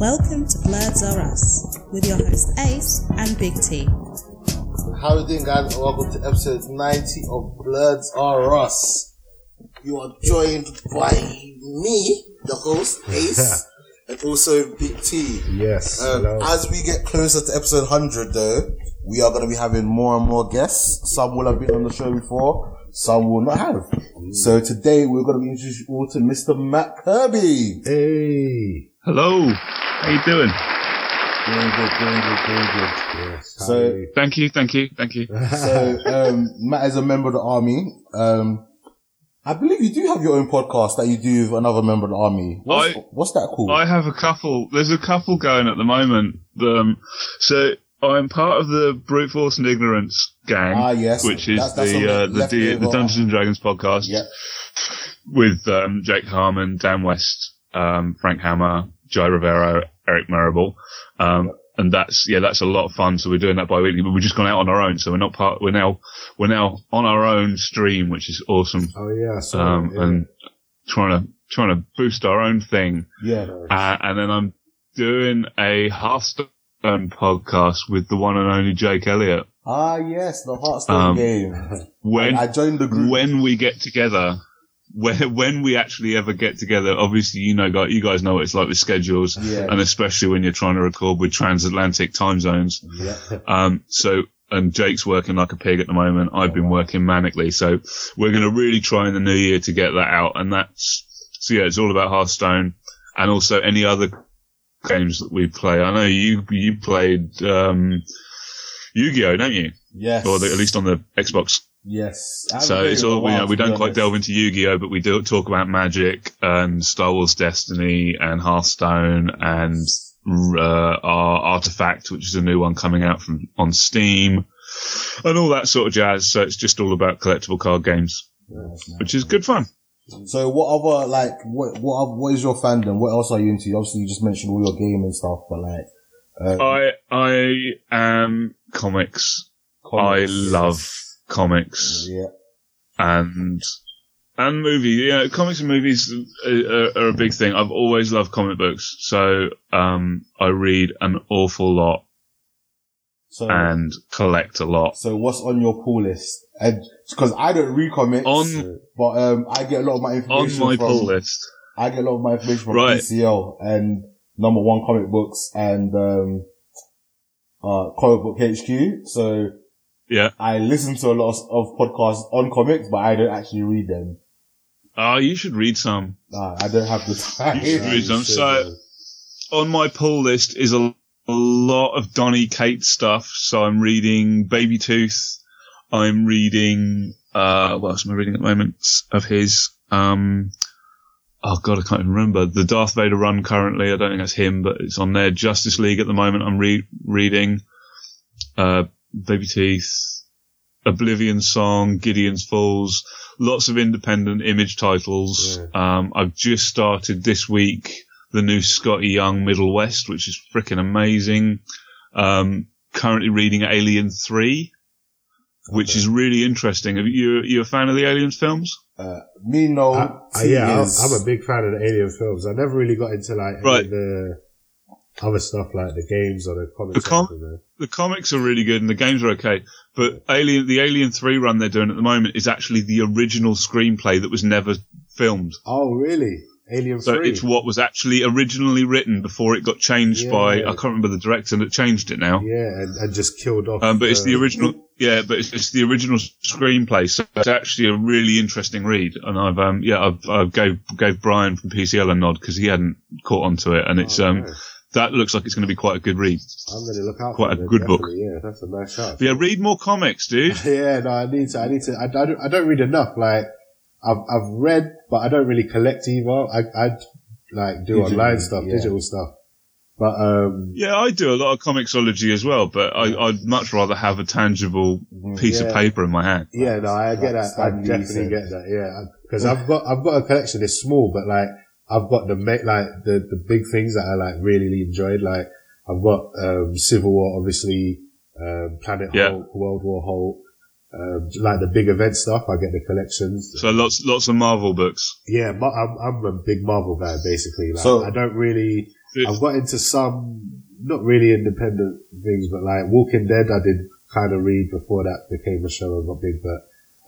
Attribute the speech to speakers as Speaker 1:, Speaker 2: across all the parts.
Speaker 1: Welcome to Blurred Us with your host Ace and Big T.
Speaker 2: How are you doing, guys? Welcome to episode 90 of Bloods R Us. You are joined by me, the host, Ace, and also Big T.
Speaker 3: Yes.
Speaker 4: Uh,
Speaker 2: Um,
Speaker 3: hello.
Speaker 2: as we get closer to episode 100, though, we are going to be having more and more guests. Some will have been on the show before, some will not have. So today we're going to be introducing you all to Mr. Matt Kirby.
Speaker 3: hey.
Speaker 4: Hello. How you doing?
Speaker 3: Doing good, doing good, doing good. Yes.
Speaker 2: So-
Speaker 3: hi.
Speaker 4: Thank you, thank you, thank you.
Speaker 2: So um, Matt is a member of the army. Um, I believe you do have your own podcast that you do with another member of the army. What's,
Speaker 4: I-
Speaker 2: what's that called?
Speaker 4: I have a couple. There's a couple going at the moment. Um, so I'm part of the brute force and ignorance gang,
Speaker 2: Ah, yes.
Speaker 4: which is
Speaker 2: That's- that's on
Speaker 4: the
Speaker 2: the
Speaker 4: uh, the, D-
Speaker 2: leftover-
Speaker 4: the Dungeons and Dragons podcast
Speaker 2: Yep.
Speaker 4: with um, Jake Harmon, Dan West, um, Frank Hammer, Jai Rivera, Eric Marable. Um, And that's yeah, that's a lot of fun. So we're doing that bi-weekly, but we've just gone out on our own. So we're not part. We're now we're now on our own stream, which is awesome.
Speaker 3: Oh yeah. So
Speaker 4: um,
Speaker 3: yeah.
Speaker 4: and trying to trying to boost our own thing.
Speaker 2: yeah.
Speaker 4: Uh, and then I'm doing a Hearthstone podcast with the one and only Jake Elliott.
Speaker 2: Ah, yes, the Hearthstone
Speaker 4: Um,
Speaker 2: game.
Speaker 4: When
Speaker 2: I joined the group.
Speaker 4: when we get together, when when we actually ever get together, obviously you know, guy- you guys know what it's like with schedules,
Speaker 2: Yeah.
Speaker 4: and especially when you're trying to record with transatlantic time zones.
Speaker 3: yeah.
Speaker 4: Um, so, and Jake's working like a pig at the moment. I've been working manically. So we're going to really try in the new year to get that out. And that's, so yeah, it's all about Hearthstone and also any other games that we play. I know you, you played, um, Yu-Gi-Oh, don't you?
Speaker 2: yes.
Speaker 4: Or the, at least on the Xbox.
Speaker 2: Yes. I haven't
Speaker 4: So
Speaker 2: played
Speaker 4: it's
Speaker 2: it in a
Speaker 4: all, you
Speaker 2: while,
Speaker 4: know, we
Speaker 2: to be
Speaker 4: don't quite
Speaker 2: honest.
Speaker 4: delve into Yu-Gi-Oh, but we do talk about Magic and Star Wars Destiny and Hearthstone and uh, our Artifact, which is a new one coming out from on Steam, and all that sort of jazz. So it's just all about collectible card games, which is good fun.
Speaker 2: So what other, like, what, what, oth- what is your fandom? What else are you into? Obviously, you just mentioned all your game and stuff, but like, uh,
Speaker 4: I I am comics.
Speaker 2: comics.
Speaker 4: I love comics
Speaker 2: Yeah.
Speaker 4: and and movie. Yeah, comics and movies are, are, are a big thing. I've always loved comic books, so um, I read an awful lot
Speaker 2: So,
Speaker 4: and collect a lot.
Speaker 2: So what's on your pull list? And because I don't read comics,
Speaker 4: On-
Speaker 2: but um, I get a lot of my
Speaker 4: On
Speaker 2: information
Speaker 4: my
Speaker 2: from,
Speaker 4: pull list,
Speaker 2: I get a lot of my information from
Speaker 4: Right.
Speaker 2: PCL and number one comic books and um, uh, comic book HQ. So
Speaker 4: yeah.
Speaker 2: I listen to a lot of podcasts on comics, but I don't actually read them.
Speaker 4: Oh, you should read some.
Speaker 2: Nah, I don't have the time.
Speaker 4: You should read some. So, on my pull list is a, a lot of Donny Cates stuff. So I'm reading Baby Tooth. I'm reading uh, what else am I reading at the moment of his? Um, oh god, I can't even remember the Darth Vader run currently. I don't think that's him, but it's on there. Justice League at the moment. I'm re- reading uh, Baby Teeth, Oblivion Song, Gideon's Falls, lots of independent image titles. Um, I've just started this week the new Scotty Young Middle West, which is freaking amazing. Um, currently reading Alien Three, which is really interesting. Have you you a fan of the Aliens films?
Speaker 2: Uh, me no.
Speaker 3: I, I,
Speaker 2: T
Speaker 3: Oh, uh, yeah, I'm,
Speaker 2: is-
Speaker 3: I'm a big fan of the Alien films. I never really got into like any
Speaker 4: Right.
Speaker 3: of the other stuff like the games or the comics.
Speaker 4: The com-
Speaker 3: or something.
Speaker 4: the comics are really good and the games are okay, but Alien, the Alien Three run they're doing at the moment is actually the original screenplay that was never filmed.
Speaker 3: oh really? Alien
Speaker 4: So
Speaker 3: Three.
Speaker 4: it's what was actually originally written before it got changed
Speaker 3: Yeah.
Speaker 4: by I can't remember the director that changed it now.
Speaker 3: yeah, and, and just killed off.
Speaker 4: Um, but it's the
Speaker 3: uh,
Speaker 4: original, yeah. But it's, it's the original screenplay, so it's actually a really interesting read. And I've, um, yeah, I've, I've gave gave Brian from PCL a nod because he hadn't caught onto it, and it's
Speaker 3: Oh,
Speaker 4: um,
Speaker 3: nice.
Speaker 4: that looks like it's going to be quite a good read.
Speaker 3: I'm gonna look out.
Speaker 4: quite
Speaker 3: for
Speaker 4: a
Speaker 3: them,
Speaker 4: good book.
Speaker 3: definitely. Yeah, that's a nice shout.
Speaker 4: But yeah, read more comics, dude.
Speaker 3: Yeah, no, I need to. I need to. I, I, don't, I don't read enough. Like, I've I've read, but I don't really collect either. I I like do
Speaker 2: Digital,
Speaker 3: online stuff,
Speaker 2: yeah.
Speaker 3: digital stuff. But um,
Speaker 4: Yeah, I do a lot of comicsology as well, but I, I'd much rather have a tangible piece
Speaker 3: Mm, Yeah.
Speaker 4: of paper in my hand.
Speaker 3: yeah, no, I get that. I
Speaker 2: Stan Lee
Speaker 3: definitely
Speaker 2: said.
Speaker 3: get that. Yeah, because I've got I've got a collection. It's small, but like I've got the ma- like the the big things that I like really enjoyed. Like I've got um, Civil War, obviously, um, Planet
Speaker 4: Yeah.
Speaker 3: Hulk, World War Hulk. Um, like the big event stuff, I get the collections.
Speaker 4: So lots, lots of Marvel books.
Speaker 3: Yeah, Ma- I'm, I'm a big Marvel guy, basically. Like,
Speaker 2: So-
Speaker 3: I don't really,
Speaker 4: Good.
Speaker 3: I've got into some not really independent things, but like Walking Dead, I did kind of read before that became a show and got big, but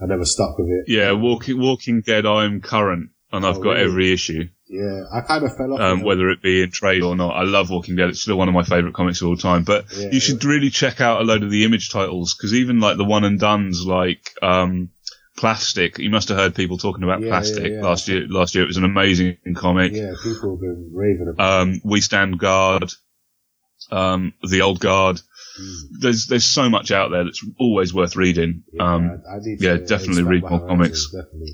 Speaker 3: I never stuck with it.
Speaker 4: Yeah, Walking Walking Dead. I'm current, and I've
Speaker 3: Oh,
Speaker 4: got
Speaker 3: really?
Speaker 4: every issue,
Speaker 3: Yeah, I kind of fell off.
Speaker 4: um,
Speaker 3: with it.
Speaker 4: whether it be in trade or not. I love Walking Dead. It's still one of my favorite comics of all time. But
Speaker 3: Yeah,
Speaker 4: you should really check out a load of the image titles because even like the one and duns, like um, Plastic. You must have heard people talking about
Speaker 3: Yeah, yeah,
Speaker 4: Plastic
Speaker 3: yeah.
Speaker 4: last year. Last year, it was an amazing comic.
Speaker 3: yeah, people have been raving about.
Speaker 4: um, We Stand Guard, um, The Old Guard. There's there's so much out there that's always worth reading.
Speaker 3: it.
Speaker 4: Um,
Speaker 3: I, I need
Speaker 4: yeah,
Speaker 3: to
Speaker 4: definitely
Speaker 3: expand
Speaker 4: read
Speaker 3: my
Speaker 4: more
Speaker 3: horizons, Definitely.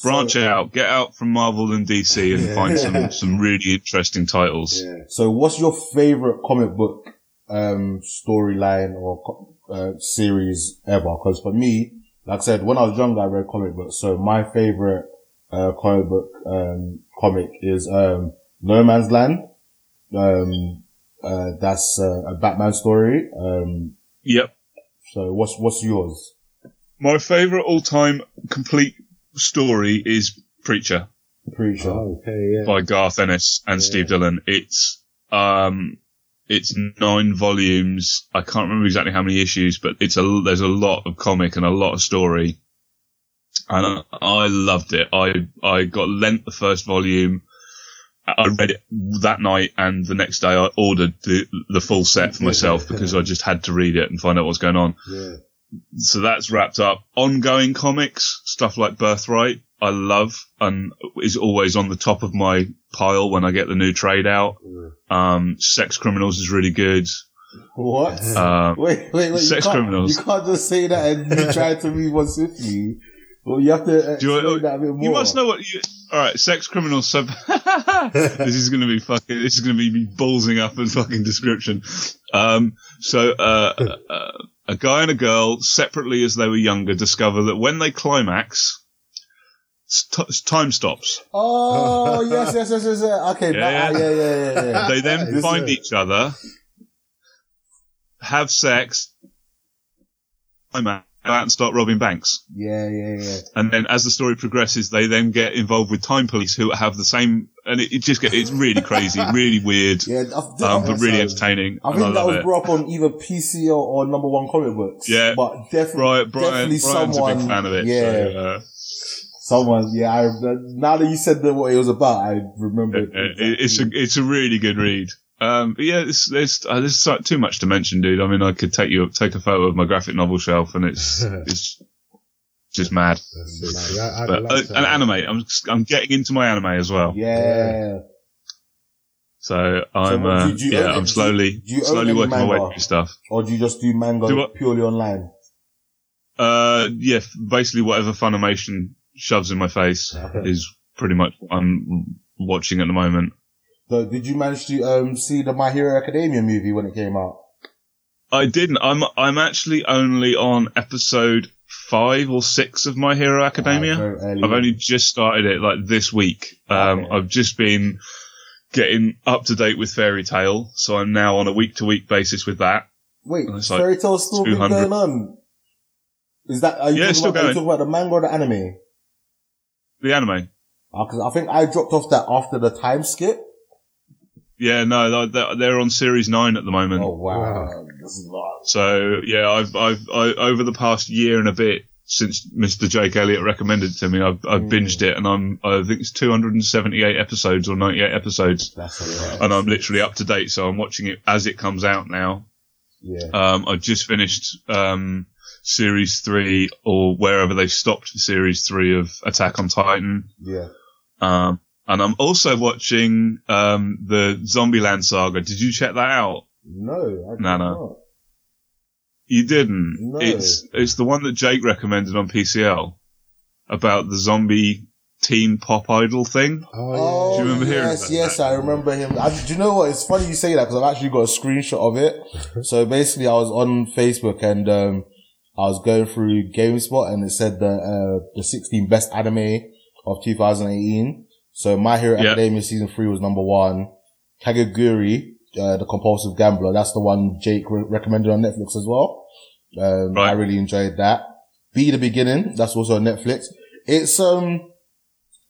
Speaker 4: branch
Speaker 5: so,
Speaker 4: out, get out from Marvel and DC, and find some some really interesting titles.
Speaker 3: Yeah.
Speaker 2: So, what's your favorite comic book um, storyline or co- uh, series ever? Because for me, like I said, when I was younger, I read comic books. So, my favorite uh, comic book um, comic is um, No Man's Land. Um, uh, that's uh, a Batman story. Um,
Speaker 4: Yep.
Speaker 2: so, what's what's yours?
Speaker 4: My favorite all time complete story is Preacher
Speaker 2: Pretty sure.
Speaker 3: Oh, okay, yeah.
Speaker 4: by Garth Ennis and Steve Dillon. It's um it's nine volumes. I can't remember exactly how many issues, but it's a there's a lot of comic and a lot of story. And I, I loved it. I I got lent the first volume. I read it that night, and the next day I ordered the the full set for myself because I just had to read it and find out what's going on.
Speaker 3: yeah.
Speaker 4: So that's wrapped up. Ongoing comics, stuff like Birthright, I love and is always on the top of my pile when I get the new trade out.
Speaker 3: Mm.
Speaker 4: Um, Sex Criminals is really good.
Speaker 2: What?
Speaker 4: Um,
Speaker 2: Wait, wait, wait.
Speaker 4: Sex
Speaker 2: you can't,
Speaker 4: criminals.
Speaker 2: You can't just say that and you try to read what's with you. Well, you have to
Speaker 4: Do you-
Speaker 2: explain that a bit more.
Speaker 4: you must know what you. All right, Sex Criminals. So this is going to be fucking. This is going to be me ballsing up a fucking description. Um, so uh, uh, a guy and a girl separately as they were younger discover that when they climax, st- time stops.
Speaker 2: Oh, yes, yes, yes, yes. yes. Okay, yeah,
Speaker 4: Yeah, yeah.
Speaker 2: yeah, yeah, yeah. yeah, yeah.
Speaker 4: they then
Speaker 3: Yes,
Speaker 4: find
Speaker 3: sir.
Speaker 4: each other, have sex, I'm out go out and start robbing banks.
Speaker 2: yeah, yeah, yeah.
Speaker 4: And then as the story progresses, they then get involved with time police who have the same, and it, it just get, it's really crazy, really weird,
Speaker 2: yeah I, think-
Speaker 4: um, but really
Speaker 2: I-
Speaker 4: entertaining.
Speaker 2: I
Speaker 4: and I
Speaker 2: think that
Speaker 4: love
Speaker 2: was
Speaker 4: it.
Speaker 2: brought up on either PCL or number one comic books.
Speaker 4: Yeah.
Speaker 2: But definitely,
Speaker 4: Right, Brian,
Speaker 2: definitely
Speaker 4: Brian's
Speaker 2: someone.
Speaker 4: a big fan of it.
Speaker 2: Yeah.
Speaker 4: So, uh,
Speaker 2: Someone, yeah. I, uh, now that you said that what it was about, I remember
Speaker 4: it- it- Uh, it's a, it's a really good
Speaker 2: Mm.
Speaker 4: read. Um, but yeah, it's, it's, uh, there's so- too much to mention, dude. I mean, I could take you, take a photo of my graphic novel shelf and it's, it's just mad.
Speaker 3: That's it, like, yeah, I'd
Speaker 4: but
Speaker 3: love
Speaker 4: uh,
Speaker 3: to-
Speaker 4: an anime. I'm I'm getting into my anime as well.
Speaker 2: yeah.
Speaker 4: So I'm
Speaker 2: what
Speaker 4: uh,
Speaker 2: do you- do you
Speaker 4: yeah
Speaker 2: own-
Speaker 4: I'm
Speaker 2: do you-
Speaker 4: slowly
Speaker 2: do you own
Speaker 4: slowly
Speaker 2: any
Speaker 4: working my way
Speaker 2: manga?
Speaker 4: through stuff.
Speaker 2: Or do you just do manga
Speaker 4: Do what?
Speaker 2: purely online?
Speaker 4: Uh, yeah, f- basically whatever Funimation shoves in my face
Speaker 3: uh,
Speaker 4: is pretty much what I'm watching at the moment.
Speaker 2: So did you manage to um, see the My Hero Academia movie when it came out?
Speaker 4: I didn't. I'm I'm actually only on episode five or six of My Hero Academia.
Speaker 2: Uh, very early.
Speaker 4: I've only just started it like this week. Um,
Speaker 2: Okay.
Speaker 4: I've just been getting up to date with Fairy Tale, so I'm now on a week to week basis with that.
Speaker 2: Wait,
Speaker 4: it's like
Speaker 2: Fairy Tale's still been
Speaker 4: 200.
Speaker 2: going on. Is that are you,
Speaker 4: Yeah, it's
Speaker 2: talking,
Speaker 4: still
Speaker 2: about, are you
Speaker 4: going.
Speaker 2: talking about the manga or the anime?
Speaker 4: The anime.
Speaker 2: Because Uh, I think I dropped off that after the time skip.
Speaker 4: Yeah, no, they're- they're, they're on series nine at the moment.
Speaker 2: Oh wow,
Speaker 3: Wow.
Speaker 2: this is lot.
Speaker 4: So yeah, I've I've I, over the past year and a bit since Mr. Jake Elliott recommended it to me, I've, I've binged it, and I'm I think it's 278 episodes or 98 episodes,
Speaker 2: That's a lot.
Speaker 4: and I'm literally up to date. So I'm watching it as it comes out now.
Speaker 2: Yeah,
Speaker 4: Um, I've just finished um, series three or wherever they stopped series three of Attack on Titan.
Speaker 2: yeah.
Speaker 4: Um, and I'm also watching um, the Zombieland saga. Did you check that out?
Speaker 2: No, I
Speaker 4: No, no. You didn't.
Speaker 2: No.
Speaker 4: It's it's the one that Jake recommended on PCL about the zombie teen pop idol thing.
Speaker 3: Oh,
Speaker 2: Oh,
Speaker 3: yeah.
Speaker 4: Do you remember hearing
Speaker 2: yes,
Speaker 4: about
Speaker 2: yes, I remember him. I, do you know what? It's funny you say that because I've actually got a screenshot of it. so basically, I was on Facebook and um, I was going through GameSpot and it said the uh, the 16 best anime of 2018. So My Hero
Speaker 4: Yeah.
Speaker 2: Academia season three was number one. Kagaguri, uh, the compulsive gambler, that's the one Jake re- recommended on Netflix as well. Um,
Speaker 4: Right.
Speaker 2: I really enjoyed that. Be the beginning, that's also on Netflix. It's um,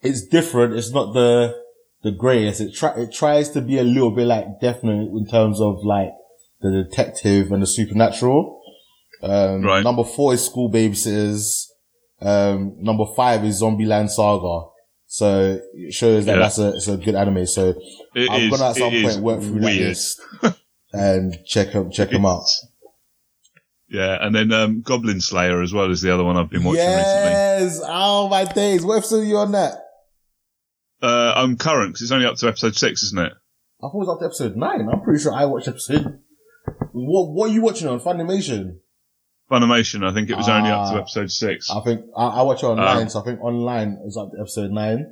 Speaker 2: it's different. It's not the the greatest. It try it tries to be a little bit like Death Note in terms of like the detective and the supernatural. Um,
Speaker 4: Right.
Speaker 2: Number four is School Babysitters. Um, number five is Zombieland Saga. So it shows that
Speaker 4: Yeah.
Speaker 2: that's a it's a good anime. So
Speaker 4: It
Speaker 2: I'm
Speaker 4: is-
Speaker 2: gonna at some
Speaker 4: it
Speaker 2: point
Speaker 4: is
Speaker 2: work through that
Speaker 4: weird.
Speaker 2: list and check them check them out.
Speaker 4: Yeah, and then um, Goblin Slayer as well is the other one I've been watching recently.
Speaker 2: Yes, oh my days! What episode are you on that?
Speaker 4: Uh, I'm current 'cause it's only up to episode six, isn't it?
Speaker 2: I thought it was up to episode nine. I'm pretty sure I watched episode. What What are you watching on Funimation?
Speaker 4: Funimation, I think it was only up to
Speaker 2: Ah.
Speaker 4: episode six.
Speaker 2: I think I, I watch it online,
Speaker 4: Um,
Speaker 2: so I think online is up to episode nine.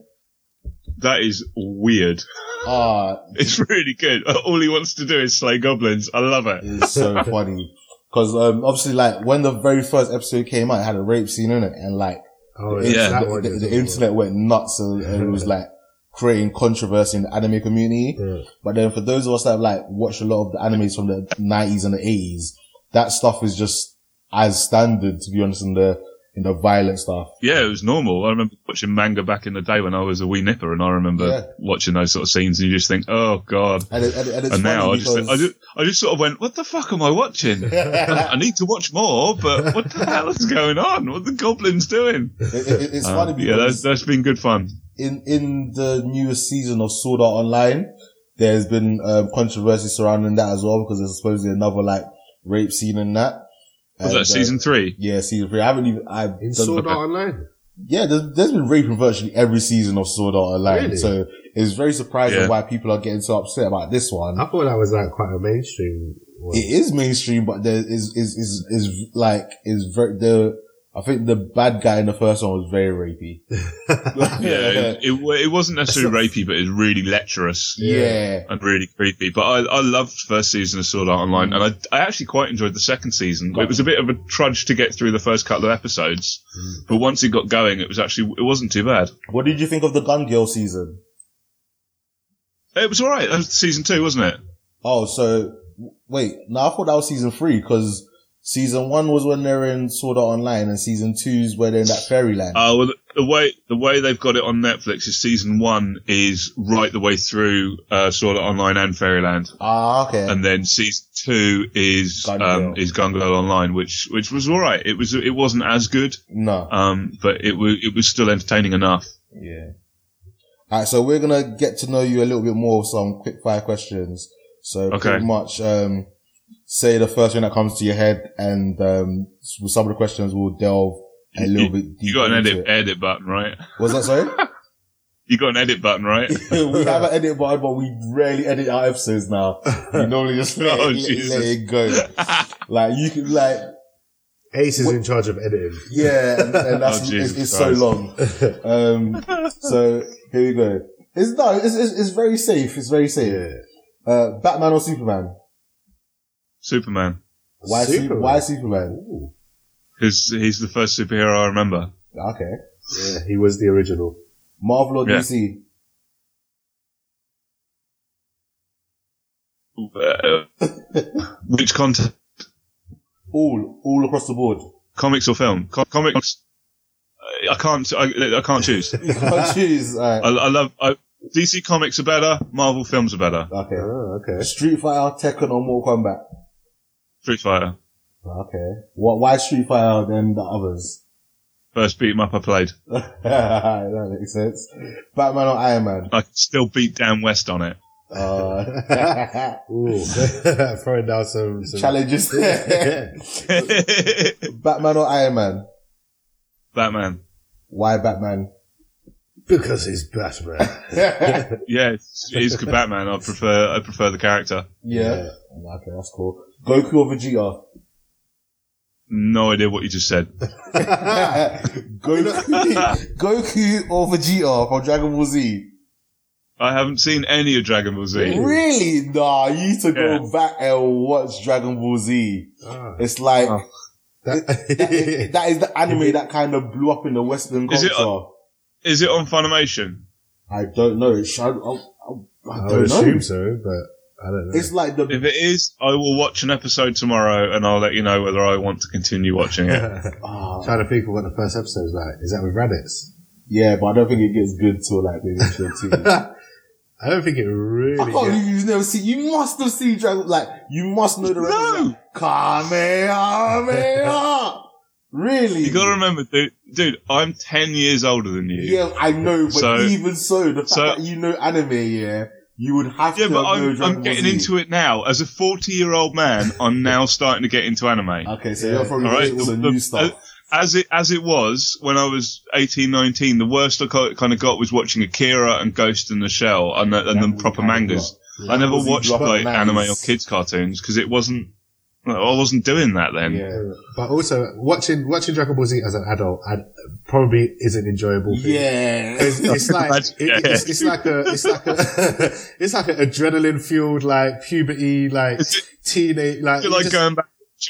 Speaker 4: That is weird.
Speaker 2: Ah,
Speaker 4: It's really good. All he wants to do is slay goblins. I love it.
Speaker 2: it's so funny because um, obviously, like when the very first episode came out, it had a rape scene in it, and like
Speaker 3: Oh,
Speaker 2: the
Speaker 3: it's
Speaker 4: Yeah.
Speaker 3: that
Speaker 2: internet-
Speaker 3: one
Speaker 2: the,
Speaker 3: as
Speaker 2: the
Speaker 3: well.
Speaker 2: internet went nuts, and, and it was like creating controversy in the anime community.
Speaker 3: Yeah.
Speaker 2: But then for those of us that have like watched a lot of the animes from the nineties and the eighties, that stuff is just as standard to be honest in the in the violent stuff.
Speaker 4: Yeah, it was normal. I remember watching manga back in the day when I was a wee nipper, and I remember
Speaker 2: Yeah.
Speaker 4: watching those sort of scenes, and you just think, "Oh God!"
Speaker 2: And, it, and, it- and it's
Speaker 4: and
Speaker 2: funny
Speaker 4: now I just,
Speaker 2: because
Speaker 4: think, I just, I just sort of went, "What the fuck am I watching? I I need to watch more, but what the hell is going on? What are the goblins doing?"
Speaker 2: it, it- it's
Speaker 4: Uh,
Speaker 2: funny
Speaker 4: yeah, that's,
Speaker 2: because
Speaker 4: that's been good fun.
Speaker 2: in in the newest season of Sword Art Online, there's been um, controversy surrounding that as well because there's supposedly another like rape scene in that.
Speaker 4: Was
Speaker 2: And, uh,
Speaker 4: that season three?
Speaker 2: Yeah, season three. I haven't even. I
Speaker 3: In
Speaker 2: don't-
Speaker 3: Sword Art Online.
Speaker 2: Yeah, there's, there's been rape in virtually every season of Sword Art Online,
Speaker 3: Really?
Speaker 2: so it's very surprising
Speaker 4: Yeah.
Speaker 2: why people are getting so upset about this one.
Speaker 3: I thought that was like quite a mainstream one.
Speaker 2: It is mainstream, but there is is is is like is very the. I think the bad guy in the first one was very rapey. uh,
Speaker 4: Yeah, it, it, wa- it wasn't necessarily rapey, but it was really lecherous
Speaker 2: yeah.
Speaker 4: and really creepy. But I, I loved first season of Sword Art Online, and I, I actually quite enjoyed the second season. It was a bit of a trudge to get through the first couple of episodes,
Speaker 2: Mm.
Speaker 4: but once it got going, it was actually it wasn't too bad.
Speaker 2: What did you think of the Gun Girl season?
Speaker 4: It was all right. That was season two, wasn't it?
Speaker 2: Oh, so wait, no, I thought that was season three because season one was when they're in Sword Art Online, and season two's where they're in that fairyland.
Speaker 4: Uh, well, the- the way the way they've got it on Netflix is season one is right the way through uh, Sword Art Online and Fairyland.
Speaker 2: ah, okay.
Speaker 4: and then season two is
Speaker 2: Gone
Speaker 4: um,
Speaker 2: Girl.
Speaker 4: is Gone Girl Online, which which was all right. It was it wasn't as good,
Speaker 2: no.
Speaker 4: um, but it was it was still entertaining enough.
Speaker 2: Yeah. All right, so we're gonna get to know you a little bit more with some quick fire questions. So
Speaker 4: Okay.
Speaker 2: pretty much, um, say the first thing that comes to your head, and um, s- with some of the questions we'll delve a little bit.
Speaker 4: You
Speaker 2: deeper
Speaker 4: got an
Speaker 2: into
Speaker 4: edit
Speaker 2: It.
Speaker 4: edit button, right?
Speaker 2: Was that sorry?
Speaker 4: You got an edit button, right?
Speaker 2: we have an edit button, but we rarely edit our episodes now. We normally just let,
Speaker 4: Oh,
Speaker 2: it, let- let
Speaker 4: Jesus.
Speaker 2: it go. like you can, like
Speaker 3: Ace is in charge of editing.
Speaker 2: yeah, and, and that's
Speaker 4: Oh,
Speaker 2: it's,
Speaker 4: Jesus
Speaker 2: it's so
Speaker 4: Christ.
Speaker 2: long. Um, so here we go. It's no, it's, it's, it's very safe. It's very safe.
Speaker 3: Yeah.
Speaker 2: Uh, Batman or Superman?
Speaker 4: Superman,
Speaker 2: Why Superman?
Speaker 3: Superman.
Speaker 2: why Superman?
Speaker 3: Ooh.
Speaker 4: because he's the first superhero I remember.
Speaker 2: Okay.
Speaker 3: Yeah, he was the original.
Speaker 2: Marvel or
Speaker 4: Yeah.
Speaker 2: DC?
Speaker 4: Uh, which content?
Speaker 2: All, all across the board.
Speaker 4: Comics or film? Com- comics. I can't. I, I can't choose. I,
Speaker 2: Jeez. All right.
Speaker 4: I love. I, DC comics are better. Marvel films are better.
Speaker 2: Okay.
Speaker 3: Oh, okay.
Speaker 2: Street Fighter, Tekken, or Mortal Kombat?
Speaker 4: Street Fighter.
Speaker 2: Okay. What? Why Street Fighter than the others?
Speaker 4: First beat 'em up I played.
Speaker 2: that makes sense. Batman or Iron Man?
Speaker 4: I could still beat Dan West on it.
Speaker 2: Uh,
Speaker 3: Ooh. Throwing down some, some
Speaker 2: challenges. Batman or Iron Man?
Speaker 4: Batman.
Speaker 2: Why Batman?
Speaker 3: because he's Batman.
Speaker 2: yeah.
Speaker 4: Yeah, it's, it's good Batman. I prefer I prefer the character.
Speaker 2: Okay, that's cool. Goku or Vegeta?
Speaker 4: No idea what you just said.
Speaker 2: Goku, Goku or Vegeta from Dragon Ball Z?
Speaker 4: I haven't seen any of Dragon Ball Z.
Speaker 2: Really? Nah, you used to go
Speaker 4: Yeah.
Speaker 2: back and watch Dragon Ball Z.
Speaker 3: Ah,
Speaker 2: It's like,
Speaker 4: Oh.
Speaker 3: that-
Speaker 2: that is the anime that kind of blew up in the Western
Speaker 4: Is
Speaker 2: culture.
Speaker 4: it Is it on Funimation?
Speaker 2: I don't know. It sh- I, I, I- I
Speaker 3: I would
Speaker 2: don't know.
Speaker 3: assume so, but I don't know.
Speaker 2: It's like the,
Speaker 4: If it is, I will watch an episode tomorrow and I'll let you know whether I want to continue watching it.
Speaker 2: Ah,
Speaker 3: Trying to think of what the first episode's like. Is that with Raditz?
Speaker 2: yeah, but I don't think it gets good till like maybe episode two.
Speaker 3: I don't think it
Speaker 2: I
Speaker 3: really.
Speaker 2: can't believe
Speaker 3: Gets,
Speaker 2: you've never seen. Oh, You must have seen Dragon. Like you must know the
Speaker 4: No!
Speaker 2: reference, like, Kamehameha. really?
Speaker 4: You gotta remember, dude, dude, I'm 10 years older than you.
Speaker 2: Yeah, I know, but
Speaker 4: So-
Speaker 2: even so, the fact
Speaker 4: so-
Speaker 2: that you know anime, yeah, you would have
Speaker 4: Yeah,
Speaker 2: to
Speaker 4: but
Speaker 2: have known
Speaker 4: I'm,
Speaker 2: Dragon
Speaker 4: I'm
Speaker 2: Ball
Speaker 4: getting
Speaker 2: Z.
Speaker 4: into it now. As a 40 year old man, I'm now starting to get into anime.
Speaker 2: Okay, so
Speaker 3: Yeah.
Speaker 2: you're probably
Speaker 4: All right,
Speaker 2: getting all the,
Speaker 4: the-
Speaker 2: new
Speaker 4: the- uh,
Speaker 2: stuff.
Speaker 4: As it, as it was when I was 18, 19, the worst I kind of got was watching Akira and Ghost in the Shell and, the, and
Speaker 2: That
Speaker 4: the
Speaker 2: was
Speaker 4: proper
Speaker 2: kinda
Speaker 4: mangas.
Speaker 2: rough.
Speaker 4: I
Speaker 2: That
Speaker 4: never
Speaker 2: was
Speaker 4: watched
Speaker 2: rough
Speaker 4: like
Speaker 2: mangas.
Speaker 4: anime or kids cartoons because it wasn't, I wasn't doing that then.
Speaker 2: Yeah.
Speaker 3: but also watching watching Dragon Ball Z as an adult, I, probably isn't enjoyable. for you.
Speaker 2: Yeah.
Speaker 3: It's, it's like it, it's, it's like a it's like a it's like an adrenaline fueled like puberty like teenage like
Speaker 4: It's like uh,
Speaker 3: you just-
Speaker 4: going back to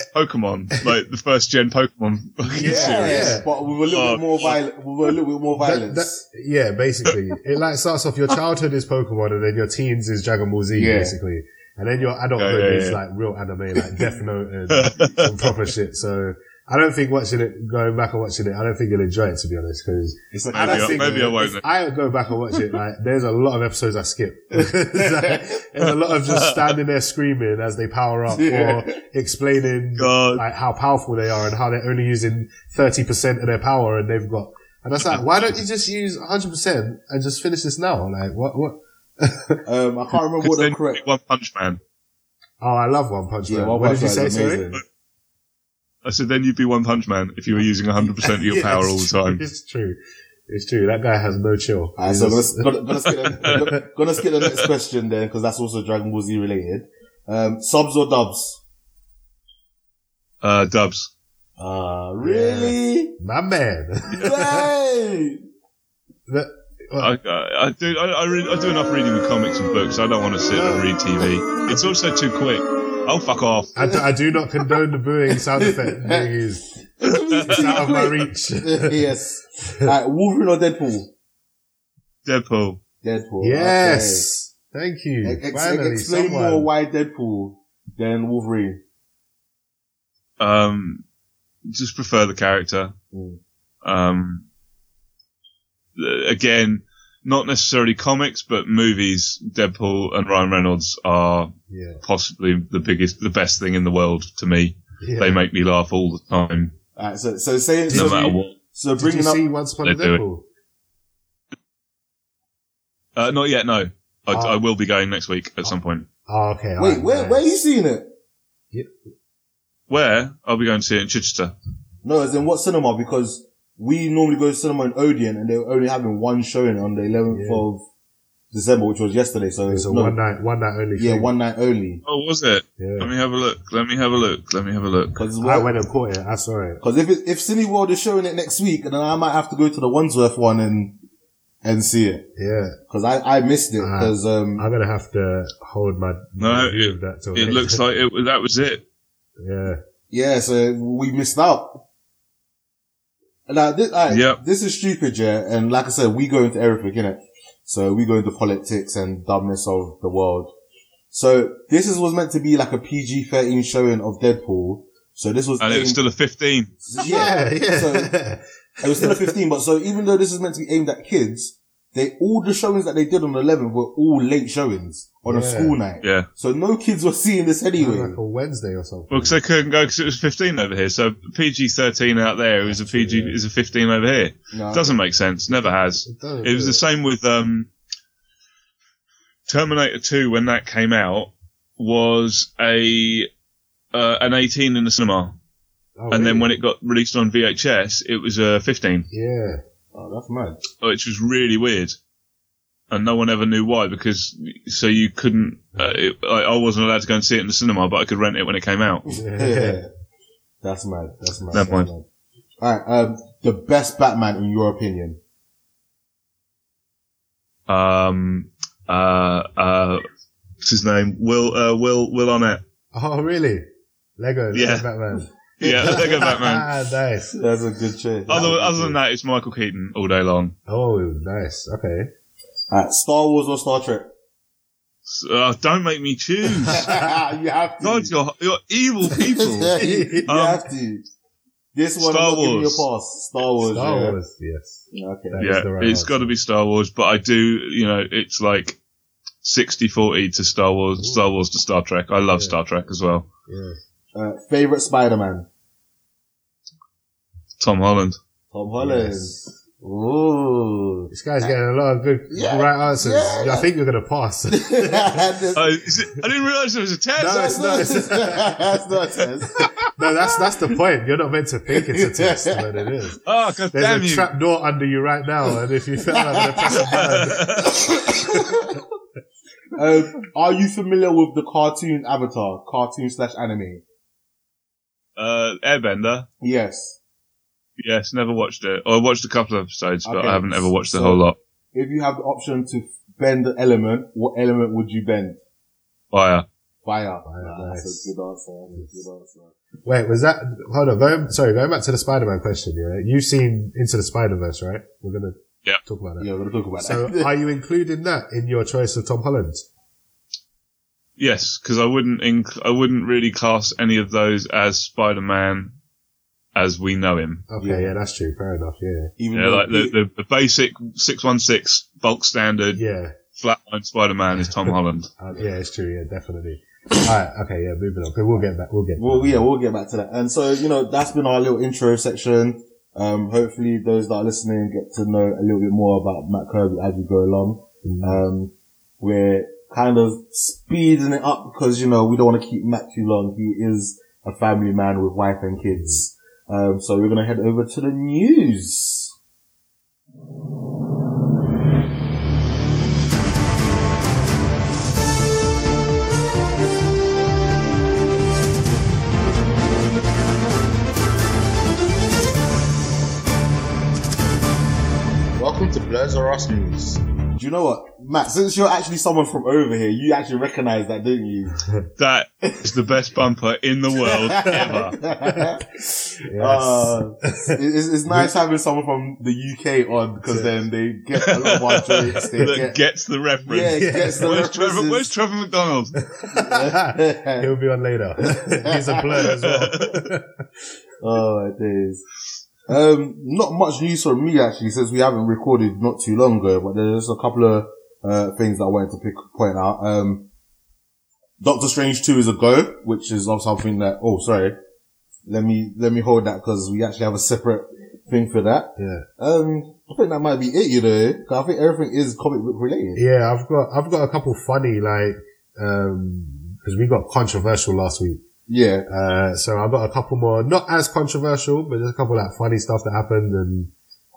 Speaker 4: Pokemon, like the first gen Pokemon.
Speaker 2: Yeah,
Speaker 4: series.
Speaker 3: yeah.
Speaker 2: but with a little
Speaker 4: Oh,
Speaker 2: bit more violence. With a little bit more
Speaker 3: that-
Speaker 2: violence.
Speaker 3: that- yeah, basically, it like starts off your childhood is Pokemon, and then your teens is Dragon Ball Z,
Speaker 2: Yeah.
Speaker 3: basically, and then your adulthood
Speaker 4: Yeah, yeah,
Speaker 3: is
Speaker 4: yeah.
Speaker 3: like real anime, like Death Note and, and proper shit. So I don't think watching it, going back and watching it, I don't think you'll enjoy it to be honest, because
Speaker 2: it's like,
Speaker 4: Maybe
Speaker 3: I
Speaker 4: I-
Speaker 3: think-
Speaker 4: maybe I won't.
Speaker 3: if
Speaker 4: then.
Speaker 3: I go back and watch it, like, there's a lot of episodes I skip. It's like, there's a lot of just standing there screaming as they power up
Speaker 2: Yeah.
Speaker 3: or explaining
Speaker 4: God.
Speaker 3: like how powerful they are and how they're only using 30% of their power and they've got, and that's like, why don't you just use 100% and just finish this now? Like, what, what?
Speaker 2: um, I can't remember what the
Speaker 4: Then
Speaker 2: correct.
Speaker 4: One Punch Man.
Speaker 3: Oh, I love One Punch Man.
Speaker 2: Yeah,
Speaker 3: what did you say, sorry?
Speaker 2: amazing.
Speaker 4: I said, then you'd be One Punch Man if you were using 100% of your
Speaker 3: Yeah,
Speaker 4: power
Speaker 3: it's
Speaker 4: all the
Speaker 3: true.
Speaker 4: time.
Speaker 3: It's true. It's true. That guy has no chill.
Speaker 2: Alright,
Speaker 3: He's
Speaker 2: so
Speaker 3: just-
Speaker 2: gonna, gonna, gonna, skip the, gonna skip the next question then, because that's also Dragon Ball Z related. Um, subs or dubs?
Speaker 4: Uh, dubs.
Speaker 2: Uh, really?
Speaker 3: my man.
Speaker 2: Yay!
Speaker 3: That- Oh.
Speaker 4: I, I, I do I, I, read, I do enough reading with comics and books. I don't want to sit and read TV. It's also too quick. Oh, fuck off.
Speaker 3: I do, I do not condone the booing sound effect being used. It's out of my reach.
Speaker 2: yes. Alright, Wolverine or Deadpool?
Speaker 4: Deadpool.
Speaker 2: Deadpool.
Speaker 3: yes. Thank you.
Speaker 2: Okay. Ex- ex-
Speaker 3: Finally,
Speaker 2: explain
Speaker 3: someone.
Speaker 2: more why Deadpool than Wolverine.
Speaker 4: Um, just prefer the character.
Speaker 2: Mm.
Speaker 4: Um, uh, again, not necessarily comics, but movies. Deadpool and Ryan Reynolds are
Speaker 3: yeah.
Speaker 4: possibly the biggest, the best thing in the world to me.
Speaker 3: yeah.
Speaker 4: They make me laugh all the time,
Speaker 2: Alright, so, so saying, so,
Speaker 4: no matter what.
Speaker 2: so
Speaker 3: Did you
Speaker 2: bringing up,
Speaker 3: see Once Upon a
Speaker 4: They do it.
Speaker 3: Deadpool?
Speaker 4: Uh, not yet, no. I,
Speaker 3: Ah.
Speaker 4: I will be going next week at some point.
Speaker 3: Oh, okay.
Speaker 2: wait,
Speaker 3: alright,
Speaker 2: where,
Speaker 3: nice.
Speaker 2: where are you seeing it?
Speaker 4: Where? I'll be going to see it in Chichester.
Speaker 2: No, as in what cinema? Because we normally go to cinema in Odeon and they were only having one showing on the 11th
Speaker 3: Yeah.
Speaker 2: of December, which was yesterday. So
Speaker 3: It's a
Speaker 2: no,
Speaker 3: one night, one night only
Speaker 2: yeah,
Speaker 3: thing.
Speaker 2: one night only.
Speaker 4: Oh, was it? Let
Speaker 3: yeah.
Speaker 4: me have a look. Let me have a look. Let me have a look.
Speaker 2: Because
Speaker 3: I went and caught it. I saw it.
Speaker 2: if it, if Cineworld is showing it next week, then I might have to go to the Wandsworth one and and see it
Speaker 3: Yeah.
Speaker 2: because I I missed it
Speaker 3: Ah.
Speaker 2: because um
Speaker 3: I'm going to have to hold my
Speaker 4: No,
Speaker 3: review
Speaker 4: it-
Speaker 3: of that till
Speaker 4: It
Speaker 3: later.
Speaker 4: looks like it, was- that was it.
Speaker 3: Yeah.
Speaker 2: yeah, so we missed out. Now this I,
Speaker 4: Yep.
Speaker 2: this is stupid, yeah, and like I said, we go into everything, innit? So we go into politics and dumbness of the world. So this is was meant to be like a PG thirteen showing of Deadpool. So this was
Speaker 4: And it
Speaker 2: aimed-
Speaker 4: was still a 15.
Speaker 2: yeah,
Speaker 3: yeah.
Speaker 2: So It was still a 15, but so even though this is meant to be aimed at kids, they all the showings that they did on the 11th were all late showings on a
Speaker 3: Yeah.
Speaker 2: school night.
Speaker 4: Yeah.
Speaker 2: So no kids were seeing this anyway.
Speaker 3: like a Wednesday or something.
Speaker 4: Well, because I couldn't go because it was 15 over here. So PG 13 out there is a PG is a 15 over here.
Speaker 2: No.
Speaker 4: Doesn't make sense. Never has.
Speaker 3: It doesn't
Speaker 4: It was
Speaker 3: do
Speaker 4: the same with um, Terminator 2 when that came out was a uh, an 18 in the cinema,
Speaker 3: Oh,
Speaker 4: and
Speaker 3: really?
Speaker 4: then when it got released on VHS, it was a 15,
Speaker 3: Yeah.
Speaker 2: Oh, that's mad.
Speaker 4: which was really weird. And no one ever knew why because so you couldn't. Uh, it, I, I wasn't allowed to go and see it in the cinema, but I could rent it when it came out.
Speaker 2: Yeah. That's mad. That's mad.
Speaker 4: Never mind.
Speaker 2: Alright, um, the best Batman in your opinion.
Speaker 4: um, uh, uh, what's his name? Will, uh, Will, Will Arnett.
Speaker 3: Oh, really? Lego. Lego
Speaker 4: Yeah.
Speaker 3: Batman.
Speaker 4: Yeah, Lego Batman.
Speaker 3: Ah, nice.
Speaker 2: That's a good choice.
Speaker 4: Other, other than that, it's Michael Keaton all day long.
Speaker 3: Oh, nice. Okay.
Speaker 2: Alright, Star Wars or Star Trek?
Speaker 4: So, uh, don't make me choose.
Speaker 2: you have to.
Speaker 4: God, you're, you're evil people.
Speaker 2: you
Speaker 4: Um,
Speaker 2: have to. This one,
Speaker 4: Star
Speaker 2: I'm not giving you a
Speaker 4: Wars.
Speaker 2: pass. Star Wars.
Speaker 3: Star
Speaker 2: yeah.
Speaker 3: Wars, yes.
Speaker 2: Okay.
Speaker 3: That is
Speaker 4: yeah,
Speaker 3: the right
Speaker 4: it's
Speaker 3: answer.
Speaker 4: got to be Star Wars, but I do, you know, it's like 60 40 to Star Wars, Star Wars to Star Trek. I love Star Trek as well.
Speaker 3: Yeah.
Speaker 2: Uh, favorite Spider-Man?
Speaker 4: Tom Holland.
Speaker 2: Tom Holland. Ooh.
Speaker 3: This guy's getting a lot of good
Speaker 2: Yeah.
Speaker 3: right answers.
Speaker 2: Yeah.
Speaker 3: I think you're gonna pass.
Speaker 4: Oh, is it, I didn't realize it was a test.
Speaker 3: No, it's not.
Speaker 2: That's not a test.
Speaker 3: no, that's that's the point. You're not meant to think it's a test, but it is.
Speaker 4: oh, god
Speaker 3: There's
Speaker 4: damn
Speaker 3: a
Speaker 4: you.
Speaker 3: trap door under you right now, and if you fell, I'm gonna press it down.
Speaker 2: Um, are you familiar with the cartoon Avatar, cartoon slash anime?
Speaker 4: Uh, Airbender.
Speaker 2: Yes.
Speaker 4: Yes, never watched it. I watched a couple of episodes, but
Speaker 2: Okay,
Speaker 4: I haven't ever watched the
Speaker 2: so-
Speaker 4: whole lot.
Speaker 2: If you have the option to bend the element, what element would you bend?
Speaker 4: Fire.
Speaker 2: Fire. Nah,
Speaker 3: nice.
Speaker 2: That's a good answer. That's a good answer.
Speaker 3: Wait, was that? Hold on. Going, sorry, going back to the Spider-Man question. Yeah, you've seen Into the Spider-Verse, right? We're gonna
Speaker 4: Yeah.
Speaker 3: talk about that.
Speaker 2: Yeah, we're gonna talk about
Speaker 3: So,
Speaker 2: that.
Speaker 3: are you including that in your choice of Tom Holland?
Speaker 4: Yes, because I wouldn't inc- I wouldn't really class any of those as Spider-Man as we know him.
Speaker 3: Okay,
Speaker 2: Yeah.
Speaker 3: yeah, that's true. Fair enough. Yeah,
Speaker 2: Even
Speaker 4: Yeah,
Speaker 2: though
Speaker 4: like the, the, the basic 616 bulk standard
Speaker 3: yeah,
Speaker 4: flatline Spider-Man is Tom Holland.
Speaker 3: uh, yeah. It's true. Yeah, definitely. All right. Okay. Yeah. Moving on. Okay, we'll get back. We'll get.
Speaker 2: Well,
Speaker 3: back.
Speaker 2: yeah, we'll get back to that. And so, you know, that's been our little intro section. Um, hopefully those that are listening get to know a little bit more about Matt Kirby as we go along. Um, we're kind of speeding it up because, you know, we don't want to keep Matt too long. He is a family man with wife and kids. Um, so we're going to head over to the news.
Speaker 5: Welcome to Blurs or Us News.
Speaker 2: Do you know what, Matt, since you're actually someone from over here, you actually recognize that, didn't you?
Speaker 4: That is the best bumper in the world ever.
Speaker 3: Yes.
Speaker 2: Uh, it's, it's nice having someone from the UK on because then they get a lot of our jokes. They
Speaker 4: That
Speaker 2: get,
Speaker 4: gets the
Speaker 2: yeah,
Speaker 4: reference.
Speaker 2: it gets the
Speaker 4: Where's Trevor,
Speaker 2: references.
Speaker 4: where's Trevor McDonald?
Speaker 2: uh,
Speaker 3: He'll be on later. He's a blur as well.
Speaker 2: oh, it is. Um, not much news from me actually since we haven't recorded not too long ago, but there's a couple of uh, things that I wanted to pick point out. Um, Doctor Strange Two is a go, which is not something that. Oh, sorry. Let me let me hold that because we actually have a separate thing for that.
Speaker 3: Yeah.
Speaker 2: Um, I think that might be it, you know. 'cause I think everything is comic book related.
Speaker 3: Yeah, I've got I've got a couple funny like um 'cause because we got controversial last week.
Speaker 2: Yeah.
Speaker 3: Uh, so I've got a couple more, not as controversial, but just a couple of like, funny stuff that happened and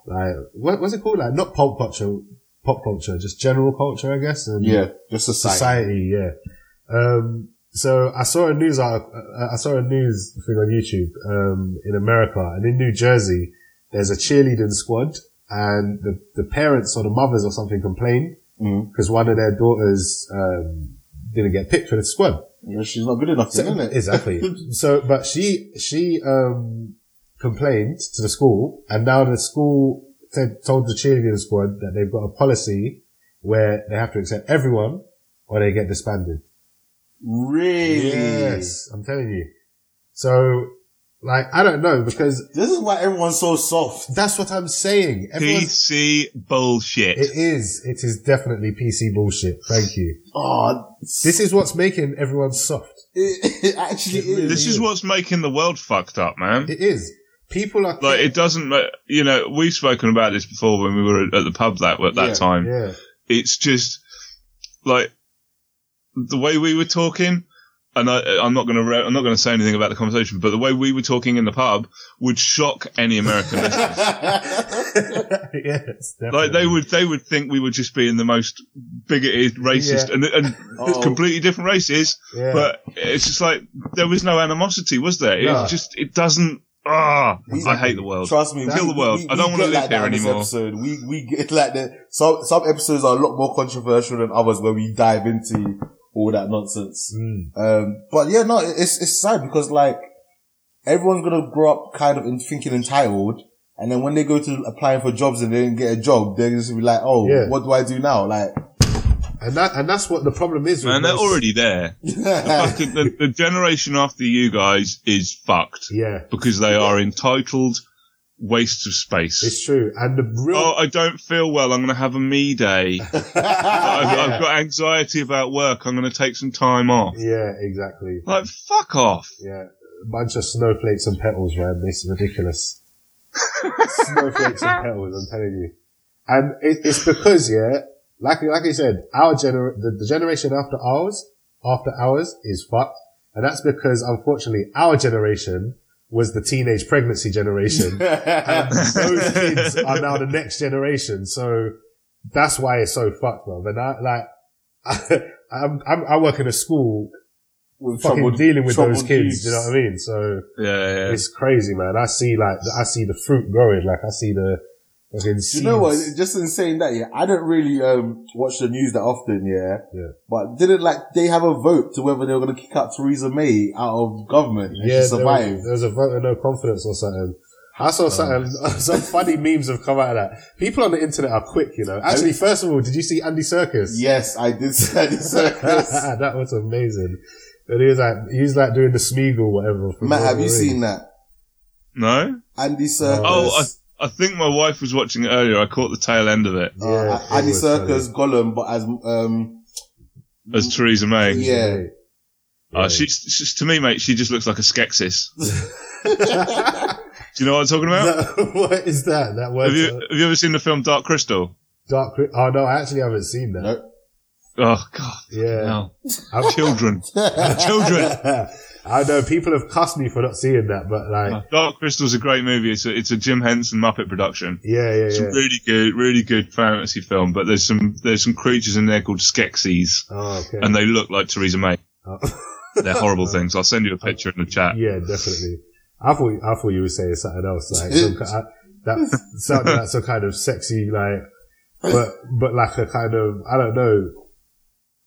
Speaker 3: like what was it called? Like not pop culture, pop culture, just general culture, I guess. And
Speaker 2: Yeah. Just society.
Speaker 3: society, yeah. Um, so I saw a news article, I saw a news thing on YouTube um, in America, and in New Jersey, there's a cheerleading squad, and the, the parents or the mothers or something complained
Speaker 2: Mm.
Speaker 3: because one of their daughters um, didn't get picked for the squad.
Speaker 2: Yeah, she's not good enough, isn't it?
Speaker 3: Exactly. so, but she she um, complained to the school, and now the school said, told the cheerleading squad that they've got a policy where they have to accept everyone or they get disbanded.
Speaker 2: Really?
Speaker 3: Yes, I'm telling you. So, like, I don't know because
Speaker 2: This is why everyone's so soft.
Speaker 3: that's what I'm saying. Everyone's,
Speaker 4: PC bullshit.
Speaker 3: it is. It is definitely PC bullshit. Thank you.
Speaker 2: Oh,
Speaker 3: This is what's making everyone soft.
Speaker 2: it, it actually is.
Speaker 4: this is what's making the world fucked up, man.
Speaker 3: It is. People are
Speaker 4: like it doesn't, ma- you know, we've spoken about this before when we were at the pub that at that
Speaker 2: Yeah,
Speaker 4: time.
Speaker 3: yeah.
Speaker 4: It's just like the way we were talking, and I, I'm not gonna, re- I'm not gonna say anything about the conversation, but the way we were talking in the pub would shock any American listener.
Speaker 3: yes, definitely.
Speaker 4: Like they would, they would think we would just be in the most bigoted, racist,
Speaker 3: Yeah.
Speaker 4: and, and
Speaker 2: Oh.
Speaker 4: completely different races.
Speaker 3: Yeah.
Speaker 4: But it's just like there was no animosity, was there? It
Speaker 3: No.
Speaker 4: just it doesn't. Ah, I hate the world.
Speaker 2: Trust me,
Speaker 4: Kill
Speaker 2: we-
Speaker 4: the world.
Speaker 2: we-
Speaker 4: I don't
Speaker 2: we get
Speaker 4: wanna live
Speaker 2: like that
Speaker 4: here
Speaker 2: in this
Speaker 4: anymore.
Speaker 2: Episode. We we get like that. Some some episodes are a lot more controversial than others where we dive into all that nonsense.
Speaker 3: Mm.
Speaker 2: Um, but yeah, no, it's it's sad because like everyone's gonna grow up kind of in thinking entitled, and then when they go to applying for jobs and they didn't get a job, they're just be like, oh,
Speaker 3: Yeah.
Speaker 2: what do I do now? Like,
Speaker 3: and that and that's what the problem is. With
Speaker 4: Man, they're
Speaker 3: most-
Speaker 4: already there. Fucking- the, the generation after you guys is fucked
Speaker 3: yeah,
Speaker 4: because they are entitled waste of space.
Speaker 3: It's true. And the real
Speaker 4: oh, I don't feel well. I'm going to have a me day. I've, I've got anxiety about work. I'm going to take some time off.
Speaker 3: Yeah, exactly.
Speaker 4: Like, fuck off.
Speaker 3: Yeah. A bunch of snowflakes and petals, man. This is ridiculous. snowflakes and petals, I'm telling you. And it, it's because, yeah, like, like I said, our gener, the, the generation after ours, after ours is fucked. And that's because, unfortunately, our generation was the teenage pregnancy generation. and those kids are now the next generation. So that's why it's so fucked, love. And I, like, I, I'm, I'm, I work in a school
Speaker 2: With
Speaker 3: fucking
Speaker 2: troubled-
Speaker 3: dealing with those
Speaker 2: troubled youths.
Speaker 3: kids. You know what I mean? So
Speaker 4: Yeah, yeah.
Speaker 3: it's crazy, man. I see like I see the fruit growing. Like I see the fucking.
Speaker 2: Do you know what? Just in saying that, yeah, I don't really um watch the news that often, yeah.
Speaker 3: Yeah.
Speaker 2: But didn't like they have a vote to whether they were going to kick out Theresa May out of government and
Speaker 3: Yeah,
Speaker 2: she
Speaker 3: there was,
Speaker 2: survived?
Speaker 3: there was a vote of no confidence or something. I
Speaker 4: Um,
Speaker 3: saw something, some funny memes have come out of that. People on the internet are quick, you know. Actually,
Speaker 2: Oh.
Speaker 3: first of all, did you see Andy Circus?
Speaker 2: Yes, I did say this. Circus.
Speaker 3: that was amazing. And he was like, he was like doing the Smeagol, whatever. from
Speaker 2: Matt,
Speaker 3: Lord of
Speaker 2: have
Speaker 3: the
Speaker 2: you
Speaker 3: Rings.
Speaker 2: seen that?
Speaker 4: No?
Speaker 2: Andy Circus.
Speaker 4: Oh, I, I think my wife was watching it earlier. I caught the tail end of it
Speaker 3: Yeah,
Speaker 2: uh, Andy
Speaker 3: it was funny.
Speaker 2: Circus, Gollum, but as um
Speaker 4: as
Speaker 3: Mm.
Speaker 4: Theresa May.
Speaker 2: yeah.
Speaker 4: Uh, she's, she's, to me, mate, she just looks like a Skeksis. Do you know what I'm talking about?
Speaker 3: No, what is that? That
Speaker 4: have,
Speaker 3: word?
Speaker 4: you, have you ever seen the film Dark Crystal?
Speaker 3: Dark. Cri- Oh no, I actually haven't seen that.
Speaker 2: No.
Speaker 4: Oh, God.
Speaker 3: Yeah.
Speaker 4: No.
Speaker 3: I'm-
Speaker 4: Children. Children.
Speaker 3: I know people have cussed me for not seeing that, but like,
Speaker 4: Dark Crystal's a great movie. It's a, it's a Jim Henson Muppet production.
Speaker 3: yeah, yeah,
Speaker 4: It's a
Speaker 3: yeah.
Speaker 4: really good, really good fantasy film, but there's some there's some creatures in there called Skeksis,
Speaker 3: Oh, okay.
Speaker 4: and they look like Theresa May.
Speaker 3: Oh.
Speaker 4: They're horrible things. I'll send you a picture in the chat.
Speaker 3: yeah, definitely. I thought I thought you were saying something else, like some, ki- I- that something that's a kind of sexy, like, but but like a kind of I don't know.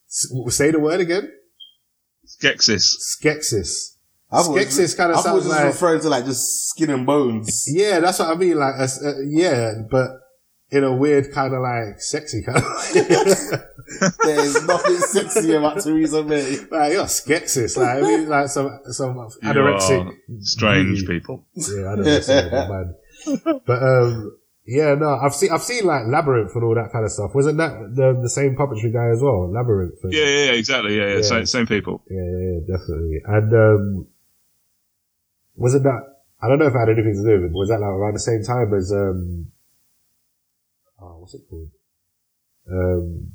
Speaker 3: S- Say the word again.
Speaker 4: Skeksis.
Speaker 3: Skexis.
Speaker 2: I thought it was-
Speaker 3: Skeksis kinda
Speaker 2: I thought it was
Speaker 3: sounds like-
Speaker 2: referring to like just skin and bones.
Speaker 3: Yeah, that's what I mean. Like, uh, uh, yeah, but in a weird kind of like sexy kind of.
Speaker 2: there is nothing sexy about Theresa May.
Speaker 3: Like you're skepsis, like I mean, like some some
Speaker 4: You
Speaker 3: anorexic.
Speaker 4: are strange
Speaker 3: beauty.
Speaker 4: people.
Speaker 3: Yeah, I don't know, some of them, man. But um, yeah, no, I've seen I've seen like labyrinth and all that kind of stuff. Wasn't that the, the same puppetry guy as well? Labyrinth. and-
Speaker 4: Yeah, yeah, yeah exactly. Yeah, yeah,
Speaker 3: Yeah.
Speaker 4: Same, same people.
Speaker 3: yeah, yeah, yeah, definitely. And um, wasn't that? I don't know if I had anything to do with it. But was that like around the same time as um, oh, what's it called? Um,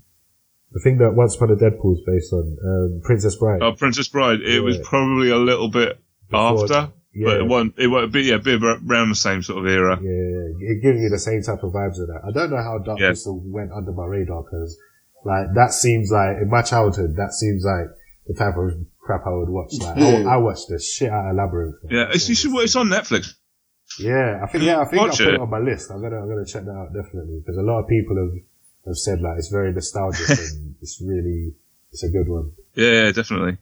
Speaker 3: the thing that Once Upon a Deadpool is based on, um, Princess Bride.
Speaker 4: Oh, Princess Bride. It was
Speaker 3: Yeah.
Speaker 4: probably a little bit
Speaker 3: Before-
Speaker 4: after, but it won't. It won't be. Yeah, be around the same sort of era.
Speaker 3: Yeah, yeah, yeah. it gives me the same type of vibes of that. I don't know how Dark
Speaker 4: Yeah.
Speaker 3: Crystal went under my radar because, like, that seems like in my childhood, that seems like the type of crap I would watch. Like, I, I watched the shit out of Labyrinth. man.
Speaker 4: Yeah, it's, you should. well, It's on Netflix.
Speaker 3: Yeah, I think yeah, I think I
Speaker 4: Watch
Speaker 3: put it.
Speaker 4: it.
Speaker 3: on my list. I'm gonna I'm gonna check that out definitely because a lot of people have have said like it's very nostalgic and it's really it's a good one.
Speaker 4: Yeah, yeah definitely.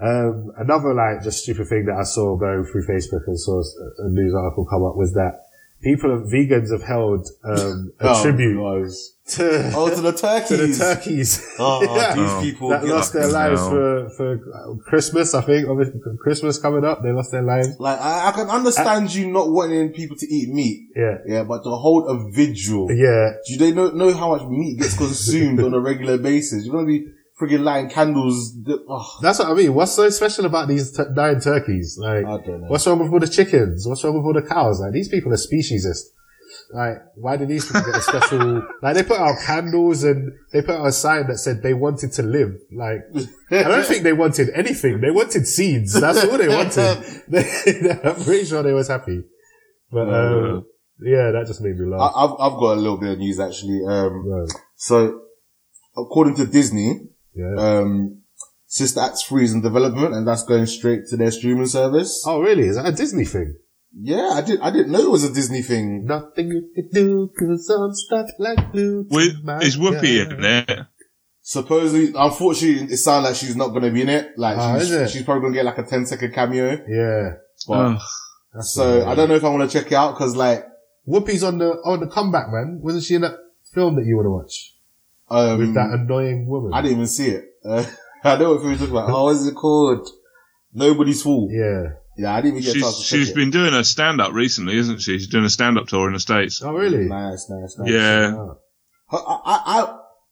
Speaker 3: Um, another like just stupid thing that I saw going through Facebook and saw s- a news article come up was that people have, vegans have held um, a
Speaker 2: Oh,
Speaker 3: tribute
Speaker 2: God.
Speaker 3: to,
Speaker 2: Oh, to the turkeys.
Speaker 3: to the turkeys
Speaker 2: Oh,
Speaker 3: Yeah.
Speaker 2: these
Speaker 4: Oh.
Speaker 2: people.
Speaker 3: that
Speaker 2: get-
Speaker 3: lost their
Speaker 4: fucking
Speaker 3: lives
Speaker 4: hell.
Speaker 3: for, for uh, Christmas. I think obviously Christmas coming up, they lost their lives.
Speaker 2: Like I, I can understand you not wanting people to eat meat,
Speaker 3: Yeah,
Speaker 2: yeah, but to hold a vigil,
Speaker 3: yeah,
Speaker 2: do they know know how much meat gets consumed on a regular basis? You're gonna be freaking lighting candles. that- oh,
Speaker 3: that's what I mean. What's so special about these t- dying turkeys? Like,
Speaker 2: I don't know.
Speaker 3: what's wrong with all the chickens? What's wrong with all the cows? Like, these people are speciesist. Like, why did these people get a special? like, they put out candles and they put out a sign that said they wanted to live. Like, I don't think they wanted anything. They wanted seeds. That's all they wanted. They- I'm pretty sure they was happy. But um, yeah, that just made me
Speaker 2: I,
Speaker 3: laugh.
Speaker 2: I've I've got a little bit of news actually. Um,
Speaker 3: Bro,
Speaker 2: so according to Disney,
Speaker 3: yeah.
Speaker 2: um, Sister Acts three is in development, and that's going straight to their streaming service.
Speaker 3: oh, really? Is that a Disney thing?
Speaker 2: Yeah, I did. I didn't know it was a Disney thing.
Speaker 3: Nothing you can do because I'm stuck like glue. to
Speaker 4: With,
Speaker 3: my
Speaker 4: is Whoopi
Speaker 3: guy.
Speaker 4: in there?
Speaker 2: Supposedly, unfortunately, it sounds like she's not going to be in it. Like,
Speaker 3: Oh,
Speaker 2: she's,
Speaker 3: is it?
Speaker 2: she's probably going to get like a 10 second cameo.
Speaker 3: Yeah.
Speaker 2: But,
Speaker 4: Ugh.
Speaker 3: That's
Speaker 2: so
Speaker 3: not
Speaker 2: I don't know if I want to check it out because like,
Speaker 3: Whoopi's on the on the comeback, man. Wasn't she in that film that you want to watch
Speaker 2: um,
Speaker 3: with that
Speaker 4: Mm.
Speaker 3: annoying woman?
Speaker 2: I didn't even see it. Uh, I know what we were talking about. Oh, what is it called? Nobody's Fool.
Speaker 3: Yeah,
Speaker 2: Yeah, I didn't even get a chance
Speaker 4: She's
Speaker 2: to
Speaker 4: she's
Speaker 2: check
Speaker 4: been doing a stand up recently, isn't she? She's doing a stand up tour in the states.
Speaker 3: Oh,
Speaker 2: it.
Speaker 3: really?
Speaker 2: Nice, nice, nice.
Speaker 4: Yeah,
Speaker 2: I, I,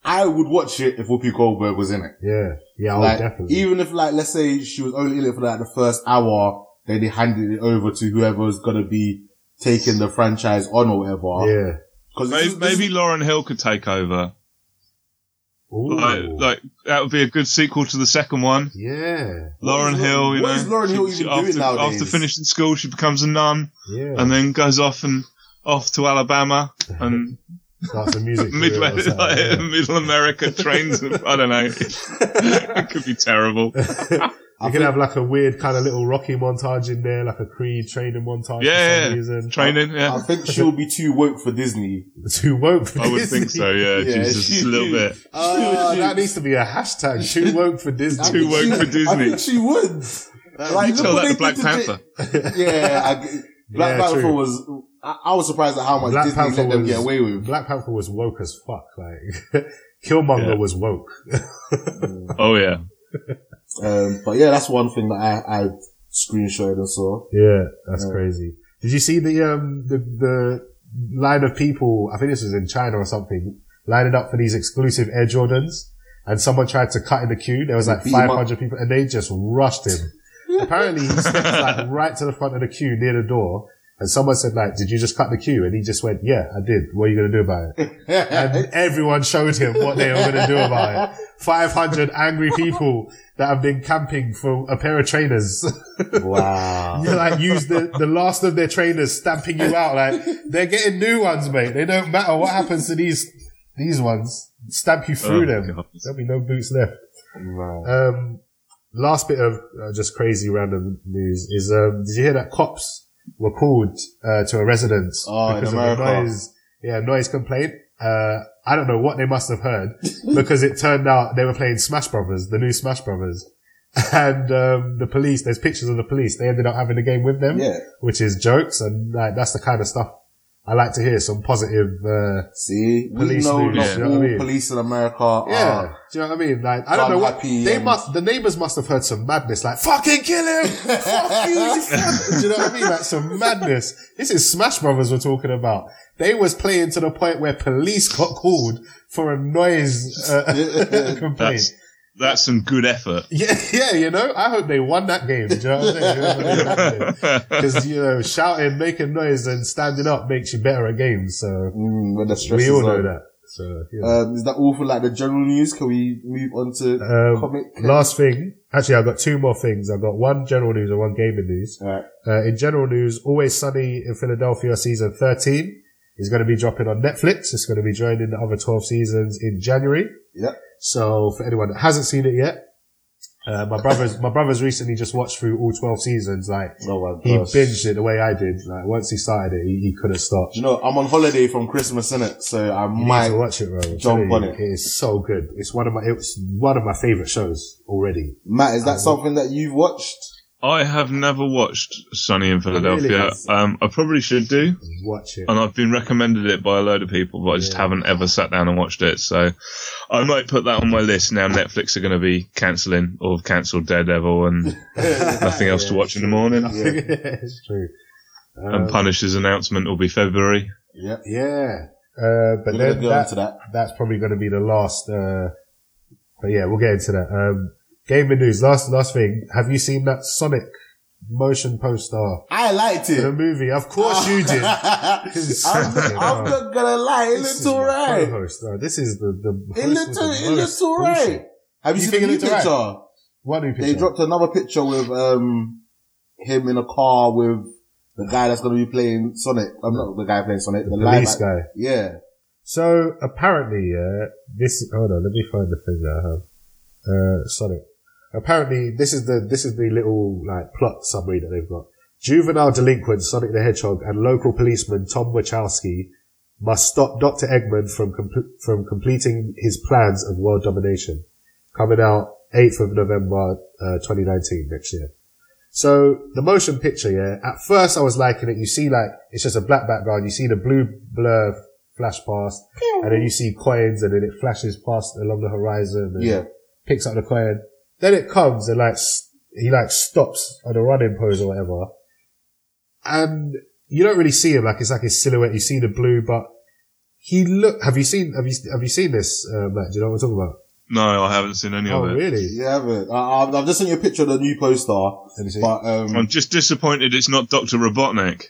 Speaker 2: I, I would watch it if Whoopi Goldberg was in it.
Speaker 3: Yeah. Yeah, oh,
Speaker 2: like,
Speaker 3: definitely.
Speaker 2: even if like, let's say she was only in it for like the first hour, then they handed it over to whoever's gonna be taking the franchise on or whatever.
Speaker 3: yeah.
Speaker 2: Cause this
Speaker 4: maybe,
Speaker 2: is- this
Speaker 4: maybe
Speaker 2: is-
Speaker 4: Lauren Hill could take over.
Speaker 3: Ooh.
Speaker 4: Like, like that would be a good sequel to the second one.
Speaker 3: yeah.
Speaker 4: Lauren
Speaker 2: is-
Speaker 4: Hill, you
Speaker 2: what
Speaker 4: know,
Speaker 2: is Lauryn Hill even doing
Speaker 4: after,
Speaker 2: nowadays?
Speaker 4: After finishing school, she becomes a nun
Speaker 3: Yeah.
Speaker 4: and then goes off and off to Alabama and
Speaker 3: Starts a music career
Speaker 4: midway,
Speaker 3: or something,
Speaker 4: like, um,
Speaker 3: yeah.
Speaker 4: middle America trains. them. I don't know. it could be terrible.
Speaker 3: You can have like a weird kind of little Rocky montage in there, like a Creed training montage for
Speaker 4: Yeah,
Speaker 3: some
Speaker 4: yeah.
Speaker 3: reason.
Speaker 4: Training.
Speaker 2: I
Speaker 4: Yeah,
Speaker 2: think she'll be too woke for Disney.
Speaker 3: Too woke for
Speaker 4: I would
Speaker 3: Disney.
Speaker 4: think so. Yeah,
Speaker 2: Yeah,
Speaker 4: Jesus, just
Speaker 2: she-
Speaker 4: a little bit.
Speaker 3: Ah, that needs to be a hashtag. Too woke for Disney.
Speaker 4: Too woke
Speaker 2: She-
Speaker 4: for
Speaker 2: I
Speaker 4: Disney.
Speaker 2: think she would. Like,
Speaker 4: you
Speaker 2: look
Speaker 4: tell
Speaker 2: what
Speaker 4: that
Speaker 2: they
Speaker 4: to Black
Speaker 2: did to J-
Speaker 4: Panther.
Speaker 2: yeah, I g Black
Speaker 3: Yeah,
Speaker 2: Panther
Speaker 3: true.
Speaker 2: was. I, I was surprised at how much
Speaker 3: Black
Speaker 2: Disney
Speaker 3: Panther
Speaker 2: let them
Speaker 3: was-
Speaker 2: get away with.
Speaker 3: Black Panther was woke as fuck. Like Killmonger
Speaker 4: Yeah.
Speaker 3: was woke.
Speaker 4: Oh yeah.
Speaker 2: Um, but yeah, that's one thing that I, I screenshotted and saw.
Speaker 3: Yeah, that's
Speaker 2: Yeah.
Speaker 3: crazy. Did you see the um the the line of people? I think this was in China or something, lining up for these exclusive Air Jordans, and someone tried to cut in the queue. There was like
Speaker 2: Beat 'em up.
Speaker 3: five hundred people, and they just rushed him. Apparently, he stepped like right to the front of the queue near the door. And someone said, like, did you just cut the queue? And he just went, yeah, I did. What are you going to do about it? And everyone showed him what they were going to do about it. 500 angry people that have been camping for a pair of trainers.
Speaker 2: Wow.
Speaker 3: You like use the, the last of their trainers stamping you out. Like they're getting new ones, mate. They don't matter what happens to these these ones. Stamp you through
Speaker 4: Oh,
Speaker 3: them.
Speaker 4: God.
Speaker 3: There'll be no boots left. Um, last bit of uh, just crazy random news is: um, Did you hear that cops were called uh, to a residence
Speaker 2: Oh, in
Speaker 3: because of
Speaker 2: America.
Speaker 3: a noise? Yeah, noise complaint. Uh, I don't know what they must have heard because it turned out they were playing Smash Brothers, the new Smash Brothers. And um, the police, there's pictures of the police. They ended up having a game with them,
Speaker 2: Yeah.
Speaker 3: which is jokes, and like that's the kind of stuff I like to hear. Some positive, uh,
Speaker 2: See,
Speaker 3: Police
Speaker 2: we know
Speaker 3: news,
Speaker 2: not
Speaker 3: you know
Speaker 2: all
Speaker 3: what I mean?
Speaker 2: police in America
Speaker 3: Yeah,
Speaker 2: are.
Speaker 3: do you know what I mean? Like, I
Speaker 2: So
Speaker 3: don't know
Speaker 2: I'm
Speaker 3: what
Speaker 2: happy
Speaker 3: they
Speaker 2: Ah. and-
Speaker 3: must. The neighbors must have heard some madness, like "fucking kill him, fuck you, you fuck-" Do you know what I mean? Like some madness. This is Smash Brothers we're talking about. They was playing to the point where police got called for a noise uh, complaint.
Speaker 4: That's that's some good effort.
Speaker 3: Yeah, yeah, you know, I hope they won that game. Do you know what I'm saying? Because you know, shouting, making noise, and standing up makes you better at games. So
Speaker 2: Mm, when the stress
Speaker 3: we
Speaker 2: is
Speaker 3: all know
Speaker 2: on.
Speaker 3: that. So you know.
Speaker 2: Um, is that all for like the general news? Can we move on to
Speaker 3: Um,
Speaker 2: comic?
Speaker 3: Last thing, actually, I've got two more things. I've got one general news and one gaming news.
Speaker 2: Alright.
Speaker 3: Uh, in general news, Always Sunny in Philadelphia season 13 is going to be dropping on Netflix. It's going to be joining the other 12 seasons in January.
Speaker 2: Yep.
Speaker 3: So for anyone that hasn't seen it yet, uh, my brother's, my brother's recently just watched through all 12 seasons. Like
Speaker 2: Oh my
Speaker 3: he
Speaker 2: gosh.
Speaker 3: binged it the way I did. Like once he started it, he, he couldn't stop.
Speaker 2: You know, I'm on holiday from Christmas, innit? So I
Speaker 3: You
Speaker 2: might.
Speaker 3: need to watch it, bro. I'm
Speaker 2: jump
Speaker 3: telling
Speaker 2: on
Speaker 3: you,
Speaker 2: it.
Speaker 3: It is so good. It's one of my, it's one of my favorite shows already.
Speaker 2: Matt, is that something that you've watched?
Speaker 4: I have never watched Sunny
Speaker 2: Oh,
Speaker 4: in Philadelphia.
Speaker 3: Really?
Speaker 4: um, I probably should do,
Speaker 3: Watch it.
Speaker 4: and I've been recommended it by a load of people, but I just
Speaker 3: Yeah.
Speaker 4: haven't ever sat down and watched it. So I might put that on my list now. Netflix are going to be cancelling or have cancelled Daredevil and nothing else to watch in the morning.
Speaker 3: it's true. Um,
Speaker 4: And Punisher's announcement will be February.
Speaker 2: Yeah.
Speaker 3: yeah. Uh, but
Speaker 2: We're
Speaker 3: then
Speaker 2: gonna go
Speaker 3: that,
Speaker 2: into that.
Speaker 3: that's probably going to be the last. Uh, but yeah, we'll get into that. Um, gaming news. Last last thing. Have you seen that Sonic motion poster
Speaker 2: I liked
Speaker 3: for the
Speaker 2: it.
Speaker 3: movie? Of course you did.
Speaker 2: I'm,
Speaker 3: This is fucking
Speaker 2: I'm
Speaker 3: hell.
Speaker 2: not gonna lie, it
Speaker 3: This is
Speaker 2: looked
Speaker 3: my
Speaker 2: alright.
Speaker 3: co-host, though. This is the the.
Speaker 2: It
Speaker 3: host with
Speaker 2: looked,
Speaker 3: the
Speaker 2: it
Speaker 3: most
Speaker 2: looked alright.
Speaker 3: bullshit.
Speaker 2: Have you,
Speaker 3: You
Speaker 2: seen
Speaker 3: think
Speaker 2: the
Speaker 3: it
Speaker 2: new
Speaker 3: looked
Speaker 2: picture?
Speaker 3: alright? What new
Speaker 2: They
Speaker 3: picture?
Speaker 2: dropped another picture with um him in a car with the guy that's going to be playing Sonic. I'm not the guy playing Sonic. The, live
Speaker 3: police
Speaker 2: act-
Speaker 3: guy.
Speaker 2: Yeah.
Speaker 3: So apparently, uh, this. Hold on, let me find the thing that I have. Uh, Sonic. Apparently, this is the this is the little like plot summary that they've got. Juvenile delinquent Sonic the Hedgehog and local policeman Tom Wachowski must stop Dr. Eggman from compl- from completing his plans of world domination. Coming out 8th of November uh, 2019 next year. So the motion picture, yeah. At first, I was liking it. You see, like it's just a black background. You see the blue blur flash past, and then you see coins, and then it flashes past along the horizon. And
Speaker 2: Yeah.
Speaker 3: Picks up the coin. Then it comes and like s- he like stops at a running pose or whatever, and you don't really see him. Like it's like his silhouette. You see the blue, but he look. Have you seen? Have you have you seen this, uh, Matt? Do you know what I'm talking about?
Speaker 4: No, I haven't seen any
Speaker 3: oh,
Speaker 4: of it.
Speaker 3: really?
Speaker 2: You haven't. I, I, I've just sent you a picture of the new poster,
Speaker 3: Let me see.
Speaker 2: but um,
Speaker 4: I'm just disappointed it's not Doctor Robotnik.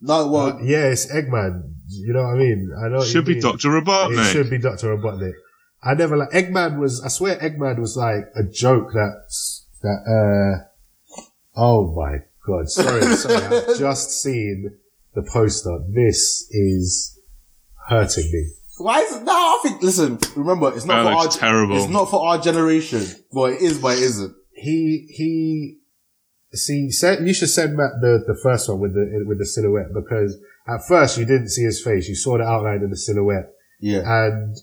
Speaker 2: no, well,
Speaker 3: Uh, yeah, it's Eggman. You know what I mean? I know. what you
Speaker 4: Should be
Speaker 3: mean.
Speaker 4: Doctor
Speaker 3: Oh, It
Speaker 4: Robotnik.
Speaker 3: should be Doctor Robotnik. I never like Eggman was. I swear Eggman was like a joke that that. uh Oh my god! Sorry, sorry. I've just seen the poster. This is hurting me.
Speaker 2: why is it? No, I think. Listen, remember, it's not
Speaker 4: That
Speaker 2: for our.
Speaker 4: looks terrible.
Speaker 2: It's not for our generation. Well, it is, but it isn't.
Speaker 3: He he. See, send, you should send Matt the the first one with the with the silhouette because at first you didn't see his face. You saw the outline of the silhouette.
Speaker 2: Yeah,
Speaker 3: and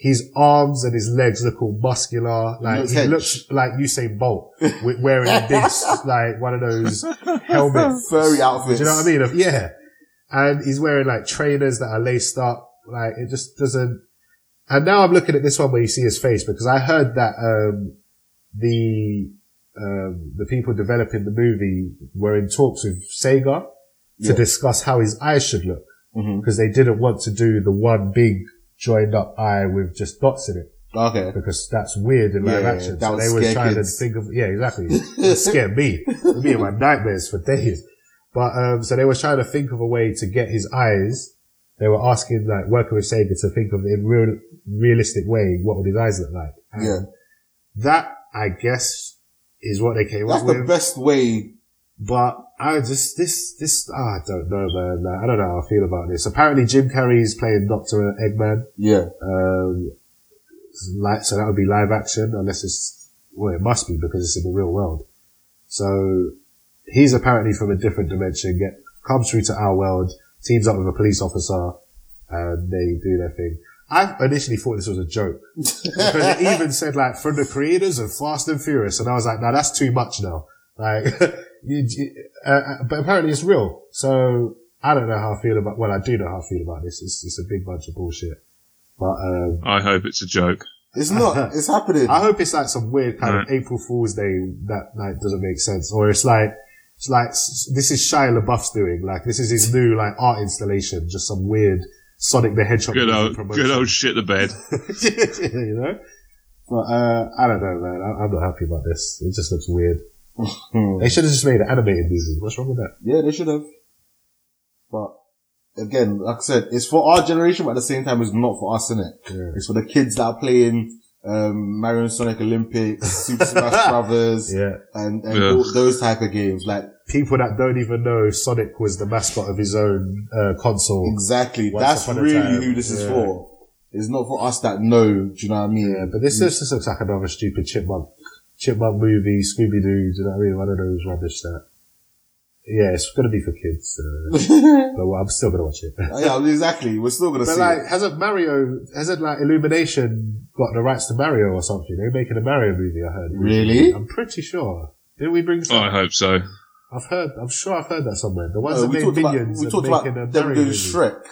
Speaker 3: his arms and his legs look all muscular. Like
Speaker 2: looks
Speaker 3: he
Speaker 2: hench.
Speaker 3: looks like Usain Bolt with wearing this, like one of those helmets.
Speaker 2: furry outfits.
Speaker 3: Do you know what I mean? Of- Yeah. And he's wearing like trainers that are laced up. Like it just doesn't. And now I'm looking at this one where you see his face because I heard that, um, the, um, the people developing the movie were in talks with Sega to
Speaker 2: Yeah.
Speaker 3: discuss how his eyes should look
Speaker 2: Mhm.
Speaker 3: because they didn't want to do the one big joined up eye with just dots in it
Speaker 2: Mm-hmm. Okay.
Speaker 3: because that's weird in live
Speaker 2: Yeah,
Speaker 3: action.
Speaker 2: that
Speaker 3: so
Speaker 2: would
Speaker 3: they were
Speaker 2: scare
Speaker 3: trying
Speaker 2: kids.
Speaker 3: to think of yeah, exactly. It would scare me. It'd be in my nightmares for days. But um, so they were trying to think of a way to get his eyes. They were asking like working with Sega to think of in real realistic way what would his eyes look like. And
Speaker 2: Yeah.
Speaker 3: that I guess is what they came
Speaker 2: That's
Speaker 3: up
Speaker 2: the
Speaker 3: with.
Speaker 2: best way.
Speaker 3: But I just this this ah, I don't know, man. Like, I don't know how I feel about this. Apparently, Jim Carrey is playing Doctor Eggman.
Speaker 2: Yeah.
Speaker 3: Um, like so that would be live action, unless it's well, it must be because it's in the real world. So he's apparently from a different dimension. Get comes through to our world, teams up with a police officer, and they do their thing. I initially thought this was a joke because it even said like from the creators of Fast and Furious, and I was like, no, that's too much now. Like, you, you- uh, uh, but apparently it's real. So I don't know how I feel about. Well, I do know how I feel about this. It's, it's a big bunch of bullshit. But um,
Speaker 4: I hope it's a joke.
Speaker 2: It's not. It's happening.
Speaker 3: I hope it's like some weird kind of April Fool's Day that like doesn't make sense, or it's like it's like s- this is Shia LaBeouf's doing. Like this is his new like art installation, just some weird Sonic the Hedgehog
Speaker 4: Good old,
Speaker 3: promotion.
Speaker 4: good old shit the bed.
Speaker 3: you know. But uh, I don't know, man. I, I'm not happy about this. It just looks weird.
Speaker 2: Hmm.
Speaker 3: They should have just made an animated movie. What's wrong with that?
Speaker 2: Yeah, they should have. But again, like I said, it's for our generation, but at the same time, it's not for us, innit?
Speaker 3: Yeah.
Speaker 2: It's for the kids that are playing um, Mario and Sonic Olympics, Super Smash Brothers,
Speaker 3: Yeah.
Speaker 2: and, and
Speaker 4: Yeah.
Speaker 2: tho- those type of games. Like
Speaker 3: People that don't even know Sonic was the mascot of his own uh, console.
Speaker 2: exactly,
Speaker 3: Once
Speaker 2: that's
Speaker 3: upon a
Speaker 2: really
Speaker 3: time,
Speaker 2: who this is
Speaker 3: yeah.
Speaker 2: for. It's not for us that know. Do you know what I mean?
Speaker 3: Yeah, but this this just looks like another stupid chipmunk chipmunk movie, Scooby Doo. Do you know what I mean? One of those rubbish that. Yeah, it's gonna be for kids, uh, but I'm still gonna watch it.
Speaker 2: Oh, yeah, exactly. We're still gonna
Speaker 3: But
Speaker 2: see.
Speaker 3: like,
Speaker 2: it.
Speaker 3: hasn't Mario, hasn't like Illumination got the rights to Mario or something? They're making a Mario movie, I heard.
Speaker 2: Really?
Speaker 3: I'm pretty sure. Didn't we bring?
Speaker 4: Oh,
Speaker 3: Some?
Speaker 4: I hope so.
Speaker 3: I've heard. I'm sure I've heard that somewhere. The
Speaker 2: No,
Speaker 3: ones that
Speaker 2: Oh, we
Speaker 3: made
Speaker 2: talked about
Speaker 3: Minions
Speaker 2: we
Speaker 3: and
Speaker 2: talked about
Speaker 3: making a
Speaker 2: them
Speaker 3: Mario
Speaker 2: doing
Speaker 3: movie.
Speaker 2: Shrek.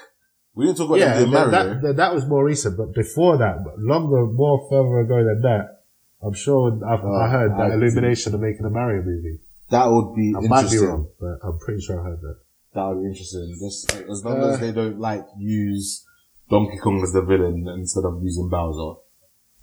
Speaker 2: We didn't talk about
Speaker 3: yeah,
Speaker 2: them doing
Speaker 3: that,
Speaker 2: Mario.
Speaker 3: that, that that was more recent, but before that, longer, more further ago than that, I'm sure I've,
Speaker 2: Oh,
Speaker 3: I heard
Speaker 2: I
Speaker 3: that Illumination are making a Mario movie.
Speaker 2: That would be
Speaker 3: I might be
Speaker 2: interesting.
Speaker 3: wrong, but I'm pretty sure I heard that.
Speaker 2: That would be interesting. Just like, as long
Speaker 3: Uh,
Speaker 2: as they don't like use Donkey Kong as the villain instead of using Bowser.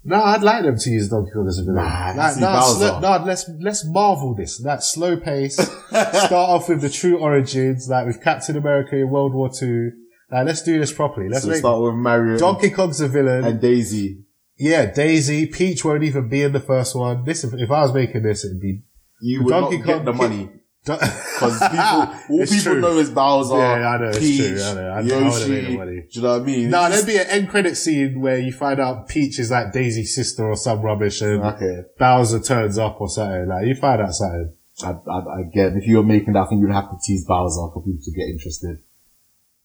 Speaker 3: No, I'd like them to use Donkey Kong as a villain.
Speaker 2: Nah,
Speaker 3: like,
Speaker 2: see
Speaker 3: nah,
Speaker 2: Bowser.
Speaker 3: sl- nah, let's let's marvel this. That slow pace. start off with the true origins, like with Captain America in World War Two. Like, let's do this properly. Let's
Speaker 2: so
Speaker 3: make
Speaker 2: start with Mario
Speaker 3: Donkey Kong's a villain.
Speaker 2: and Daisy.
Speaker 3: yeah, Daisy, Peach won't even be in the first one. This, if, if I was making this, it'd be.
Speaker 2: You would
Speaker 3: Donkey
Speaker 2: not get
Speaker 3: Kong
Speaker 2: the
Speaker 3: kid-
Speaker 2: money
Speaker 3: Don-
Speaker 2: because people, all
Speaker 3: It's
Speaker 2: people
Speaker 3: true.
Speaker 2: know is Bowser,
Speaker 3: Yeah, I know, it's
Speaker 2: Peach,
Speaker 3: true, I know. I- I would've
Speaker 2: Yoshi.
Speaker 3: made the money.
Speaker 2: Do you know what I mean?
Speaker 3: No,
Speaker 2: It's
Speaker 3: there'd be an end credit scene where you find out Peach is like Daisy's sister or some rubbish, and
Speaker 2: just- okay.
Speaker 3: Bowser turns up or something. Like you find out something.
Speaker 2: I, I, again, if you were making that, I think you'd have to tease Bowser for people to get interested.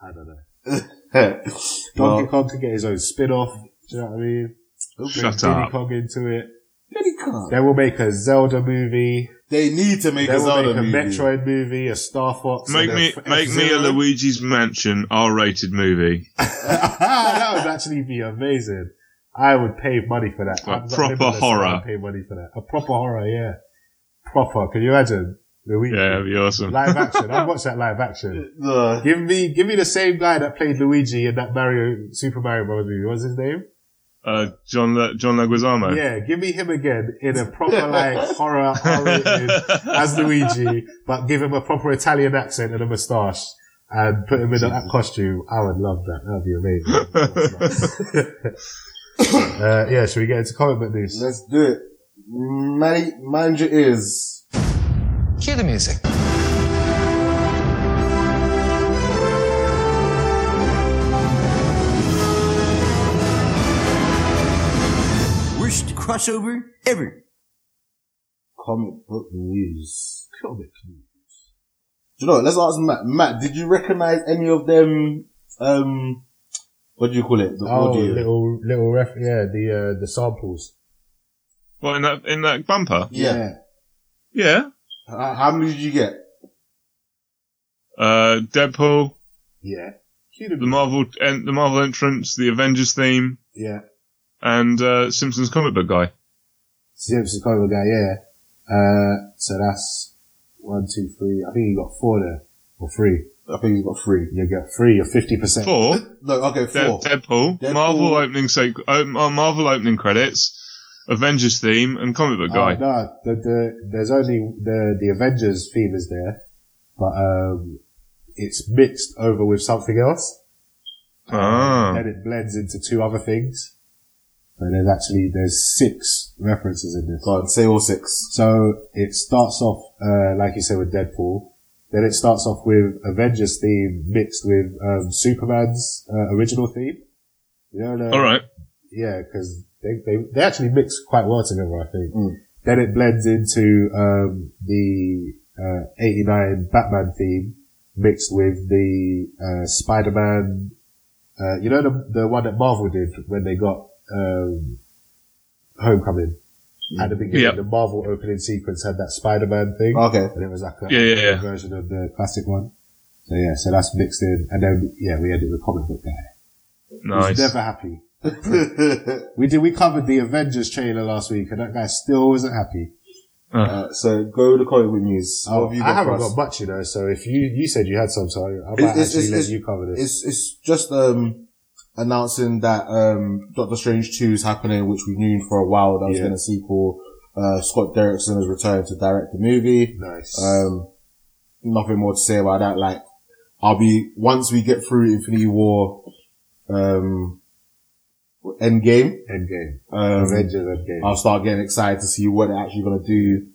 Speaker 3: I don't know.
Speaker 2: Well,
Speaker 3: Donkey Kong could get his own spin-off. Do you know what I mean? Bring
Speaker 4: Shut
Speaker 3: Diddy
Speaker 4: up.
Speaker 3: Kong into it.
Speaker 2: Donkey Kong.
Speaker 3: Then we'll make a Zelda movie.
Speaker 2: They need to make
Speaker 3: Then
Speaker 2: a
Speaker 3: we'll
Speaker 2: Zelda
Speaker 3: make a
Speaker 2: movie.
Speaker 3: Metroid movie, a Star Fox.
Speaker 4: Make
Speaker 3: and
Speaker 4: me,
Speaker 3: F-
Speaker 4: make me a
Speaker 3: F-Zero.
Speaker 4: Luigi's Mansion R-rated movie.
Speaker 3: Ah, that would actually be amazing. I would pay money for that.
Speaker 4: Like
Speaker 3: I'm not
Speaker 4: proper
Speaker 3: limitless,
Speaker 4: horror.
Speaker 3: I would pay money for that. A proper horror, yeah. Proper. Can you imagine? The Ouija.
Speaker 4: Yeah, that'd be awesome.
Speaker 3: Live action. I'd watch that live action.
Speaker 2: Uh,
Speaker 3: Give me, give me the same guy that played Luigi in that Mario, Super Mario Bros. movie. What's his name?
Speaker 4: Uh, John La- John Leguizamo.
Speaker 3: Yeah, give me him again in a proper like horror, horror as Luigi, but give him a proper Italian accent and a moustache and put him in that costume. I would love that. That'd be amazing. uh, yeah, should we get into comic book news?
Speaker 2: Let's do it. Manny, manager is.
Speaker 6: Cue the music.
Speaker 7: Worst crossover ever.
Speaker 2: comic book news.
Speaker 3: Comic
Speaker 2: news. Do you know? what? Let's ask Matt. Matt, did you recognize any of them? Um, what do you call it? The
Speaker 3: Oh,
Speaker 2: audio.
Speaker 3: little little ref, yeah, the uh, the samples.
Speaker 4: Well, in that in that bumper.
Speaker 2: yeah.
Speaker 4: Yeah.
Speaker 2: How, how many did you get?
Speaker 4: Uh, Deadpool,
Speaker 3: Yeah,
Speaker 4: the Marvel en- the Marvel entrance, the Avengers theme,
Speaker 3: yeah,
Speaker 4: and uh, Simpsons comic book guy.
Speaker 3: Simpson comic book guy. Yeah, uh, so that's one, two, three. I think you got four there or three.
Speaker 2: I think he's got three.
Speaker 3: You get three. You're fifty percent.
Speaker 4: Four.
Speaker 2: No, okay,
Speaker 4: De-
Speaker 2: four.
Speaker 4: Deadpool,
Speaker 2: Deadpool.
Speaker 4: Marvel opening sequ- um, uh, Marvel opening credits, Avengers theme, and comic book guy.
Speaker 3: Oh, no, the, the, there's only the the Avengers theme is there, but um, it's mixed over with something else.
Speaker 4: Ah.
Speaker 3: Then it blends into two other things. So there's actually there's six references in this.
Speaker 2: Go on, say all six.
Speaker 3: So it starts off uh, like you said with Deadpool. Then it starts off with Avengers theme mixed with um, Superman's uh, original theme. You know, the-
Speaker 4: All right.
Speaker 3: yeah, because they, they they actually mix quite well together. I think.
Speaker 2: Mm.
Speaker 3: Then it blends into um, the uh, '89 Batman theme mixed with the uh, Spider-Man. Uh, you know the the one that Marvel did when they got um, Homecoming at the beginning.
Speaker 4: Yep.
Speaker 3: The Marvel opening sequence had that Spider-Man thing,
Speaker 2: Okay.
Speaker 3: and it was like a
Speaker 4: Yeah, yeah, yeah.
Speaker 3: version of the classic one. So yeah, so that's mixed in, and then yeah, we ended with comic book guy. He's
Speaker 4: Nice.
Speaker 3: never happy. we did. We covered the Avengers trailer last week, and that guy still wasn't happy.
Speaker 2: Uh, so go to comic book news. What have you
Speaker 3: Oh, I
Speaker 2: got for
Speaker 3: haven't
Speaker 2: us?
Speaker 3: got much, you know. So if you you said you had some, so I
Speaker 2: It's-
Speaker 3: might
Speaker 2: it's-
Speaker 3: actually let
Speaker 2: it's-
Speaker 3: you cover this.
Speaker 2: It's it's just um announcing that um Doctor Strange two is happening, which we knew for a while that was
Speaker 3: Yeah.
Speaker 2: going to sequel. Uh, Scott Derrickson has returned to direct the movie.
Speaker 3: Nice.
Speaker 2: Um, nothing more to say about that. Like, I'll be once we get through Infinity War, um, Endgame.
Speaker 3: Endgame.
Speaker 2: Um,
Speaker 3: Avengers Endgame.
Speaker 2: I'll start getting excited to see what they're actually going to do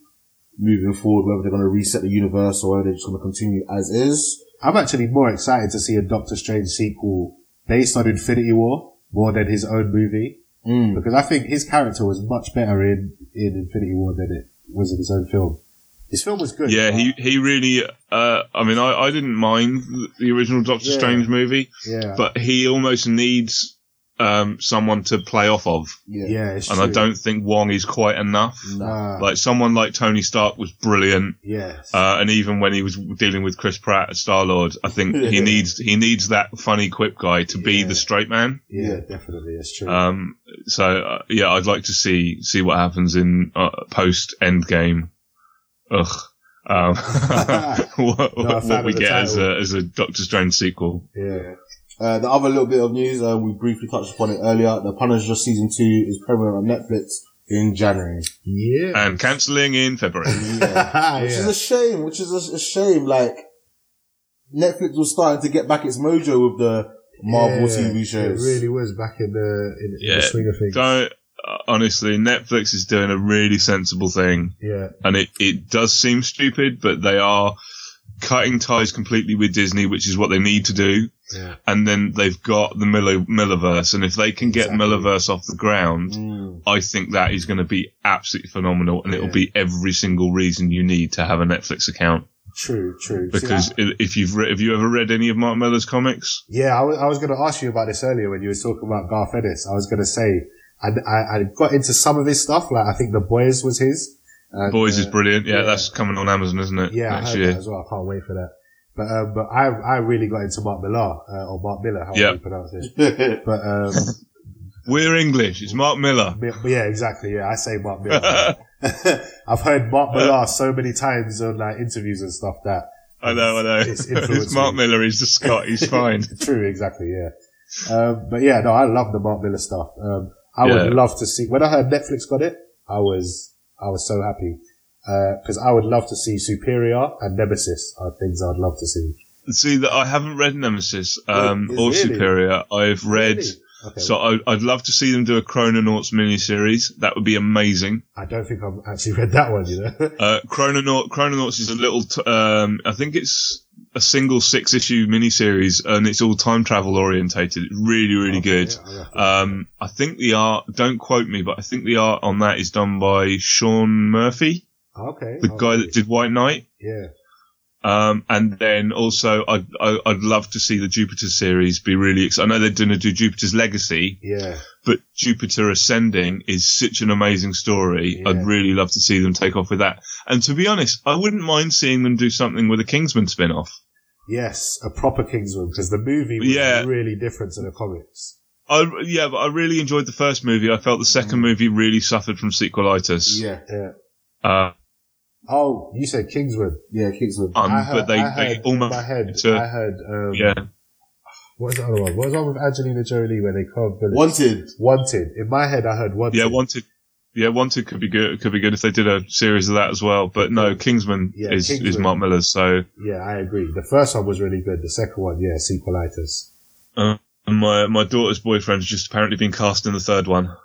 Speaker 2: moving forward. Whether they're going to reset the universe or whether they're just going to continue as is.
Speaker 3: I'm actually more excited to see a Doctor Strange sequel based on Infinity War more than his own movie
Speaker 2: Mm.
Speaker 3: because I think his character was much better in in Infinity War than it was in his own film. His film was good.
Speaker 4: Yeah,
Speaker 3: but-
Speaker 4: he he really. Uh, I mean, I, I didn't mind the original Doctor
Speaker 3: Yeah.
Speaker 4: Strange movie,
Speaker 3: yeah,
Speaker 4: but he almost needs um, someone to play off of,
Speaker 3: yeah. It's
Speaker 4: and I
Speaker 3: true.
Speaker 4: don't think Wong is quite enough.
Speaker 3: Nah,
Speaker 4: Like someone like Tony Stark was brilliant,
Speaker 3: yes.
Speaker 4: uh, and even when he was dealing with Chris Pratt as Star Lord, I think he needs he needs that funny quip guy to be
Speaker 3: Yeah.
Speaker 4: the straight man.
Speaker 3: yeah, definitely. It's true.
Speaker 4: Um, so uh, yeah, I'd like to see see what happens in uh, post Endgame. Ugh. Um, what
Speaker 3: Not a fan
Speaker 4: what we
Speaker 3: of the
Speaker 4: get as
Speaker 3: title.
Speaker 4: a as a Doctor Strange sequel.
Speaker 3: yeah.
Speaker 2: Uh, the other little bit of news, uh, we briefly touched upon it earlier. The Punisher season two is premiering on Netflix in January,
Speaker 3: Yeah.
Speaker 4: And cancelling in February.
Speaker 2: which is a shame. Which is a, a shame. Like Netflix was starting to get back its mojo with the Marvel
Speaker 3: Yeah,
Speaker 2: TV shows.
Speaker 3: It really was back in the in, in
Speaker 4: Yeah.
Speaker 3: the swing of things.
Speaker 4: Don't uh, honestly, Netflix is doing a really sensible thing,
Speaker 3: Yeah,
Speaker 4: and it it does seem stupid, but they are cutting ties completely with Disney, which is what they need to do.
Speaker 3: Yeah.
Speaker 4: And then they've got the Miller, Millerverse, and if they can get
Speaker 3: Exactly.
Speaker 4: Millerverse off the ground,
Speaker 2: Mm.
Speaker 4: I think that is going to be absolutely phenomenal, and it'll be every single reason you need to have a Netflix account.
Speaker 3: true, true. See,
Speaker 4: Because
Speaker 3: I-
Speaker 4: i- if you've re- have you ever read any of Mark Miller's comics?
Speaker 3: yeah, I was, I was going to ask you about this earlier when you were talking about Garth Ennis. I was going to say I, I, I got into some of his stuff. Like I think the Boys was his. And,
Speaker 4: Boys
Speaker 3: uh,
Speaker 4: is brilliant. Yeah,
Speaker 3: yeah.
Speaker 4: that's coming on Amazon, isn't it?
Speaker 3: Yeah, I
Speaker 4: next
Speaker 3: heard
Speaker 4: year.
Speaker 3: that as well. I can't wait for that. But um, but I I really got into Mark Millar uh, or Mark Miller, however
Speaker 4: Yeah.
Speaker 3: you pronounce it. But um,
Speaker 4: We're English. It's Mark Miller.
Speaker 3: Mi- Yeah, exactly. Yeah, I say Mark Millar. I've heard Mark Millar so many times on like interviews and stuff that
Speaker 4: I know, I know.
Speaker 3: It's
Speaker 4: It's,
Speaker 3: influenced
Speaker 4: Mark
Speaker 3: me.
Speaker 4: Miller. He's just Scott. He's fine.
Speaker 3: True, exactly, yeah. Um, but yeah, no, I love the Mark Miller stuff. Um, I
Speaker 4: Yeah.
Speaker 3: would love to see when I heard Netflix got it. I was I was so happy because I would love to see Superior and Nemesis are things I'd love to see.
Speaker 4: See that I haven't read Nemesis um,
Speaker 3: Oh, Really?
Speaker 4: or Superior. I've read.
Speaker 3: Really? Okay.
Speaker 4: So I, I'd love to see them do a Chrononauts miniseries. That would be amazing.
Speaker 3: I don't think I've actually read that one. You know,
Speaker 4: Uh, Chrononaut, Chrononauts is a little. T- um, I think it's a single six-issue miniseries, and it's all time travel orientated. It's really, really good.
Speaker 3: oh,
Speaker 4: Um, I think the art. Don't quote me, but I think the art on that is done by Sean Murphy,
Speaker 3: okay,
Speaker 4: Uh, the guy that did White Knight.
Speaker 3: yeah,
Speaker 4: Um, and then also, I'd, I- I'd love to see the Jupiter series be really. Ex- I know they're going to do Jupiter's Legacy,
Speaker 3: yeah.
Speaker 4: but Jupiter Ascending is such an amazing story. I'd really love to see them take off with that. And to be honest, I wouldn't mind seeing them do something with a Kingsman spin off.
Speaker 3: Yes, a proper Kingsman because the movie was
Speaker 4: Yeah.
Speaker 3: really different to the comics.
Speaker 4: I, yeah, but I really enjoyed the first movie. I felt the second movie really suffered from sequelitis.
Speaker 2: Yeah.
Speaker 3: Mm. Yeah.
Speaker 4: Uh,
Speaker 3: Oh, you said Kingsman.
Speaker 2: Yeah, Kingsman.
Speaker 4: um,
Speaker 3: I heard,
Speaker 4: but they,
Speaker 3: I
Speaker 4: they
Speaker 3: heard in
Speaker 4: almost.
Speaker 3: my head.
Speaker 4: to-
Speaker 3: I heard. Um,
Speaker 4: yeah.
Speaker 3: What was the other one? What was the one with Angelina Jolie where they carved bullets?
Speaker 2: Wanted.
Speaker 3: Wanted. In my head, I heard Wanted.
Speaker 4: Yeah, wanted. Yeah, wanted could be good. Could be good if they did a series of that as well. But no, Kingsman
Speaker 3: Yeah,
Speaker 4: is is
Speaker 3: Kingsman.
Speaker 4: Mark Miller's. So
Speaker 3: Yeah, I agree. The first one was really good. The second one, yeah, sequelitis.
Speaker 4: and my my daughter's boyfriend's just apparently been cast in the third one,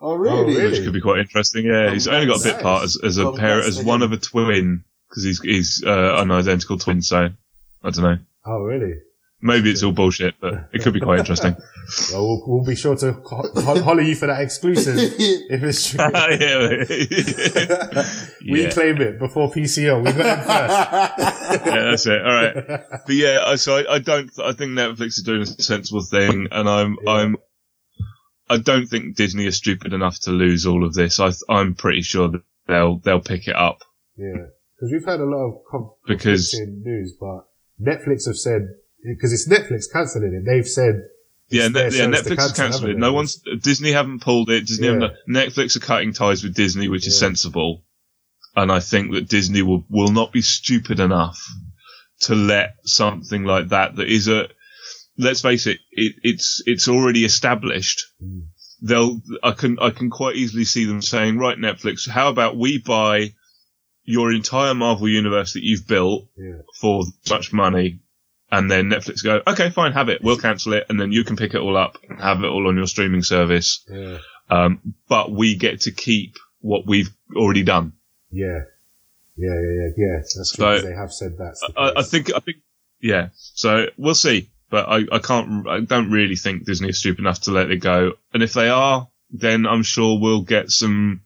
Speaker 2: Oh, really?
Speaker 3: Oh, really? Oh,
Speaker 4: which could be quite interesting. Yeah, he's only got a bit
Speaker 2: Nice.
Speaker 4: part as, as a
Speaker 2: Well,
Speaker 4: pair
Speaker 2: that's
Speaker 4: as one
Speaker 2: the-
Speaker 4: of a twin because he's he's uh, an identical twin. So I don't know.
Speaker 3: Oh, really?
Speaker 4: Maybe it's all bullshit, but it could be quite interesting.
Speaker 3: Well, we'll, we'll be sure to ho- ho- holler you for that
Speaker 4: Oh,
Speaker 3: exclusive if it's true.
Speaker 4: yeah,
Speaker 3: We
Speaker 4: Yeah.
Speaker 3: claim it before PCO. We got it first.
Speaker 4: yeah, that's it. All right, but yeah, I, so I, I don't. I think Netflix is doing a sensible thing, and I'm I'm. I don't think Disney is stupid enough to lose all of this. I, th- I'm pretty sure that they'll they'll pick it up
Speaker 3: Yeah, because we've had a lot of com-
Speaker 4: because
Speaker 3: in news, but Netflix have said because it's Netflix cancelling it. They've said
Speaker 4: yeah,
Speaker 3: their
Speaker 4: ne- yeah,
Speaker 3: shows to
Speaker 4: Netflix has
Speaker 3: cancel,
Speaker 4: cancelled it.
Speaker 3: haven't
Speaker 4: No
Speaker 3: they?
Speaker 4: one's Disney haven't pulled it. Disney
Speaker 3: Yeah.
Speaker 4: haven't, Netflix are cutting ties with Disney, which is sensible, and I think that Disney will will not be stupid enough to let something like that that is a let's face it, it it's it's already established. They'll I can I can quite easily see them saying, right, Netflix, how about we buy your entire Marvel universe that you've built
Speaker 3: Yeah.
Speaker 4: for much money, and then Netflix go, okay, fine, have it, we'll cancel it, and then you can pick it all up, and have it all on your streaming service.
Speaker 3: Yeah.
Speaker 4: Um, but we get to keep what we've already done.
Speaker 3: yeah, yeah, yeah, yeah. yeah. That's true.
Speaker 4: So-
Speaker 3: 'cause they have said that.
Speaker 4: I, I think I think yeah. So we'll see, but I, I can't I don't really think Disney is stupid enough to let it go. And if they are, then I'm sure we'll get some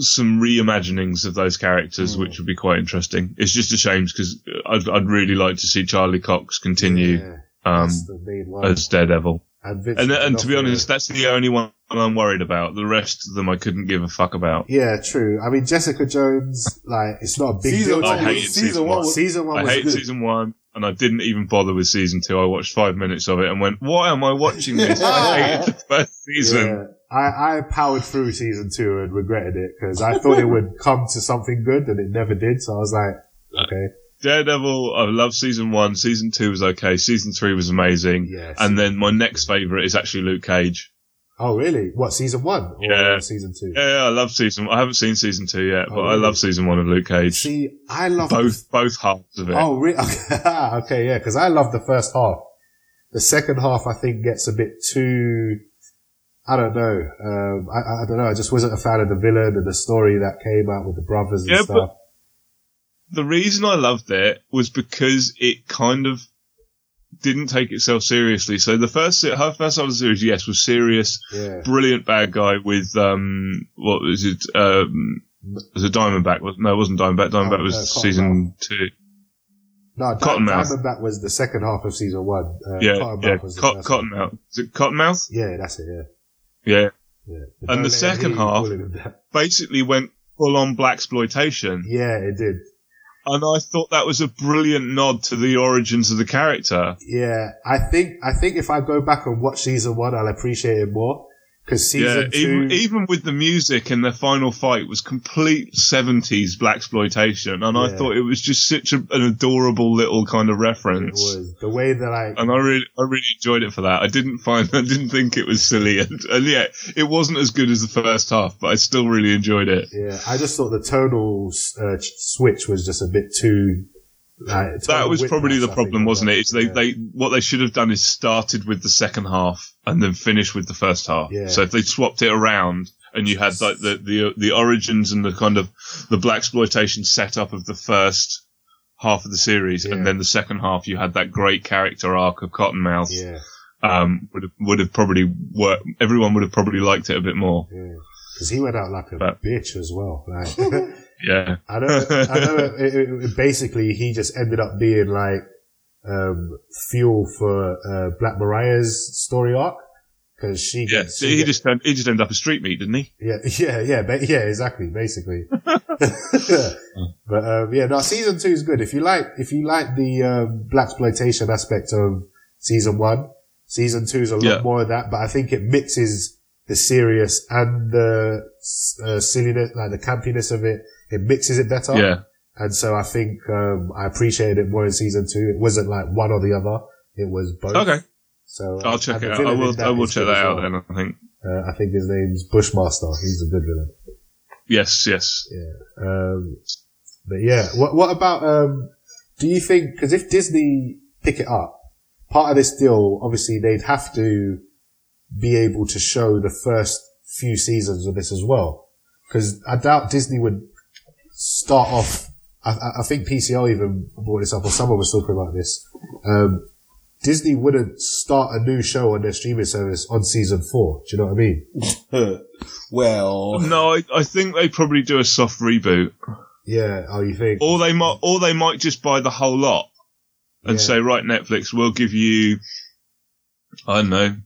Speaker 4: some reimaginings of those characters,
Speaker 3: Hmm.
Speaker 4: which would be quite interesting. It's just a shame because I'd, I'd really like to see Charlie Cox continue
Speaker 3: Yeah,
Speaker 4: um,
Speaker 3: that's the main one.
Speaker 4: as Daredevil.
Speaker 3: and, Vince
Speaker 4: And and to be
Speaker 3: D'Onofrio.
Speaker 4: honest, that's the only one I'm worried about. The rest of them I couldn't give a fuck about.
Speaker 3: Yeah, true. I mean, Jessica Jones, like, it's not a big
Speaker 2: Season
Speaker 3: deal. to
Speaker 2: one.
Speaker 4: I
Speaker 3: me.
Speaker 4: hated
Speaker 2: was- Season
Speaker 4: season
Speaker 2: one
Speaker 4: one.
Speaker 2: was
Speaker 3: Season one
Speaker 4: I
Speaker 3: was
Speaker 4: hate
Speaker 3: good.
Speaker 4: season one, and I didn't even bother with season two. I watched five minutes of it and went, "Why am I watching this?" I hated the first season.
Speaker 3: Yeah. I, I powered through season two and regretted it because I thought it would come to something good and it never did. So I was like, okay,
Speaker 4: Daredevil, I love season one. Season two was okay. Season three was amazing.
Speaker 3: Yes.
Speaker 4: And then my next favorite is actually Luke Cage.
Speaker 3: oh really? What season one or
Speaker 4: Yeah.
Speaker 3: season two?
Speaker 4: Yeah, yeah, I love season. I haven't seen season two yet, but
Speaker 3: Oh,
Speaker 4: I love season one of Luke Cage.
Speaker 3: See, I love
Speaker 4: Both both halves of it.
Speaker 3: Oh, re- okay, yeah, because I love the first half. The second half, I think, gets a bit too. I don't know. Um, I, I don't know. I just wasn't a fan of the villain and the story that came out with the brothers and
Speaker 4: Yeah, but-
Speaker 3: stuff.
Speaker 4: the reason I loved it was because it kind of didn't take itself seriously. So the first her first half of the series, yes, was serious,
Speaker 3: Yeah.
Speaker 4: brilliant bad guy with um what was it um was it Diamondback? Was- No, it wasn't Diamondback. Diamondback
Speaker 3: Oh,
Speaker 4: was
Speaker 3: no, Cottonmouth.
Speaker 4: season two.
Speaker 3: No, Di-
Speaker 4: Cottonmouth.
Speaker 3: Diamondback was the second half of season one. Uh,
Speaker 4: Yeah,
Speaker 3: Cottonmouth
Speaker 4: yeah.
Speaker 3: was the
Speaker 4: Cot-
Speaker 3: first one.
Speaker 4: Cottonmouth. Is it Cottonmouth?
Speaker 3: Yeah, that's it. Yeah.
Speaker 4: Yeah.
Speaker 3: yeah.
Speaker 4: And
Speaker 3: Don't
Speaker 4: the
Speaker 3: let
Speaker 4: second
Speaker 3: me
Speaker 4: half-
Speaker 3: call him that.
Speaker 4: Basically went full on black exploitation.
Speaker 3: Yeah, it did.
Speaker 4: and I thought that was a brilliant nod to the origins of the character.
Speaker 3: Yeah, I think I think if I go back and watch season one, I'll appreciate it more because
Speaker 4: Yeah,
Speaker 3: season two.
Speaker 4: even, even with the music and the final fight was complete seventies black exploitation, and I
Speaker 3: Yeah.
Speaker 4: thought it was just such a, an adorable little kind of
Speaker 3: it
Speaker 4: reference.
Speaker 3: was the way that I
Speaker 4: And I really, I really enjoyed it for that. I didn't find, I didn't think it was silly, and, and yeah, it wasn't as good as the first half, but I still really enjoyed it.
Speaker 3: Yeah, I just thought the tonal uh, ch- switch was just a bit too. Like,
Speaker 4: That was probably the problem, wasn't it? Is they,
Speaker 3: yeah.
Speaker 4: they what they should have done is started with the second half and then finished with the first half.
Speaker 3: Yeah.
Speaker 4: So if they swapped it around and you had like the the the origins and the kind of the black exploitation setup of the first half of the series,
Speaker 3: Yeah.
Speaker 4: and then the second half you had that great character arc of Cottonmouth.
Speaker 3: Yeah,
Speaker 4: Um, would have, would have probably worked. Everyone would have probably liked it a bit more.
Speaker 3: yeah, because he went out like a
Speaker 4: But-
Speaker 3: bitch as well. Like,
Speaker 4: Yeah.
Speaker 3: I know. I know. It, it, it- basically, he just ended up being like um, fuel for uh, Black Mariah's story arc because she
Speaker 4: Yeah.
Speaker 3: gets-
Speaker 4: So
Speaker 3: she
Speaker 4: he
Speaker 3: gets-
Speaker 4: just turned, he just ended up a street meat, didn't he?
Speaker 3: Yeah, yeah, yeah, ba- yeah, exactly, basically. but um, yeah, no, season two is good. If you like, if you like the um, black exploitation aspect of season one, season two is a lot
Speaker 4: Yeah.
Speaker 3: more of that. But I think it mixes the serious and the uh, silliness, like the campiness of it. It mixes it better.
Speaker 4: Yeah.
Speaker 3: And so I think um, I appreciated it more in season two. It wasn't like one or the other. It was both.
Speaker 4: Okay.
Speaker 3: So
Speaker 4: I'll
Speaker 3: and
Speaker 4: check
Speaker 3: the
Speaker 4: it out. I
Speaker 3: villain in
Speaker 4: will. I will
Speaker 3: is
Speaker 4: check
Speaker 3: good
Speaker 4: that
Speaker 3: as
Speaker 4: out
Speaker 3: well.
Speaker 4: then. I think.
Speaker 3: Uh, I think his name's Bushmaster. He's a good villain.
Speaker 4: Yes. Yes.
Speaker 3: Um, but yeah, what what about? Um, do you think because if Disney pick it up, part of this deal, obviously they'd have to be able to show the first few seasons of this as well, because I doubt Disney would start off. I- I, I think PCL even brought this up, or someone was talking about this. Um, Disney wouldn't start a new show on their streaming service on season four. Do you know what I mean?
Speaker 2: well,
Speaker 4: No, I, I think they probably do a soft reboot,
Speaker 3: Yeah. Oh, you think?
Speaker 4: or they might, or they might just buy the whole lot and
Speaker 3: Yeah.
Speaker 4: say, right, Netflix, we'll give you, I don't know,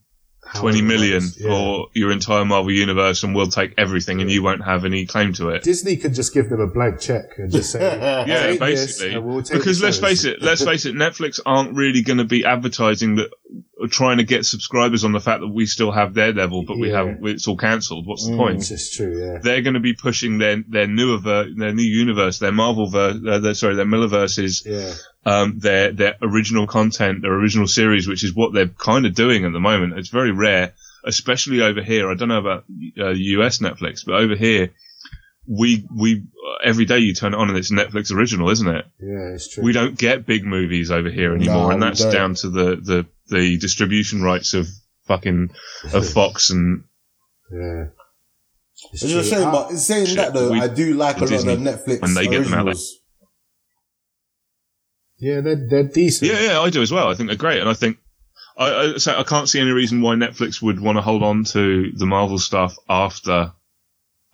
Speaker 4: twenty million
Speaker 3: Yeah.
Speaker 4: for your entire Marvel universe, and we'll take everything, and you won't have any claim to it.
Speaker 3: Disney could just give them a blank check and just say,
Speaker 4: Yeah,
Speaker 3: take this
Speaker 4: basically.
Speaker 3: and we'll take
Speaker 4: because
Speaker 3: the
Speaker 4: let's
Speaker 3: shows.
Speaker 4: face it, let's face it, Netflix aren't really going to be advertising that, or trying to get subscribers on the fact that we still have their level, but we
Speaker 3: Yeah.
Speaker 4: have it's all cancelled. What's the
Speaker 2: Mm.
Speaker 4: point?
Speaker 3: It's just true, yeah.
Speaker 4: they're going to be pushing their their newer ver- their new universe, their Marvel ver- uh, their, sorry, their Millerverses,
Speaker 3: Yeah,
Speaker 4: um, their their original content, their original series, which is what they're kind of doing at the moment. It's very rare, especially over here. I don't know about uh, US Netflix, but over here. We we uh, every day you turn it on and it's Netflix original, isn't it?
Speaker 3: yeah, it's true.
Speaker 4: We don't get big movies over here anymore,
Speaker 2: No,
Speaker 4: and
Speaker 2: we
Speaker 4: that's
Speaker 2: don't.
Speaker 4: down to the, the the distribution rights of fucking of Fox and
Speaker 3: yeah. It's
Speaker 2: It's just a
Speaker 3: true. Ah,
Speaker 2: shame,
Speaker 3: I-
Speaker 2: but saying
Speaker 4: Shit,
Speaker 2: that though,
Speaker 4: we-
Speaker 2: I do like a lot
Speaker 4: Disney,
Speaker 2: of the Netflix
Speaker 4: when they get them out there.
Speaker 2: originals.
Speaker 3: yeah, they're, they're decent.
Speaker 4: Yeah, yeah, I do as well. I think they're great, and I think I I, so I can't see any reason why Netflix would want to hold on to the Marvel stuff after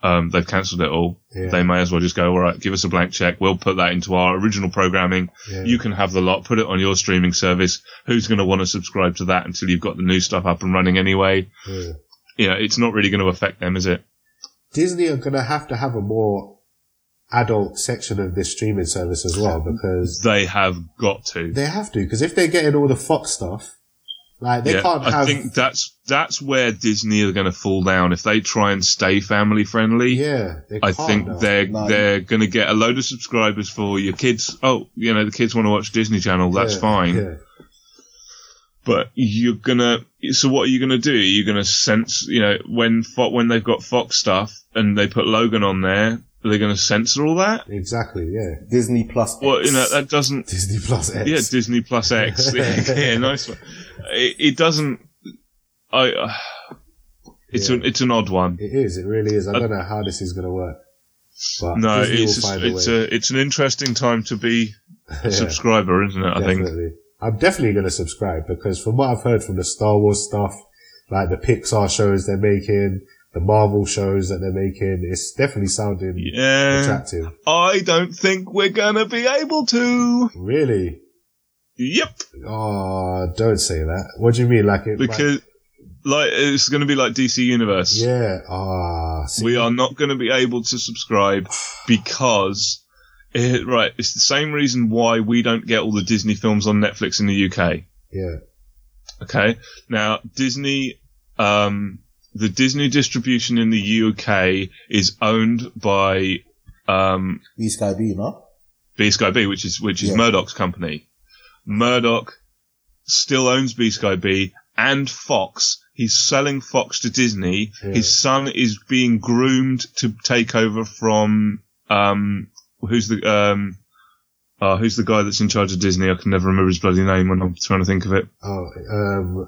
Speaker 4: um, they've cancelled it all.
Speaker 3: Yeah.
Speaker 4: They may as well just go, all right, give us a blank check. We'll put that into our original programming.
Speaker 3: Yeah.
Speaker 4: You can have the lot. Put it on your streaming service. Who's going to want to subscribe to that until you've got the new stuff up and running anyway?
Speaker 3: Yeah.
Speaker 4: You know, it's not really going to affect them, is it?
Speaker 3: Disney are going to have to have a more adult section of this streaming service as well because
Speaker 4: They have got to.
Speaker 3: they have to. Because if they're getting all the Fox stuff, like they
Speaker 4: Yeah,
Speaker 3: can't
Speaker 4: I
Speaker 3: have.
Speaker 4: think that's that's where Disney are going to fall down if they try and stay family friendly.
Speaker 3: yeah, they
Speaker 4: I
Speaker 3: can't
Speaker 4: think
Speaker 3: now.
Speaker 4: they're
Speaker 2: No.
Speaker 4: they're going to get a load of subscribers for your kids. Oh, you know the kids want to watch Disney Channel. That's
Speaker 3: Yeah,
Speaker 4: fine.
Speaker 3: Yeah.
Speaker 4: But you're gonna. So what are you gonna do? You're gonna sense. You know when Fo- when they've got Fox stuff and they put Logan on there, they're gonna censor all that.
Speaker 3: Exactly. Yeah.
Speaker 2: Disney Plus.
Speaker 4: Well, you know
Speaker 2: X.
Speaker 4: that doesn't.
Speaker 3: Disney Plus X.
Speaker 4: Yeah, Disney Plus X. yeah, nice one. It, it doesn't. I. Uh, it's
Speaker 3: Yeah.
Speaker 4: an it's an odd one.
Speaker 3: It is. It really is. I don't know how this is going to work. But
Speaker 4: Uh, No,
Speaker 3: Disney
Speaker 4: it's
Speaker 3: will
Speaker 4: just,
Speaker 3: find
Speaker 4: it's uh,
Speaker 3: a way.
Speaker 4: a, it's an interesting time to be
Speaker 3: Yeah,
Speaker 4: a subscriber, isn't it? I think.
Speaker 3: definitely. I'm definitely going to subscribe because from what I've heard from the Star Wars stuff, like the Pixar shows they're making, the Marvel shows that they're making, it's definitely sounding
Speaker 4: Yeah.
Speaker 3: attractive.
Speaker 4: I don't think we're gonna be able to.
Speaker 3: Really?
Speaker 4: Yep,
Speaker 3: Oh, don't say that. What do you mean? Like it? might-
Speaker 4: because like it's gonna be like DC Universe.
Speaker 3: yeah. Ah, see,
Speaker 4: We are not gonna be able to subscribe because eh, right, it's the same reason why we don't get all the Disney films on Netflix in the UK.
Speaker 3: Yeah.
Speaker 4: Okay. Now, Disney, um, the Disney distribution in the UK is owned by, um,
Speaker 2: B Sky B, no?
Speaker 4: B Sky B, which is which is
Speaker 2: Yeah.
Speaker 4: Murdoch's company. Murdoch still owns B Sky B and Fox. He's selling Fox to Disney.
Speaker 3: Yeah.
Speaker 4: His son is being groomed to take over from um who's the um uh, who's the guy that's in charge of Disney? I can never remember his bloody name when I'm trying to think of it.
Speaker 3: Oh, um,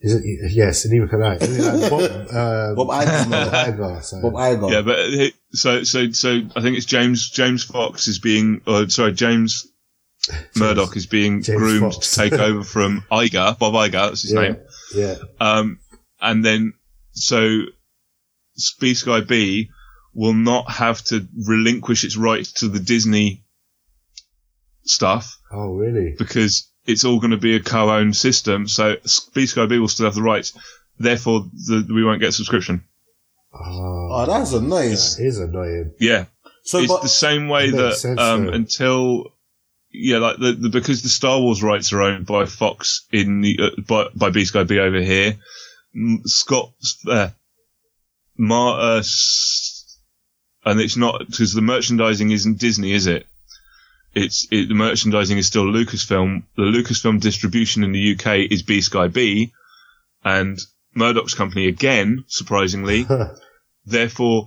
Speaker 3: is it, yes, and even can I. Isn't it like Bob, uh,
Speaker 2: Bob Iger's Murdoch.
Speaker 3: Iger, so-
Speaker 2: Bob Iger.
Speaker 4: Yeah, but uh, he, so so so I think it's James James Fox is being uh, sorry James Murdoch is being
Speaker 3: James
Speaker 4: groomed
Speaker 3: Fox.
Speaker 4: to take over from Iger Bob Iger that's his
Speaker 3: yeah,
Speaker 4: name.
Speaker 3: Yeah.
Speaker 4: Um, and then, so B Sky B will not have to relinquish its rights to the Disney stuff
Speaker 3: Oh, really?
Speaker 4: because it's all going to be a co-owned system. So B Sky B will still have the rights. Therefore, the, we won't get subscription.
Speaker 2: Oh,
Speaker 3: Oh,
Speaker 2: that's annoying.
Speaker 3: that is annoying.
Speaker 4: Yeah.
Speaker 2: So,
Speaker 4: it's
Speaker 2: but,
Speaker 4: the same way
Speaker 3: Makes
Speaker 4: that
Speaker 3: sense,
Speaker 4: um,
Speaker 3: though.
Speaker 4: until yeah, like the, the because the Star Wars rights are owned by Fox in the uh, by by B Sky B over here. M- Scott uh, Mar uh, s- and it's not because the merchandising isn't Disney, is it? It's it, the merchandising is still Lucasfilm. The Lucasfilm distribution in the UK is B Sky B, and Murdoch's company again, surprisingly. Therefore,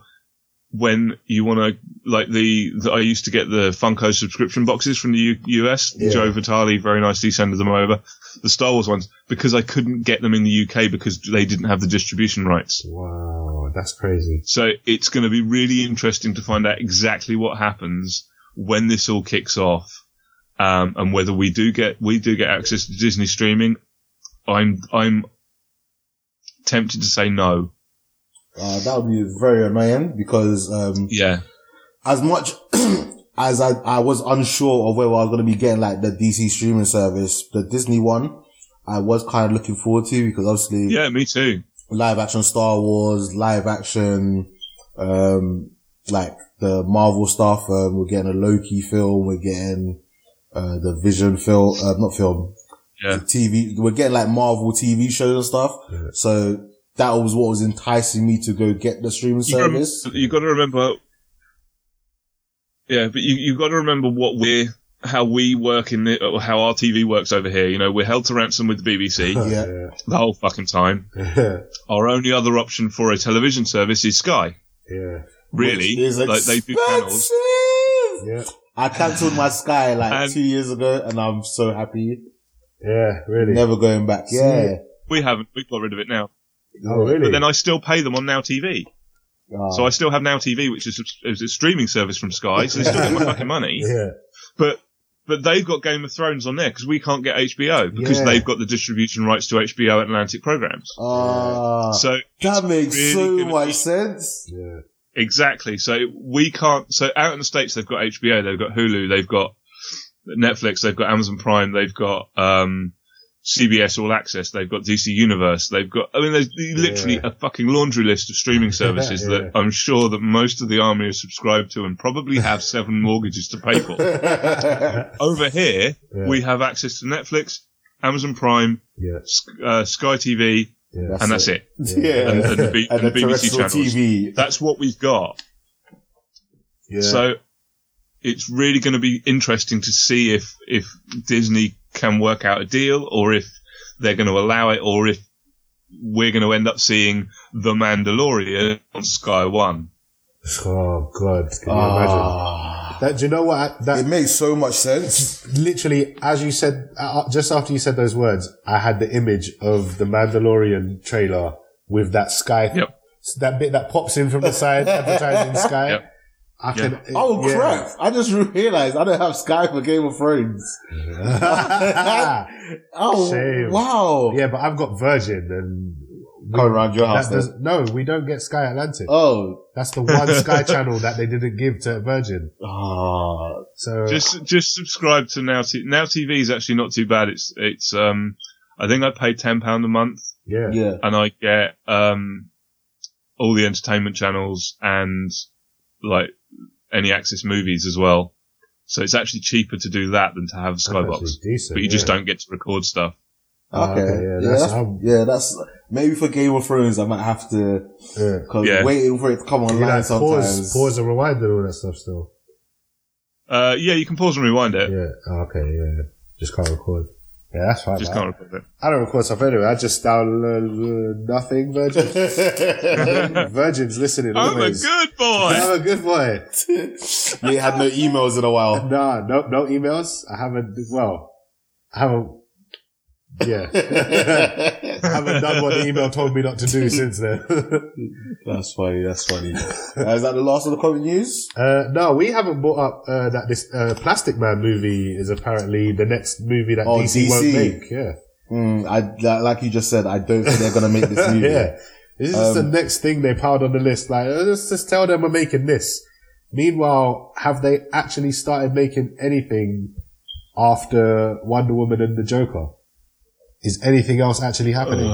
Speaker 4: when you want to like the, the I used to get the Funko subscription boxes from the U- US.
Speaker 3: Yeah.
Speaker 4: Joe Vitale very nicely sent them over. The Star Wars ones because I couldn't get them in the UK because they didn't have the distribution rights.
Speaker 3: Wow, that's crazy.
Speaker 4: So it's going to be really interesting to find out exactly what happens when this all kicks off, um, and whether we do get we do get access to Disney streaming. I'm I'm tempted to say no.
Speaker 2: uh, that would be very annoying because, um,
Speaker 4: Yeah,
Speaker 2: as much as I, I was unsure of whether I was going to be getting like the DC streaming service, the Disney one, I was kind of looking forward to because obviously
Speaker 4: yeah, me too.
Speaker 2: live action Star Wars, live action, um, like the Marvel stuff. Um, we're getting a Loki film. We're getting, uh, the Vision film, uh, not film,
Speaker 4: Yeah.
Speaker 2: TV. We're getting like Marvel TV shows and stuff. So that was what was enticing me to go get the streaming
Speaker 4: You gotta-
Speaker 2: service.
Speaker 4: You got to remember. Yeah, but you you got to remember what we're how we work in the, or how our TV works over here. You know, we're held to ransom with the BBC
Speaker 2: Yeah.
Speaker 4: the whole fucking time.
Speaker 3: Yeah.
Speaker 4: Our only other option for a television service is Sky.
Speaker 3: yeah.
Speaker 4: Really,
Speaker 2: Which is
Speaker 4: like they do channels.
Speaker 2: expensive.
Speaker 3: Yeah.
Speaker 2: I cancelled my Sky like
Speaker 4: And-
Speaker 2: two years ago, and I'm so happy.
Speaker 3: Yeah, really.
Speaker 2: Never going back. Yeah.
Speaker 4: We haven't. We got rid of it now.
Speaker 3: Oh, really?
Speaker 4: But then I still pay them on Now TV.
Speaker 2: Ah.
Speaker 4: So I still have Now TV, which is a, is a streaming service from Sky. So they still get my fucking money.
Speaker 3: yeah.
Speaker 4: But but they've got Game of Thrones on there because we can't get HBO because
Speaker 3: Yeah.
Speaker 4: they've got the distribution rights to HBO Atlantic programs.
Speaker 2: Ah.
Speaker 4: So
Speaker 2: that makes
Speaker 4: really
Speaker 2: so
Speaker 4: gonna
Speaker 2: much
Speaker 4: be-
Speaker 2: sense.
Speaker 3: Yeah.
Speaker 4: exactly. So we can't. So out in the states, they've got HBO, they've got Hulu, they've got Netflix, they've got Amazon Prime, they've got um, CBS All Access, they've got DC Universe, they've got. I mean, there's literally
Speaker 3: Yeah.
Speaker 4: a fucking laundry list of streaming services
Speaker 3: Yeah.
Speaker 4: that I'm sure that most of the army are subscribed to and probably have seven mortgages to pay for. Over here,
Speaker 3: Yeah.
Speaker 4: we have access to Netflix, Amazon Prime,
Speaker 3: Yeah.
Speaker 4: S- uh, Sky TV,
Speaker 3: Yeah.
Speaker 4: and that's it.
Speaker 2: Yeah.
Speaker 4: And, and the, B-
Speaker 2: and the
Speaker 4: and the BBC
Speaker 2: terrestrial
Speaker 4: channels.
Speaker 2: TV.
Speaker 4: That's what we've got.
Speaker 3: Yeah.
Speaker 4: So it's really going to be interesting to see if if Disney can work out a deal, or if they're going to allow it, or if we're going to end up seeing The Mandalorian on Sky One.
Speaker 3: oh, God. Can you
Speaker 2: Ah.
Speaker 3: imagine? That, do you know what? I- That,
Speaker 2: It makes so much sense.
Speaker 3: literally, as you said, uh, just after you said those words, I had the image of the Mandalorian trailer with that sky,
Speaker 4: Yep.
Speaker 3: that bit that pops in from the side, advertising sky.
Speaker 4: Yep.
Speaker 3: I
Speaker 4: Yeah.
Speaker 3: can.
Speaker 2: Oh
Speaker 3: yeah.
Speaker 2: crap! I just realized I don't have Sky for Game of Thrones. Oh
Speaker 3: Shame.
Speaker 2: wow!
Speaker 3: yeah, but I've got Virgin, and
Speaker 2: Come around your house.
Speaker 3: that does,
Speaker 2: then.
Speaker 3: no, we don't get Sky Atlantic.
Speaker 2: Oh.
Speaker 3: That's the one Sky channel that they didn't give to Virgin.
Speaker 2: Ah.
Speaker 3: So
Speaker 4: Just just subscribe to Now T- Now TV is actually not too bad. It's it's um I think I pay ten pound a month
Speaker 3: yeah,
Speaker 2: Yeah.
Speaker 4: and I get um all the entertainment channels and like any access movies as well. So it's actually cheaper to do that than to have Skybox.
Speaker 3: actually decent,
Speaker 4: But you just
Speaker 3: yeah.
Speaker 4: don't get to record stuff.
Speaker 3: Ah,
Speaker 2: Okay.
Speaker 3: okay,
Speaker 2: yeah,
Speaker 3: yeah,
Speaker 2: that's,
Speaker 3: that's-
Speaker 2: yeah,
Speaker 3: I'm-
Speaker 2: that's, maybe for Game of Thrones, I might have to,
Speaker 3: Yeah.
Speaker 2: cause
Speaker 4: Yeah.
Speaker 2: waiting for it to come
Speaker 3: You
Speaker 2: online
Speaker 3: like
Speaker 2: sometimes.
Speaker 3: pause, pause and rewind and all that stuff still.
Speaker 4: Uh, yeah, you can pause and rewind it.
Speaker 3: Yeah. Ah, okay. Yeah. Just can't record. Yeah, that's fine.
Speaker 4: Just
Speaker 3: man.
Speaker 4: can't record it.
Speaker 3: I don't record stuff anyway. I just download uh, nothing. Virgin. Virgin's listening.
Speaker 4: I'm a
Speaker 3: always.
Speaker 4: good boy.
Speaker 3: I'm a good boy.
Speaker 2: We had no emails in a while.
Speaker 3: Nah, no, no emails. I haven't. Well, I haven't. Yeah, I haven't done what the email told me not to do since then.
Speaker 2: That's funny. That's funny. Uh, is that the last of the comic news?
Speaker 3: uh, no, we haven't brought up uh, that this uh, Plastic Man movie is apparently the next movie that
Speaker 2: Oh,
Speaker 3: DC, won't
Speaker 2: DC.
Speaker 3: make. Yeah,
Speaker 2: Mm, I, li- like you just said, I don't think they're going to make this movie.
Speaker 3: yeah. This is
Speaker 4: Um,
Speaker 3: just the next thing they piled on the list. Like, "Oh, let's just tell them we're making this. Meanwhile, have they actually started making anything after Wonder Woman and the Joker? Is anything else actually happening?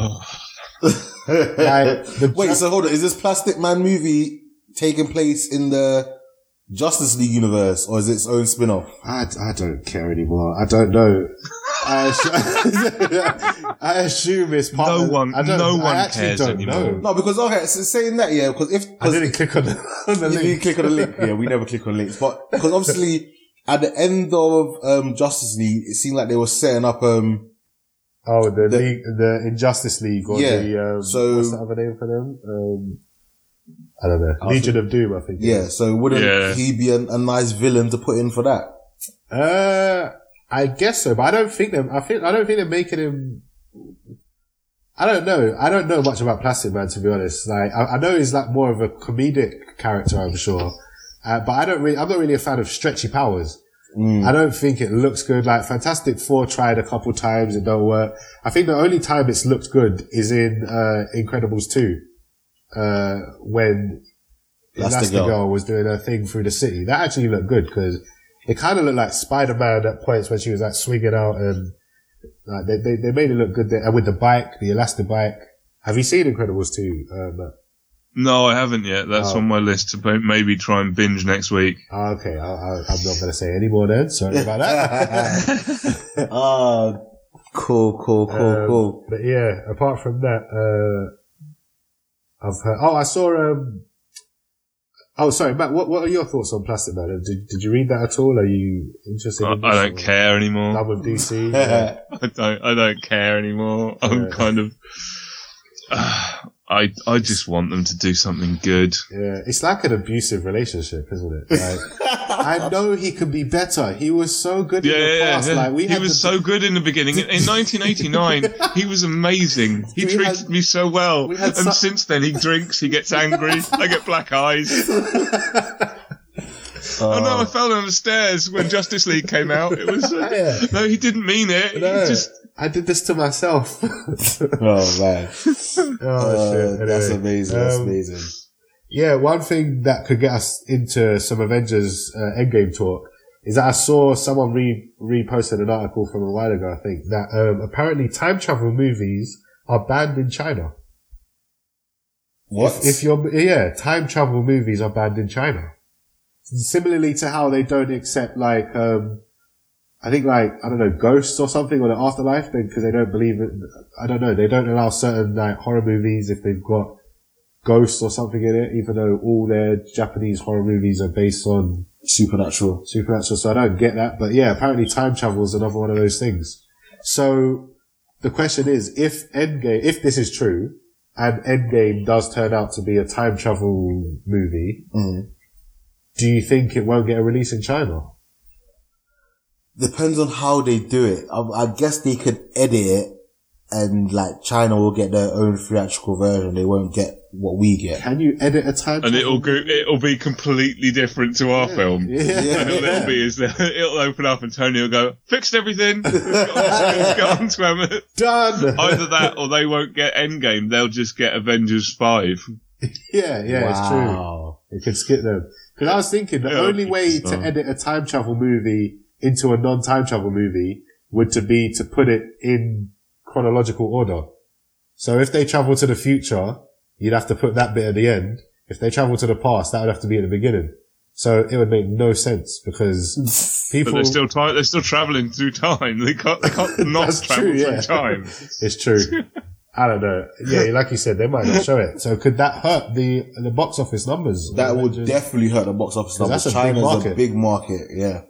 Speaker 4: Uh.
Speaker 3: Like, the
Speaker 2: Wait,
Speaker 3: Ju-
Speaker 2: so hold on. Is this Plastic Man movie taking place in the Justice League universe or is it its own spin off?
Speaker 3: I, I don't care anymore. I don't know. I, assu- I assume it's part.
Speaker 4: No
Speaker 3: of-
Speaker 4: one-
Speaker 3: I don't,
Speaker 4: no
Speaker 3: I
Speaker 4: one
Speaker 3: actually
Speaker 4: cares
Speaker 3: don't
Speaker 4: anymore.
Speaker 3: know.
Speaker 2: No, because okay, so saying that, yeah, because if
Speaker 3: I
Speaker 2: cause
Speaker 3: didn't click on the, on the
Speaker 2: you, you
Speaker 3: link.
Speaker 2: click on the link, yeah, we never click on links, but because obviously at the end of um, Justice League, it seemed like they were setting up. Um,
Speaker 3: Oh, the,
Speaker 2: The-
Speaker 3: league, the Injustice League, or
Speaker 2: Yeah,
Speaker 3: the um,
Speaker 2: so-
Speaker 3: what's the other name for them? Um, I don't know. Legion of Doom, I think. it
Speaker 2: yeah, so wouldn't
Speaker 4: Yeah.
Speaker 2: he be an, a nice villain to put in for that?
Speaker 3: is. Uh, I guess so, but I don't think them. I think I don't think they're making him. I don't know. I don't know much about Plastic Man to be honest. Like I, I know he's like more of a comedic character, I'm sure, uh, but I don't really. I'm not really a fan of stretchy powers. I don't think it looks good. Like Fantastic Four tried a couple times, it don't work. I think the only time it's looked good is in uh, Incredibles two, uh, when
Speaker 2: Elastigirl.
Speaker 3: Elastigirl was doing her thing through the city. That actually looked good because it kind of looked like Spider Man at points when she was like swinging out and like they they, they made it look good there. And with the bike, the elastic bike. Have you seen Incredibles two? Uh, Matt?
Speaker 4: No, I haven't yet. That's
Speaker 3: Oh.
Speaker 4: on my list to may- maybe try and binge next week.
Speaker 3: Ah, okay, I, I, I'm not going to say any more then. Sorry about that.
Speaker 2: Ah, cool, cool, cool,
Speaker 3: Um,
Speaker 2: cool.
Speaker 3: But yeah, apart from that, uh, I've heard. Oh, I saw. Um, oh, sorry, Matt. What What are your thoughts on Plastic Man? Did Did you read that at all? Are you interested?
Speaker 4: I,
Speaker 3: in
Speaker 4: I
Speaker 3: this
Speaker 4: don't
Speaker 3: or
Speaker 4: care anymore.
Speaker 3: Done with DC. Yeah.
Speaker 4: I don't. I don't care anymore. I'm
Speaker 3: Yeah.
Speaker 4: kind of. I I just want them to do something good.
Speaker 3: Yeah, it's like an abusive relationship, isn't it? Like, I know he could be better. He was so good
Speaker 4: Yeah,
Speaker 3: in the
Speaker 4: yeah,
Speaker 3: past.
Speaker 4: yeah.
Speaker 3: Like we
Speaker 4: he
Speaker 3: had
Speaker 4: was
Speaker 3: the-
Speaker 4: so good in the beginning. In, in 1989, he was amazing. He
Speaker 3: We
Speaker 4: treated
Speaker 3: had-
Speaker 4: me so well.
Speaker 3: we
Speaker 4: And
Speaker 3: had su-
Speaker 4: since then, he drinks, he gets angry, I get black eyes. oh
Speaker 2: Um,
Speaker 4: no, I fell down the stairs when Justice League came out. It was uh,
Speaker 3: Yeah.
Speaker 4: no, he didn't mean it.
Speaker 3: No,
Speaker 4: He just
Speaker 3: I did this to myself. oh
Speaker 2: Oh man, Uh,
Speaker 3: shit!
Speaker 2: that's
Speaker 3: Anyway,
Speaker 2: amazing. That's
Speaker 3: um,
Speaker 2: amazing.
Speaker 3: Yeah, one thing that could get us into some Avengers uh, Endgame talk is that I saw someone re- reposted an article from a while ago, I think, that um, apparently time travel movies are banned in China.
Speaker 2: What?
Speaker 3: If you're, yeah, time travel movies are banned in China. Similarly to how they don't accept like, um, I think like, I don't know, ghosts or something or the afterlife because they don't believe it. I don't know. They don't allow certain like horror movies if they've got ghosts or something in it, even though all their Japanese horror movies are based on
Speaker 2: supernatural.
Speaker 3: supernatural. So I don't get that. But yeah, apparently time travel is another one of those things. So the question is, if Endgame, if this is true, and Endgame does turn out to be a time travel movie,
Speaker 2: Mm.
Speaker 3: do you think it won't get a release in China?
Speaker 2: Depends on how they do it. I, I guess they could edit it, and like China will get their own theatrical version. They won't get what we get.
Speaker 3: Can you edit a time?
Speaker 4: and
Speaker 3: travel-
Speaker 4: it'll go. It'll be completely different to our film.
Speaker 3: Yeah.
Speaker 4: And all it'll be is that it'll open up and Tony will go, fixed everything, got on to Emma.
Speaker 3: Done.
Speaker 4: Either that or they won't get Endgame. They'll just get Avengers 5.
Speaker 3: yeah, yeah, it's true.
Speaker 2: Wow.
Speaker 3: It could skip them. Because I was thinking the
Speaker 4: Yeah,
Speaker 3: only way
Speaker 4: so.
Speaker 3: to edit a time travel movie into a non-time travel movie would to be to put it in chronological order. So if they travel to the future, you'd have to put that bit at the end. If they travel to the past, that would have to be at the beginning. So it would make no sense because people.
Speaker 4: But they're still ti- they're still traveling through time. They can't they can't not
Speaker 3: That's
Speaker 4: travel
Speaker 3: true, yeah.
Speaker 4: through time.
Speaker 3: It's true. I don't know. Yeah, like you said, they might not show it. So could that hurt the the box office numbers?
Speaker 2: That would
Speaker 3: Avengers?
Speaker 2: definitely hurt the box office numbers.
Speaker 3: that's a big
Speaker 2: China's
Speaker 3: market.
Speaker 2: a big market. Yeah.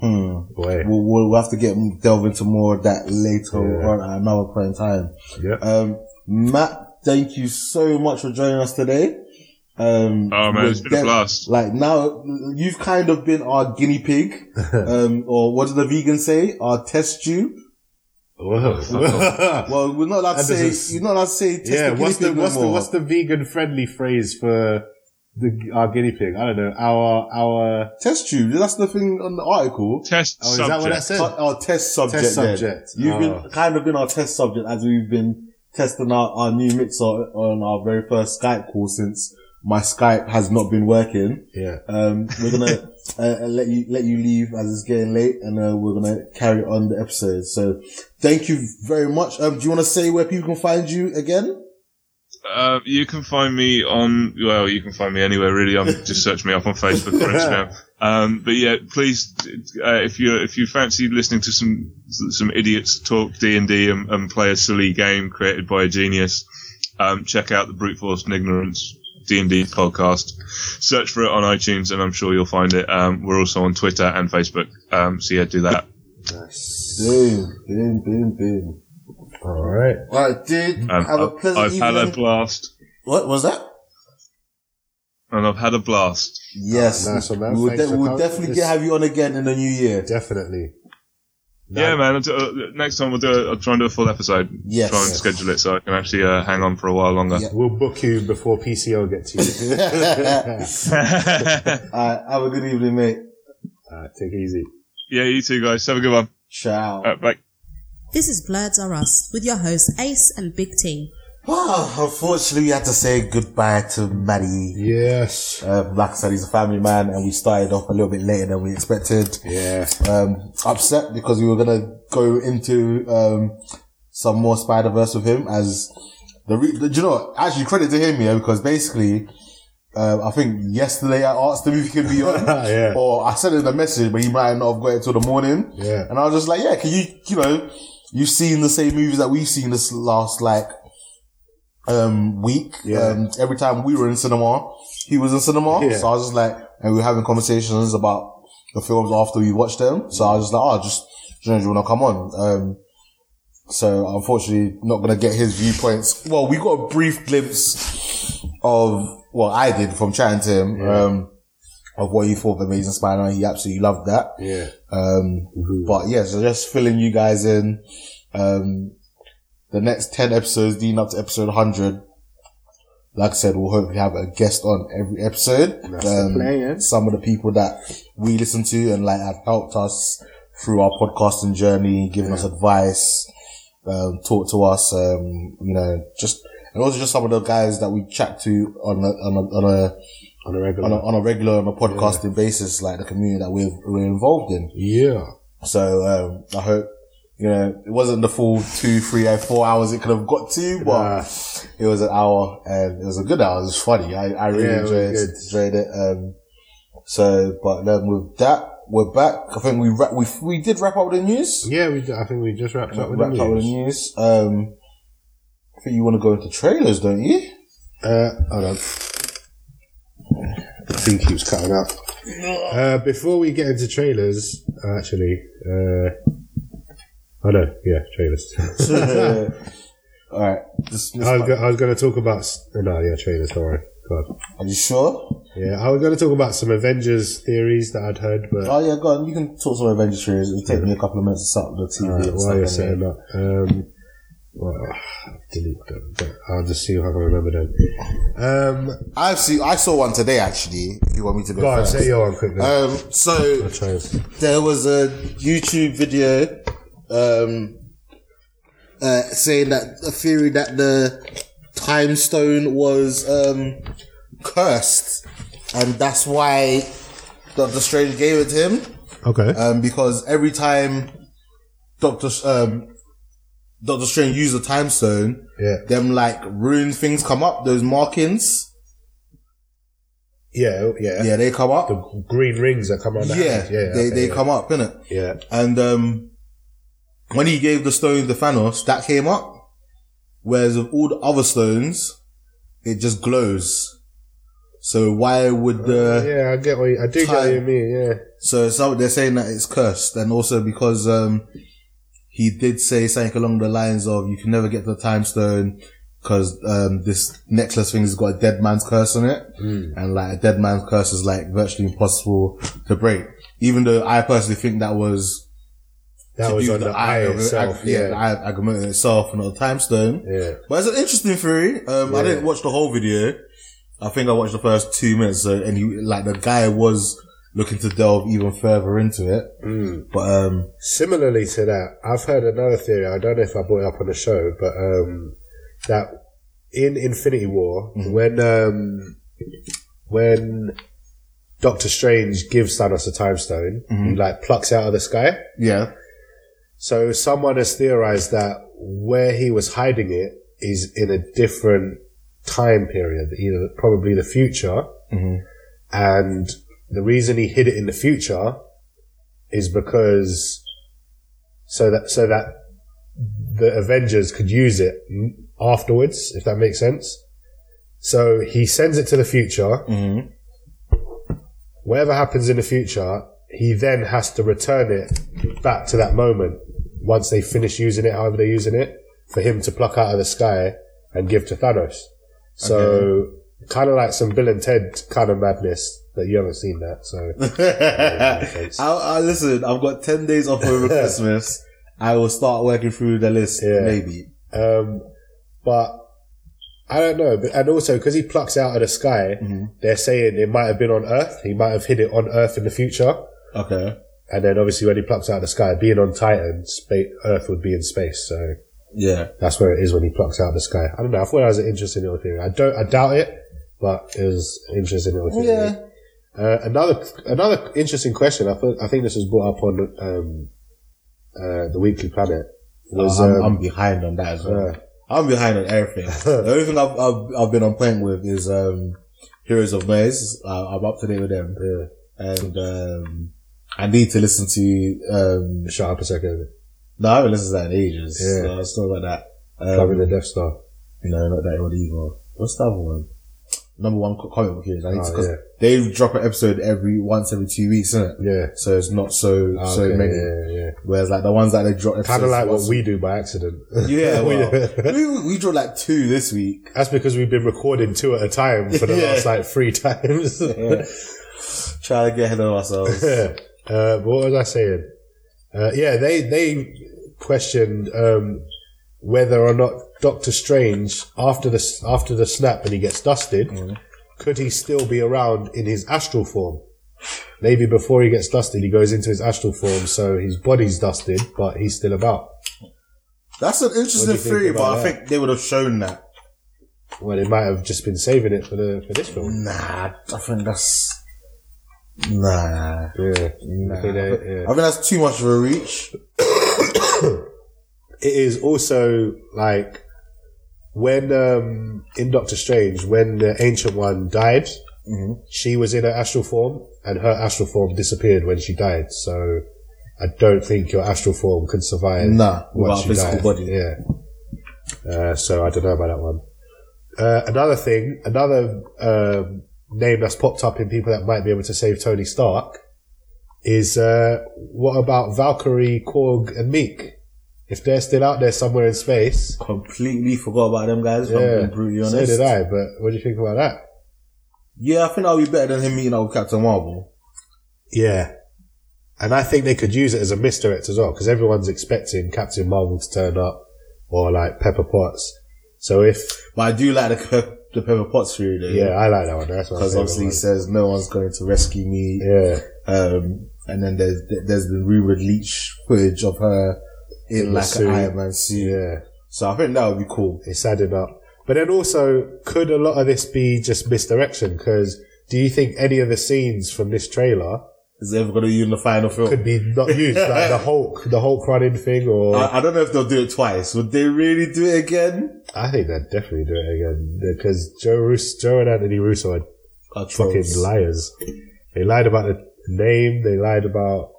Speaker 2: Hmm.
Speaker 3: Boy.
Speaker 2: We'll, we'll, we'll have to get delve into more of that later
Speaker 3: Yeah.
Speaker 2: on at another point in time.
Speaker 3: Yeah.
Speaker 2: Um, Matt, thank you so much for joining us today. Um,
Speaker 4: Oh, man, it's
Speaker 2: we're
Speaker 4: been a
Speaker 2: de-
Speaker 4: blast.
Speaker 2: Like now, you've kind of been our guinea pig, um, or what did the vegans say? Our test tube.
Speaker 3: Whoa.
Speaker 2: Well, we're not allowed to
Speaker 3: That
Speaker 2: say.
Speaker 3: doesn't-
Speaker 2: You're not allowed to say. Test
Speaker 3: yeah.
Speaker 2: the guinea
Speaker 3: What's the
Speaker 2: pig no
Speaker 3: what's the
Speaker 2: more.
Speaker 3: what's the vegan friendly phrase for the our guinea pig? I don't know. Our our
Speaker 2: test tube? That's the thing on the article.
Speaker 4: Test
Speaker 3: oh, is
Speaker 4: subject.
Speaker 3: that what that said?
Speaker 2: Our, our test subject.
Speaker 3: Test
Speaker 2: then.
Speaker 3: subject.
Speaker 2: You've
Speaker 3: Oh.
Speaker 2: been kind of been our test subject as we've been testing out our new mixer on our very first Skype call since my Skype has not been working.
Speaker 3: Yeah.
Speaker 2: Um, we're gonna uh, uh, let you let you leave as it's getting late, and uh, we're gonna carry on the episode. So, thank you very much. Um, do you want to say where people can find you again?
Speaker 4: Uh, you can find me on well, you can find me anywhere really. I'm just search me up on Facebook or Instagram. Um, but yeah, please, uh, if you if you fancy listening to some some idiots talk D and D and play a silly game created by a genius, um, check out the Brute Force and Ignorance D and D podcast. Search for it on iTunes, and I'm sure you'll find it. Um, we're also on Twitter and Facebook. Um, so yeah, do that.
Speaker 2: Boom, boom, boom, boom.
Speaker 3: All right.
Speaker 5: All right, dude.
Speaker 4: Um,
Speaker 5: have a
Speaker 4: I've-
Speaker 5: pleasant
Speaker 4: I've had
Speaker 5: evening.
Speaker 4: a blast,
Speaker 5: what was that?
Speaker 4: and I've had a blast.
Speaker 2: Yes,
Speaker 3: nice one, man.
Speaker 2: we will
Speaker 3: Thanks
Speaker 2: de-
Speaker 3: for
Speaker 2: we'll
Speaker 3: coming.
Speaker 2: definitely
Speaker 3: This-
Speaker 2: get, have you on again in the new year.
Speaker 3: Definitely.
Speaker 4: Yeah, man. I'll do- uh, next time we'll do. A, I'll try and do a full episode.
Speaker 2: Yes.
Speaker 4: Try and schedule it so I can actually uh, hang on for a while longer.
Speaker 2: Yeah.
Speaker 3: We'll book you before PCO get to you.
Speaker 2: All
Speaker 4: Yeah.
Speaker 2: right, have a good evening, mate.
Speaker 3: uh, take it easy.
Speaker 4: you too, guys. Have a good one.
Speaker 2: Ciao.
Speaker 4: Uh, bye.
Speaker 1: This is Blurds Are Us with your hosts Ace and Big T.
Speaker 2: Well, unfortunately, we had to say goodbye to Maddie.
Speaker 3: Yes.
Speaker 2: Uh, like I said, he's a family man, and we started off a little bit later than we expected.
Speaker 3: Yeah.
Speaker 2: Um, upset because we were gonna go into um, some more Spider Verse with him. As the, re- do you know? what? Actually, credit to him, yeah, because basically, um, I think yesterday I asked him if he could be on,
Speaker 3: Yeah.
Speaker 2: or I sent him a message, but he might not have got it till the morning.
Speaker 3: Yeah.
Speaker 2: And I was just like, yeah, can you, you know, you've seen the same movies that we've seen this last like um week.
Speaker 3: Yeah.
Speaker 2: Um, every time we were in cinema, he was in cinema.
Speaker 3: Yeah.
Speaker 2: So I was just like, and we were having conversations about the films after we watched them. So I was just like, oh, just, you know, do you want to come on? Um, so unfortunately, not gonna get his viewpoints. Well, we got a brief glimpse of well, I did from chatting to him um, of what he thought of Amazing Spider-Man. He absolutely loved that.
Speaker 3: Yeah.
Speaker 2: Um,
Speaker 3: Mm-hmm.
Speaker 2: but yeah, so just filling you guys in. Um, the next 10 episodes leading up to episode 100. Like I said, we'll hopefully have a guest on every episode. Um,
Speaker 3: That's the plan.
Speaker 2: Some of the people that we listen to and like have helped us through our podcasting journey, giving us advice, um, talk to us, um, you know, just, and also just some of the guys that we chat to on a, on a, on a,
Speaker 3: On a
Speaker 2: on a,
Speaker 3: regular.
Speaker 2: on a regular, on a podcasting basis, like the community that we're, we're involved in.
Speaker 3: Yeah.
Speaker 2: So um, I hope you know it wasn't the full two, three, uh, four hours it could have got to, but
Speaker 3: Nah.
Speaker 2: it was an hour and it was a good hour. It was funny. I, I really
Speaker 3: Yeah, it was
Speaker 2: enjoyed,
Speaker 3: good.
Speaker 2: enjoyed it. Um, so, but then with that, we're back. I think we wrap, we we did wrap up the news.
Speaker 3: Yeah, we, I think we just wrapped up with
Speaker 2: wrapped up
Speaker 3: the
Speaker 2: with the
Speaker 3: news.
Speaker 2: news. Um, I think you want to go into trailers, don't you?
Speaker 3: Uh, hold on. The thing keeps cutting up. Uh, before we get into trailers, uh, actually, uh, oh no, yeah, trailers.
Speaker 2: All right. Just,
Speaker 3: I was, go- I was going to talk about, s- oh, no, yeah, trailers, don't worry. God.
Speaker 2: are you sure?
Speaker 3: Yeah, I was going to talk about some Avengers theories that I'd heard, but
Speaker 2: Oh yeah, go on. You can talk some Avengers series. It'll take me a couple of minutes to set up the TV.
Speaker 3: Alright,
Speaker 2: and
Speaker 3: while you're
Speaker 2: stuff
Speaker 3: saying
Speaker 2: anyway.
Speaker 3: that, um, well, I'll delete them, but I'll just see if I can remember them. Um,
Speaker 2: I've seen, I saw one today actually. If you want me to go
Speaker 3: go on,
Speaker 2: first.
Speaker 3: say your one quickly.
Speaker 2: Um, so
Speaker 3: Trailers.
Speaker 2: there was a YouTube video um, uh, saying that a theory that the time stone was um, cursed, and that's why Doctor Strange gave it to him
Speaker 3: Okay.
Speaker 2: um, because every time Doctor um, Doctor Strange used the time stone,
Speaker 3: Yeah.
Speaker 2: them like ruined things come up. Those markings.
Speaker 3: Yeah, yeah.
Speaker 2: Yeah, they come up.
Speaker 3: The green rings that come around the
Speaker 2: yeah,
Speaker 3: hand. Yeah,
Speaker 2: they,
Speaker 3: okay,
Speaker 2: they
Speaker 3: yeah.
Speaker 2: come up, innit?
Speaker 3: Yeah.
Speaker 2: And um, when he gave the stone to Thanos, that came up. Whereas with all the other stones, it just glows. So why would uh, the
Speaker 3: Oh, yeah, I get what you, I do get what you
Speaker 2: time.
Speaker 3: mean, yeah.
Speaker 2: so so they're saying that it's cursed, and also because um, he did say something along the lines of "you can never get the time stone" because um, this necklace thing has got a dead man's curse on it, and like a dead man's curse is like virtually impossible to break. Even though I personally think that was
Speaker 3: That
Speaker 2: to
Speaker 3: was
Speaker 2: do
Speaker 3: on
Speaker 2: with
Speaker 3: the eye
Speaker 2: Ag-
Speaker 3: itself,
Speaker 2: yeah, the
Speaker 3: yeah.
Speaker 2: eye of Agamotto itself, and not the time stone.
Speaker 3: Yeah.
Speaker 2: But it's an interesting theory. Um, I
Speaker 3: Yeah.
Speaker 2: didn't watch the whole video. I think I watched the first two minutes. So, and he, like the guy was looking to delve even further into it.
Speaker 3: Mm.
Speaker 2: But um,
Speaker 3: Similarly to that, I've heard another theory. I don't know if I brought it up on the show, but um, that in Infinity War,
Speaker 2: Mm-hmm.
Speaker 3: when um, when Doctor Strange gives Thanos a time stone,
Speaker 2: Mm-hmm.
Speaker 3: he like plucks it out of the sky.
Speaker 2: yeah,
Speaker 3: So someone has theorized that where he was hiding it is in a different time period, either probably the future. And the reason he hid it in the future is because so that, so that the Avengers could use it m- afterwards, if that makes sense. So he sends it to the future. Whatever happens in the future, he then has to return it back to that moment once they finish using it, however they're using it, for him to pluck out of the sky and give to Thanos. So kind of like some Bill and Ted kind of madness that you haven't seen that. So
Speaker 2: I, I listen. I've got ten days off over Christmas. I will start working through the list.
Speaker 3: Yeah.
Speaker 2: Maybe
Speaker 3: Um, but I don't know. But, and also, because he plucks out of the sky,
Speaker 2: Mm-hmm.
Speaker 3: they're saying it might have been on Earth. He might have hid it on Earth in the future.
Speaker 2: okay.
Speaker 3: And then, obviously, when he plucks out of the sky, being on Titan, spa- Earth would be in space. So
Speaker 2: Yeah,
Speaker 3: that's where it is when he plucks out of the sky. I don't know. I thought that was an interesting little theory. I don't. I doubt it, but it was an interesting little theory.
Speaker 2: yeah.
Speaker 3: Uh, another another interesting question. I thought, I think this was brought up on um, uh, the Weekly Planet. Was
Speaker 2: Oh, I'm,
Speaker 3: um,
Speaker 2: I'm behind on that as well.
Speaker 3: uh,
Speaker 2: I'm behind on everything. the only thing I've, I've I've been on point with is um, Heroes of Noise. I, I'm up to date with them, and um, I need to listen to. Um,
Speaker 3: shut up a second.
Speaker 2: no, I haven't listened to that in ages.
Speaker 3: Yeah.
Speaker 2: So it's not about that.
Speaker 3: Climbing
Speaker 2: Um,
Speaker 3: the Death Star.
Speaker 2: No, not that one either. What's the other one? Number one co- comic book series. I need
Speaker 3: Oh,
Speaker 2: to, cause
Speaker 3: yeah.
Speaker 2: they drop an episode every once every two weeks, isn't it?
Speaker 3: Yeah.
Speaker 2: So it's not so so
Speaker 3: Ah, Okay,
Speaker 2: many.
Speaker 3: Yeah, yeah.
Speaker 2: Whereas like the ones that they drop,
Speaker 3: Kind of
Speaker 2: episodes
Speaker 3: like what
Speaker 2: once-
Speaker 3: we do by accident.
Speaker 2: Yeah,
Speaker 3: We-
Speaker 2: well, we we dropped like two this week.
Speaker 3: That's because we've been recording two at a time for the
Speaker 2: Yeah.
Speaker 3: last like three times.
Speaker 2: Yeah. Try to get ahead of ourselves.
Speaker 3: uh, but what was I saying? Uh, yeah, they they questioned um, whether or not Doctor Strange after the s- after the snap and he gets dusted, could he still be around in his astral form? Maybe before he gets dusted, he goes into his astral form, so his body's dusted, but he's still about.
Speaker 2: That's an interesting
Speaker 3: you think
Speaker 2: theory, but
Speaker 3: about
Speaker 2: I
Speaker 3: that?
Speaker 2: think they would have shown that.
Speaker 3: Well, they might have just been saving it for the for this film.
Speaker 2: Nah, I think that's nah.
Speaker 3: Yeah, I think
Speaker 2: I
Speaker 3: they-
Speaker 2: think
Speaker 3: yeah.
Speaker 2: that's too much of a reach.
Speaker 3: it is also like when um, in Doctor Strange, when the Ancient One died, she was in her astral form, and her astral form disappeared when she died. So I don't think your astral form could survive.
Speaker 2: Nah,
Speaker 3: once
Speaker 2: without a
Speaker 3: you
Speaker 2: physical
Speaker 3: die.
Speaker 2: body.
Speaker 3: Yeah. Uh, so I don't know about that one. Uh, another thing, another um, name that's popped up in people that might be able to save Tony Stark is uh, what about Valkyrie, Korg, and Meek? If they're still out there somewhere in space,
Speaker 2: Completely forgot about them guys. If I'm
Speaker 3: yeah,
Speaker 2: being brutally
Speaker 3: so
Speaker 2: honest.
Speaker 3: did I. But what do you think about that?
Speaker 2: Yeah, I think that'll be better than him meeting up with Captain Marvel.
Speaker 3: Yeah, and I think they could use it as a misdirect as well because everyone's expecting Captain Marvel to turn up or like Pepper Potts. So if
Speaker 2: But I do like the Pe- the Pepper Potts theory though.
Speaker 3: yeah, I like that one. That's my
Speaker 2: Because
Speaker 3: favourite
Speaker 2: obviously he
Speaker 3: one.
Speaker 2: says no one's going to rescue me.
Speaker 3: yeah,
Speaker 2: Um, and then there's there's the rumored leech footage of her in
Speaker 3: the
Speaker 2: like
Speaker 3: suit.
Speaker 2: an Iron Man suit.
Speaker 3: yeah.
Speaker 2: So I think that would be cool.
Speaker 3: it's added up. But then also, could a lot of this be just misdirection? Because do you think any of the scenes from this trailer
Speaker 2: Is it ever going to be in the final film?
Speaker 3: could be not used, like the Hulk, the Hulk running thing, or I,
Speaker 2: I, I don't know if they'll do it twice. Would they really do it again?
Speaker 3: think they'd definitely do it again because Joe Russo, Joe and Anthony Russo are
Speaker 2: are
Speaker 3: fucking
Speaker 2: trolls.
Speaker 3: liars. They lied about the name. They lied about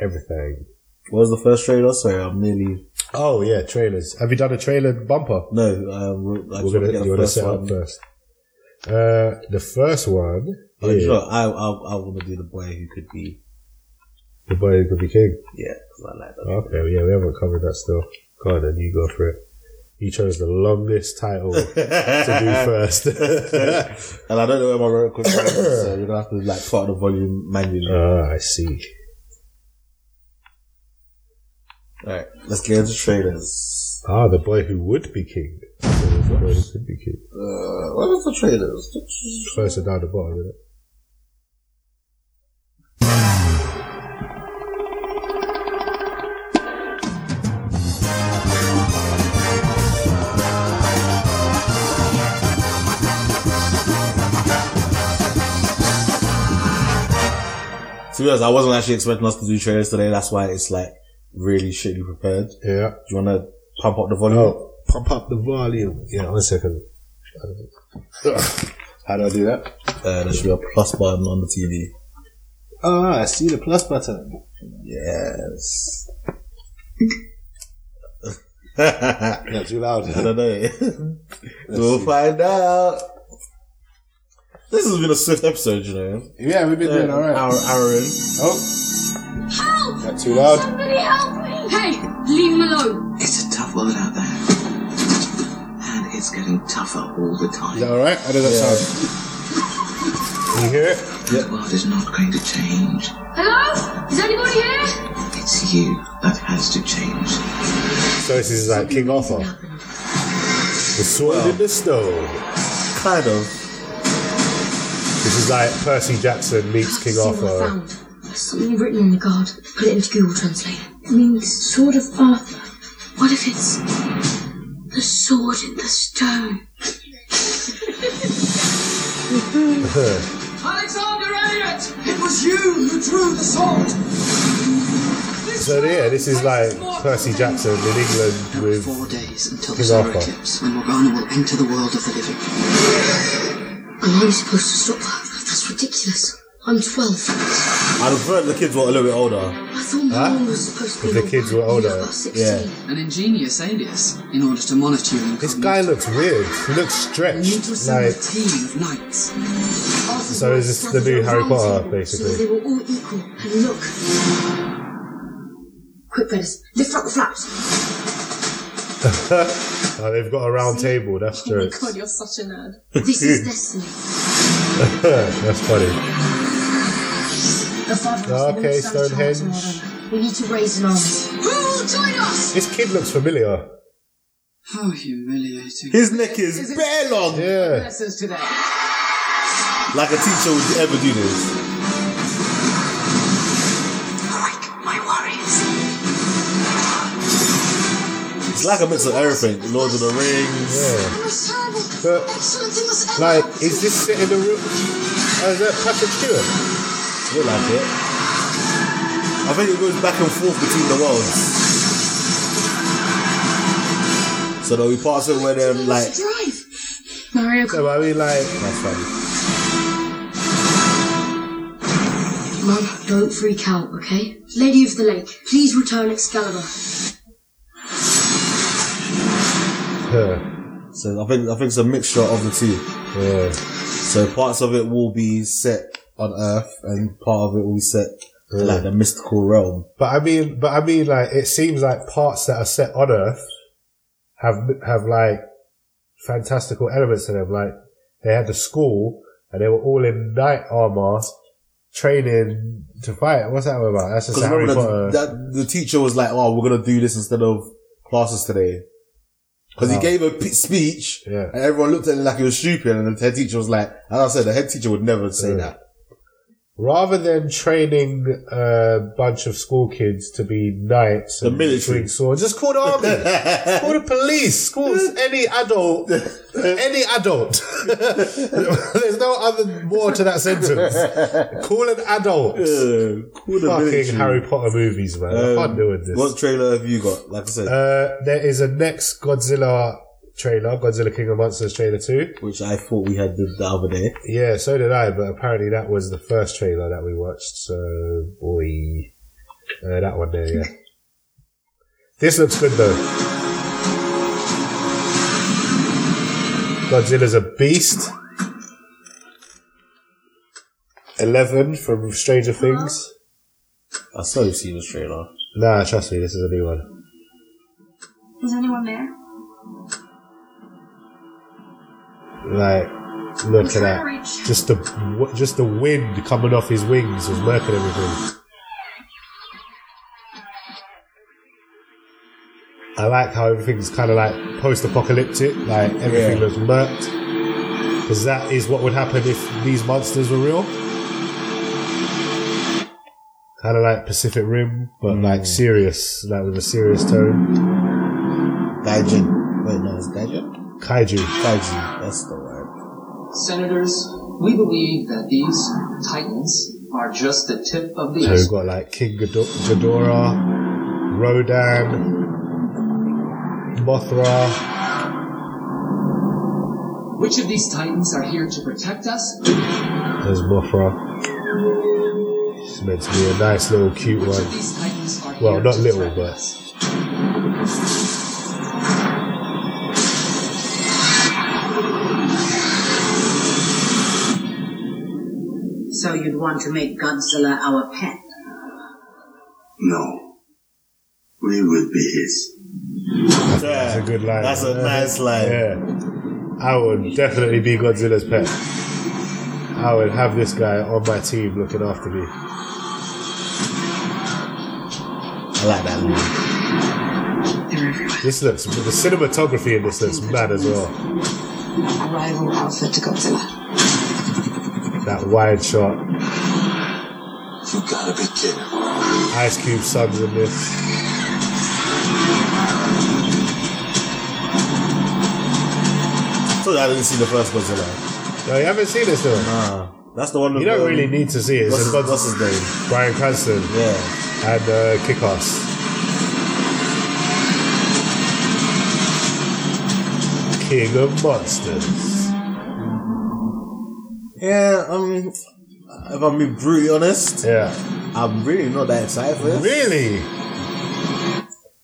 Speaker 3: everything.
Speaker 2: What was the first trailer? Oh, Sorry, I'm nearly
Speaker 3: Oh yeah, trailers. Have you done a trailer bumper?
Speaker 2: no. Um, we're, I
Speaker 3: We're
Speaker 2: just wanna get
Speaker 3: gonna you
Speaker 2: the
Speaker 3: wanna
Speaker 2: first
Speaker 3: set up
Speaker 2: one.
Speaker 3: first. Uh, the first one
Speaker 2: Oh, you
Speaker 3: is
Speaker 2: know, what? I I, I want to do the boy who could be
Speaker 3: the boy who could be king.
Speaker 2: yeah. 'cause I like that.
Speaker 3: Okay, yeah, we haven't covered that still. Go on, then you go for it. You chose the longest title to do first.
Speaker 2: And I don't know where my remote control is, so you're gonna have to like put up the volume manually.
Speaker 3: ah, I see.
Speaker 2: Alright, let's get into trailers.
Speaker 3: Ah, the boy who would be king. So it's the boy who could be king.
Speaker 2: Uh, what was the trailers?
Speaker 3: Closer down the bottom, isn't it?
Speaker 2: To be honest, I wasn't actually expecting us to do trailers today. That's why it's like really shitty prepared. Do
Speaker 3: Yeah.
Speaker 2: you want to pump up the volume?
Speaker 3: Oh, pump up the volume. Yeah, one second. How do I do that?
Speaker 2: Uh, there should be a plus button on the TV.
Speaker 3: Ah, I see the plus button.
Speaker 2: Yes.
Speaker 3: Not too loud.
Speaker 2: I don't know. we'll find out. This has been a swift episode, you know.
Speaker 3: yeah, we've been doing alright.
Speaker 2: Hour, hour in.
Speaker 3: Oh,
Speaker 8: Help!
Speaker 3: not too loud.
Speaker 8: Somebody help me! Hey, leave him alone.
Speaker 9: It's a tough world out there. And it's getting tougher all the time.
Speaker 3: Is that alright? How does that sound? You hear it?
Speaker 9: The world is not going to change.
Speaker 8: Hello? Is anybody here?
Speaker 9: It's you that has to change.
Speaker 3: So this is like King Arthur. The sword in the stone.
Speaker 2: Kind of.
Speaker 3: This is like Percy Jackson meets King Arthur.
Speaker 8: Something written on the guard. Put it into Google Translate. I mean, the sword of Arthur. What if it's the sword in the stone?
Speaker 9: Alexander Elliot! It was you who drew the sword!
Speaker 3: So yeah, this is like Percy Jackson in England with
Speaker 9: Four days until the
Speaker 3: His
Speaker 9: solar
Speaker 3: offer.
Speaker 9: eclipse when Morgana will enter the world of the living.
Speaker 8: And I'm supposed to stop that. That's ridiculous. I'm 12.
Speaker 2: I'd have preferred the kids were a little bit older.
Speaker 8: I thought my
Speaker 3: Huh?
Speaker 8: mom was supposed to be
Speaker 3: If the kids were
Speaker 8: one.
Speaker 3: older.
Speaker 8: Yeah, about 16.
Speaker 2: Yeah.
Speaker 10: An ingenious alias in order to monitor your
Speaker 3: this guy looks weird. He looks stretched. Like
Speaker 10: team of knights.
Speaker 3: so is this the new Harry Potter basically?
Speaker 8: So they were all equal. And look. Quick, Venice, lift up the flaps.
Speaker 3: Oh, they've got a round table. That's
Speaker 9: Oh
Speaker 3: true.
Speaker 8: you're such a nerd. This is destiny.
Speaker 3: That's funny.
Speaker 8: The father of
Speaker 3: Okay,
Speaker 8: the Spanish army
Speaker 3: Stonehenge.
Speaker 8: tomorrow. We need to raise an army.
Speaker 9: Who will join us?
Speaker 3: This kid looks familiar.
Speaker 10: How humiliating.
Speaker 2: His neck is bare long.
Speaker 3: Yeah.
Speaker 10: Lessons today.
Speaker 2: Like a teacher would ever do this.
Speaker 9: Awake, my worries.
Speaker 2: It's like a mix of everything. Lord of the Rings.
Speaker 3: Yeah.
Speaker 9: I was terrible.
Speaker 3: But-
Speaker 9: Excellent in this
Speaker 3: Like, is this set in the room? Oh, is that Patrick Stewart?
Speaker 2: Look like it. I think it goes back and forth between the worlds. So there'll be parts of it where they're like,
Speaker 9: drive.
Speaker 8: Mario,
Speaker 3: No, I mean, like,
Speaker 2: that's funny.
Speaker 8: Mum, don't freak out, okay? Lady of the Lake, please return Excalibur.
Speaker 3: huh.
Speaker 2: So I think I think it's a mixture of the two.
Speaker 3: yeah.
Speaker 2: So parts of it will be set on Earth, and part of it will be set in like the mystical realm.
Speaker 3: But I mean, but I mean, like, it seems like parts that are set on Earth have have like fantastical elements to them. Like, they had the school, and they were all in knight armor, training to fight. What's that all about? That's just
Speaker 2: Because
Speaker 3: a Harry
Speaker 2: remember
Speaker 3: Potter.
Speaker 2: that, that the teacher was like, "Oh, we're gonna do this instead of classes today," because he gave a p- speech,
Speaker 3: Yeah.
Speaker 2: and everyone looked at him like he was stupid. And the head teacher was like, "As I said, the head teacher would never say
Speaker 3: Yeah.
Speaker 2: that."
Speaker 3: rather than training a bunch of school kids to be knights
Speaker 2: The
Speaker 3: and
Speaker 2: military.
Speaker 3: swing swords, just call the army, call the police, call any adult, any adult. There's no other more to that sentence. Call an adult.
Speaker 2: Uh, cool the
Speaker 3: Fucking
Speaker 2: military.
Speaker 3: Harry Potter movies, man. I
Speaker 2: Um,
Speaker 3: can't do with this.
Speaker 2: What trailer have you got? Like I said,
Speaker 3: Uh, there is a next Godzilla trailer, Godzilla King of Monsters trailer 2.
Speaker 2: Which I thought we had did the other day.
Speaker 3: Yeah, so did I, but apparently that was the first trailer that we watched, so boy. Uh, that one there, yeah. this looks good though. Godzilla's a beast. 11 from Stranger Things.
Speaker 2: I saw you see this trailer.
Speaker 3: Nah, trust me, this is a new one.
Speaker 11: Is anyone there?
Speaker 3: Like, look at that. Just the w- just the wind coming off his wings was working everything. I like how everything's kind of like post-apocalyptic. Like everything
Speaker 2: Yeah.
Speaker 3: looks murked. Because that is what would happen if these monsters were real. Kind of like Pacific Rim, but like serious, like with a serious tone.
Speaker 2: Gaijin. Wait, no, it's Gaijin?
Speaker 3: Kaiju.
Speaker 2: Gaijin. That's the word.
Speaker 10: Senators, we believe that these titans are just the tip of the
Speaker 3: So we've
Speaker 10: iceberg.
Speaker 3: got like King Ghidor- Ghidorah, Rodan, Mothra.
Speaker 10: Which of these titans are here to protect us?
Speaker 3: There's Mothra. It's meant to be a nice little cute
Speaker 10: Which
Speaker 3: one.
Speaker 10: of these titans are
Speaker 3: Well,
Speaker 10: here
Speaker 3: not
Speaker 10: to
Speaker 3: little,
Speaker 10: threaten
Speaker 3: but-
Speaker 10: us?
Speaker 11: So you'd want to make Godzilla our pet?
Speaker 9: No. We will be his.
Speaker 3: That's a good line.
Speaker 2: That's a nice line.
Speaker 3: Yeah. I would definitely be Godzilla's pet. I would have this guy on my team looking after me.
Speaker 2: I like that line.
Speaker 10: They're everywhere.
Speaker 3: This looks the cinematography in this looks mad as well.
Speaker 11: A rival outfit to Godzilla.
Speaker 3: That wide shot,
Speaker 9: You gotta be kidding.
Speaker 3: Ice Cube suns in this.
Speaker 2: I told you I didn't see the first Godzilla.
Speaker 3: No, you haven't seen this though.
Speaker 2: Nah. That's the one with
Speaker 3: You don't
Speaker 2: the-
Speaker 3: really need to see it.
Speaker 2: What's
Speaker 3: It's
Speaker 2: his,
Speaker 3: a
Speaker 2: what's
Speaker 3: God's
Speaker 2: his name?
Speaker 3: Brian Cranston
Speaker 2: Yeah.
Speaker 3: and uh, Kickass. King of Monsters.
Speaker 2: Yeah, um, if I'm being brutally honest,
Speaker 3: Yeah.
Speaker 2: I'm really not that excited for this.
Speaker 3: Really?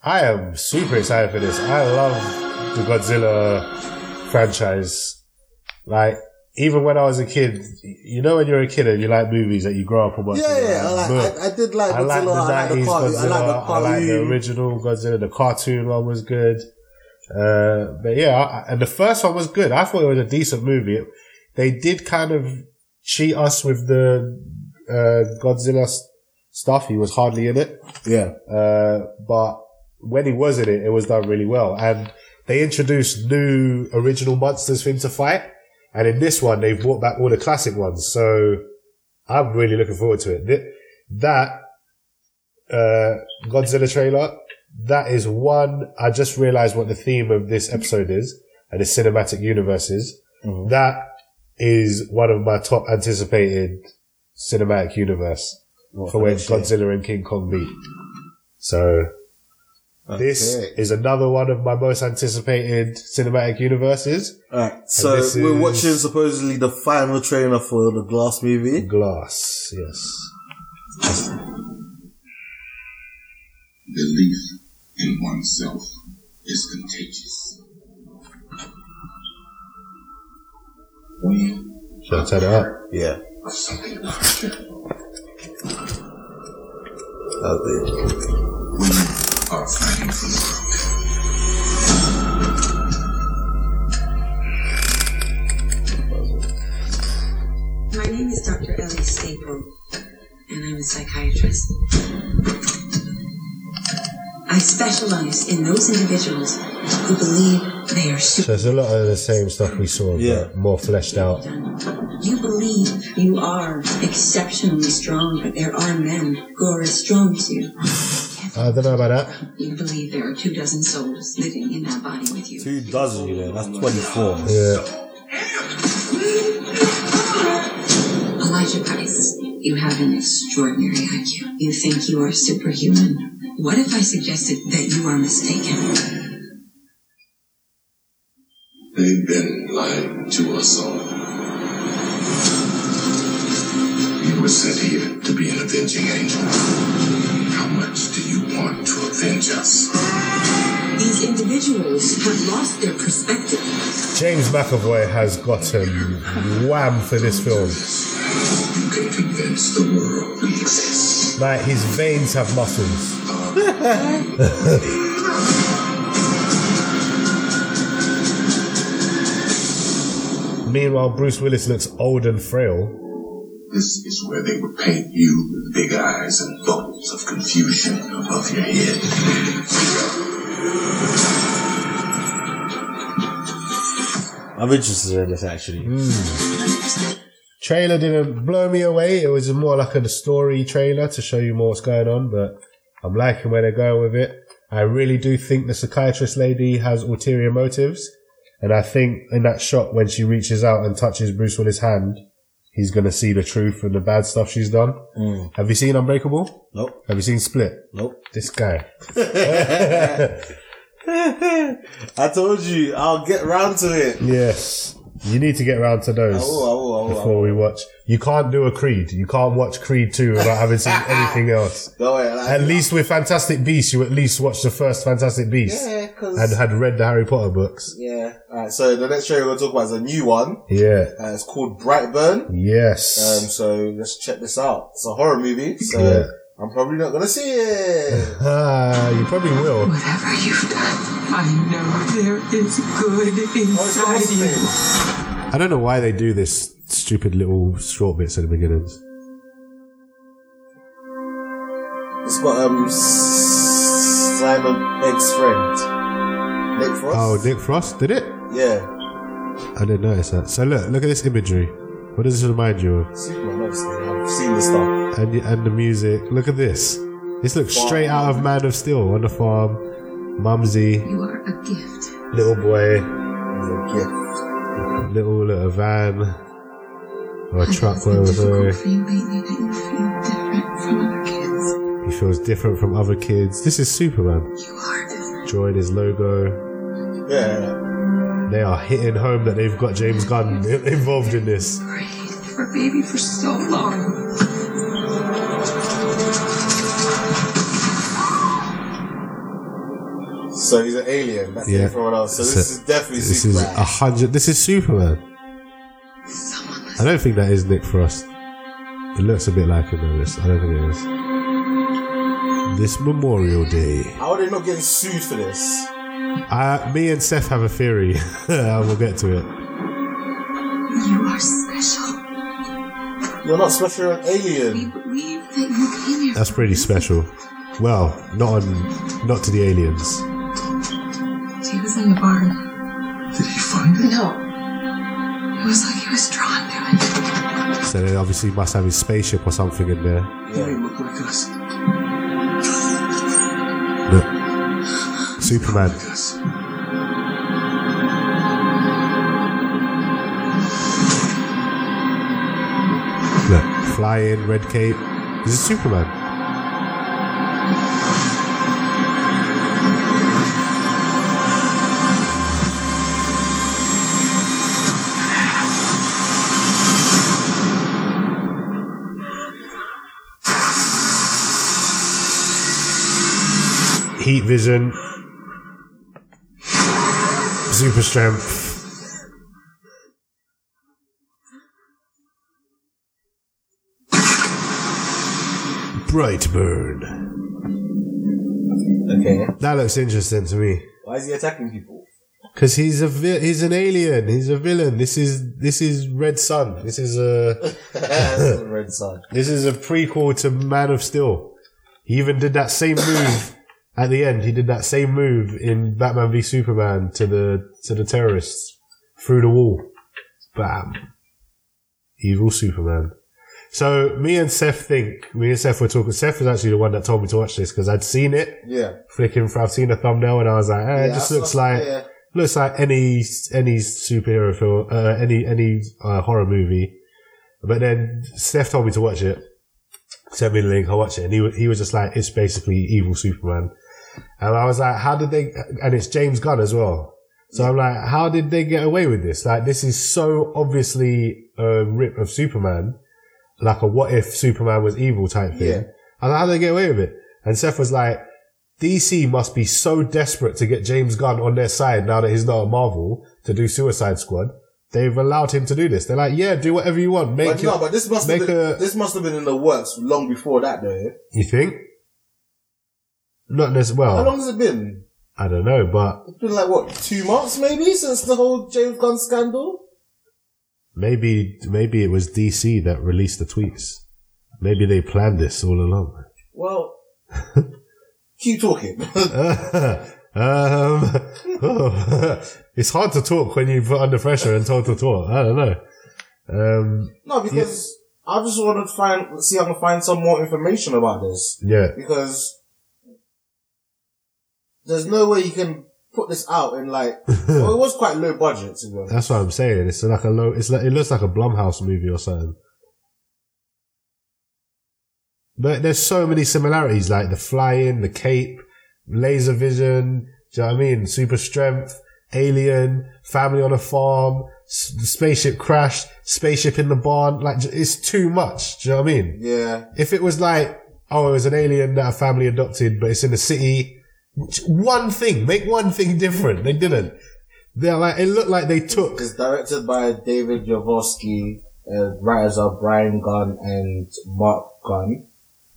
Speaker 3: I am super excited for this. I love the Godzilla franchise. Like, even when I was a kid, you know when you're a kid and you like movies that you grow up and watch.
Speaker 2: Yeah,
Speaker 3: and you're
Speaker 2: yeah, I like,
Speaker 3: look,
Speaker 2: I, I did like
Speaker 3: I
Speaker 2: Godzilla,
Speaker 3: like the
Speaker 2: I like the
Speaker 3: nineties
Speaker 2: cartoon, I
Speaker 3: Godzilla.
Speaker 2: like the cartoon.
Speaker 3: original Godzilla. The cartoon one was good. Uh, but yeah, I, and the first one was good. I thought it was a decent movie. It- they did kind of cheat us with the uh, Godzilla s- stuff. He was hardly in it.
Speaker 2: yeah.
Speaker 3: Uh, but when he was in it, it was done really well. And they introduced new original monsters for him to fight. And in this one, they've brought back all the classic ones. So I'm really looking forward to it. Th- That, uh, Godzilla trailer, that is one. I just realized what the theme of this episode is and the cinematic universe is. That is one of my top anticipated cinematic universe for when Godzilla and King Kong meet. So this
Speaker 2: Okay.
Speaker 3: is another one of my most anticipated cinematic universes.
Speaker 2: Alright, so
Speaker 3: this
Speaker 2: we're
Speaker 3: is-
Speaker 2: watching supposedly the final trailer for the Glass movie.
Speaker 3: Glass, yes.
Speaker 9: Belief in oneself is contagious. When
Speaker 3: Should I turn it up?
Speaker 2: Yeah.
Speaker 9: something
Speaker 2: That'll be
Speaker 9: women are fighting for the
Speaker 11: My name is Dr. Ellie Staple, and I'm a psychiatrist. I specialize in those individuals who believe they are super.
Speaker 3: So it's a lot of the same stuff we saw,
Speaker 2: Yeah.
Speaker 3: but more fleshed out.
Speaker 11: You believe you are exceptionally strong, but there are men who are as strong as you.
Speaker 3: I don't know about that.
Speaker 11: You believe there are two dozen souls living in that body with you.
Speaker 2: two dozen, you know, that's 24.
Speaker 3: Yeah.
Speaker 11: Elijah Price, you have an extraordinary IQ. You think you are superhuman. What if I suggested that you are mistaken?
Speaker 12: They've been lying to us all. You were sent here to be an avenging angel. How much do you want to avenge us?
Speaker 11: These individuals have lost their perspective.
Speaker 3: James McAvoy has gotten wham for this film.
Speaker 12: You can convince the world we exist.
Speaker 3: Like his veins have muscles. Meanwhile, Bruce Willis looks old and frail.
Speaker 12: This is where they would paint you with big eyes and bubbles of confusion above your head.
Speaker 2: I'm interested in this actually.
Speaker 3: Mm. Trailer didn't blow me away. It was more like a story trailer to show you more what's going on, but I'm liking where they're going with it. I really do think the psychiatrist lady has ulterior motives. And I think in that shot when she reaches out and touches Bruce Willis' hand, he's going to see the truth and the bad stuff she's done.
Speaker 2: Mm.
Speaker 3: Have you seen Unbreakable?
Speaker 2: Nope.
Speaker 3: Have you seen Split?
Speaker 2: Nope.
Speaker 3: This guy.
Speaker 2: I told you, I'll get round to it. Oh,
Speaker 3: Yes. You need to get round to those
Speaker 2: I will, I will, I will, I
Speaker 3: before we watch. You can't do a Creed. You can't watch Creed 2 without having seen anything else.
Speaker 2: Don't worry, like,
Speaker 3: At least with Fantastic Beasts, you at least watched the first Fantastic Beasts
Speaker 2: Yeah, 'cause-
Speaker 3: and had read the Harry Potter books.
Speaker 2: Yeah. Alright, so the next show we're going to talk about is a new one.
Speaker 3: Yeah.
Speaker 2: Uh, it's called Brightburn.
Speaker 3: Yes.
Speaker 2: Um, so let's check this out. It's a horror movie, so
Speaker 3: Yeah.
Speaker 2: I'm probably not gonna see it.
Speaker 3: Ah, you probably will.
Speaker 9: Whatever you've done, I know there is good inside you.
Speaker 3: I don't know why they do this stupid little short bits at the beginnings.
Speaker 2: It's got um S- Simon Pegg's friend Nick
Speaker 3: Oh,
Speaker 2: Frost.
Speaker 3: Nick Frost did it?
Speaker 2: yeah,
Speaker 3: I didn't notice that. So look, look at this imagery. What does this remind you of?
Speaker 2: Superman. Obviously, I've seen the stuff.
Speaker 3: And and the music. Look at this. This looks straight out of Man of Steel on the farm. Mumsy,
Speaker 11: You are a gift.
Speaker 3: little boy,
Speaker 2: Yeah,
Speaker 3: little little van or a truck,
Speaker 11: It's been
Speaker 3: whatever.
Speaker 11: difficult
Speaker 3: sorry.
Speaker 11: for you lately that you feel different from other kids.
Speaker 3: He feels different from other kids. This is Superman.
Speaker 11: You are different.
Speaker 3: Drawing his logo.
Speaker 2: yeah.
Speaker 3: They are hitting home that they've got James Gunn involved in this.
Speaker 11: Prayed for baby for so long.
Speaker 2: So he's an alien. That's
Speaker 3: Yeah.
Speaker 2: everyone else. Oh, So this
Speaker 3: So
Speaker 2: is definitely
Speaker 3: This is
Speaker 2: Superman.
Speaker 3: a hundred. This is Superman.
Speaker 11: Someone
Speaker 3: I don't think that is Nick Frost. It looks a bit like him, though. This I don't think it is. This Memorial Day,
Speaker 2: How are they not getting sued for this?
Speaker 3: I, me and Seth have a theory. and we'll get to it.
Speaker 11: You are special.
Speaker 2: You're not special, you're an
Speaker 11: We
Speaker 2: alien.
Speaker 11: believe that you came here.
Speaker 3: That's pretty special. Well, not on, not to the aliens.
Speaker 11: He was in the barn.
Speaker 12: Did he find it?
Speaker 11: No. It was like he was drawn to it.
Speaker 3: So they obviously must have his spaceship or something in there.
Speaker 12: They look like us.
Speaker 3: Look, Superman.
Speaker 12: Like us.
Speaker 3: Look, flying red cape. This is Superman. Heat vision. Super strength. Brightburn.
Speaker 2: Okay.
Speaker 3: That looks interesting to me.
Speaker 2: Why is he attacking people?
Speaker 3: Because he's a vi- he's an alien. He's a villain. This is this is Red Sun. This is a
Speaker 2: That's the red side.
Speaker 3: this is a prequel to Man of Steel. He even did that same move at the end. He did that same move in Batman v Superman to the to the terrorists through the wall. Bam. Evil Superman. So me and Seth think me and Seth were talking. Seth was actually the one that told me to watch this because I'd seen it
Speaker 2: Yeah.
Speaker 3: flicking through. I've seen the thumbnail and I was like, eh, it
Speaker 2: Yeah,
Speaker 3: just
Speaker 2: I
Speaker 3: looks
Speaker 2: saw-
Speaker 3: like
Speaker 2: yeah.
Speaker 3: looks like any any superhero film, uh, any any uh, horror movie. But then Steph told me to watch it, sent me the link. I watched it, and he wa- he was just like, it's basically evil Superman, and I was like, how did they? And it's James Gunn as well. So I'm like, how did they get away with this? Like, this is so obviously a rip of Superman, like a what if Superman was evil type thing.
Speaker 2: Yeah.
Speaker 3: And how did they get away with it? And Seth was like, DC must be so desperate to get James Gunn on their side now that he's not a Marvel to do Suicide Squad. They've allowed him to do this. They're like, yeah, do whatever you want. Make
Speaker 2: But no,
Speaker 3: it-
Speaker 2: but this must have
Speaker 3: make
Speaker 2: been,
Speaker 3: a,
Speaker 2: this must have been in the works long before that, though. yeah?
Speaker 3: You think? Not as
Speaker 2: How long
Speaker 3: well.
Speaker 2: has it been?
Speaker 3: I don't know, but
Speaker 2: It's been like what two months, maybe, since the whole James Gunn scandal.
Speaker 3: maybe maybe it was DC that released the tweets. Maybe they planned this all along.
Speaker 2: Well, keep talking.
Speaker 3: um, it's hard to talk when you're put under pressure and told to talk. I don't know. Um,
Speaker 2: no, because I just want to find see if I can find some more information about this.
Speaker 3: yeah,
Speaker 2: because there's no way you can put this out in like well, it was quite low budget to be honest.
Speaker 3: that's what I'm saying. It's like a low. It's like it looks like a Blumhouse movie or something. But there's so many similarities, like the flying, the cape, laser vision. Do you know what I mean? Super strength, alien, family on a farm, s- the spaceship crash, spaceship in the barn. Like j- it's too much. Do you know what I mean?
Speaker 2: Yeah,
Speaker 3: If it was like, oh, it was an alien that a family adopted, but it's in a city, j- one thing, make one thing different. They didn't. They're like, it looked like they took.
Speaker 2: it's directed by David Javorsky. Uh, writers are Brian Gunn and Mark Gunn.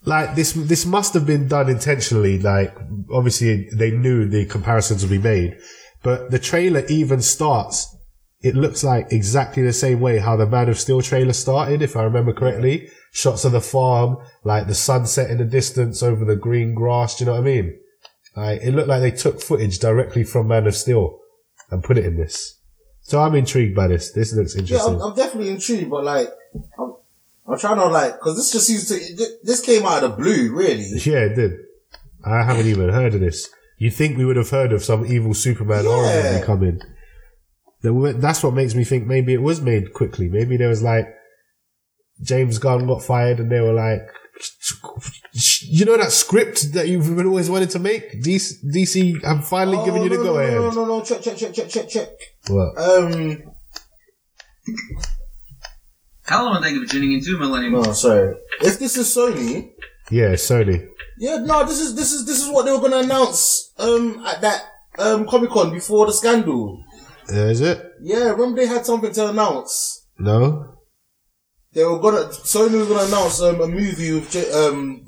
Speaker 3: Like this, this must have been done intentionally. Like, obviously, they knew the comparisons would be made, but the trailer even starts. It looks like exactly the same way how the Man of Steel trailer started, if I remember correctly. Shots of the farm, like the sunset in the distance over the green grass. Do you know what I mean? Like, it looked like they took footage directly from Man of Steel and put it in this. So I'm intrigued by this. This looks
Speaker 2: Yeah,
Speaker 3: interesting.
Speaker 2: I'm, I'm definitely intrigued, but like, I'm, I'm trying to like, cause this just seems to, it- this came out of the blue, really.
Speaker 3: Yeah, it did. I haven't even heard of this. You think we would have heard of some evil Superman
Speaker 2: Yeah.
Speaker 3: horror movie coming? That wa- That's what makes me think maybe it was made quickly. Maybe there was like James Gunn got fired, and they were like, you know that script that you've been always wanted to make. DC, DC I'm finally giving you the
Speaker 2: Oh, no,
Speaker 3: go
Speaker 2: no,
Speaker 3: ahead.
Speaker 2: No, no, no, no, check, check, check, check, check, check.
Speaker 3: What?
Speaker 2: Um,
Speaker 10: How long are they going to be tuning into Millennium?
Speaker 2: no, sorry. If this is Sony,
Speaker 3: Yeah, Sony.
Speaker 2: Yeah, no, this is this is this is what they were gonna announce um at that um Comic Con before the scandal.
Speaker 3: Uh, is it?
Speaker 2: Yeah, remember they had something to announce.
Speaker 3: No.
Speaker 2: They were gonna Sony was gonna announce um, a movie with J- um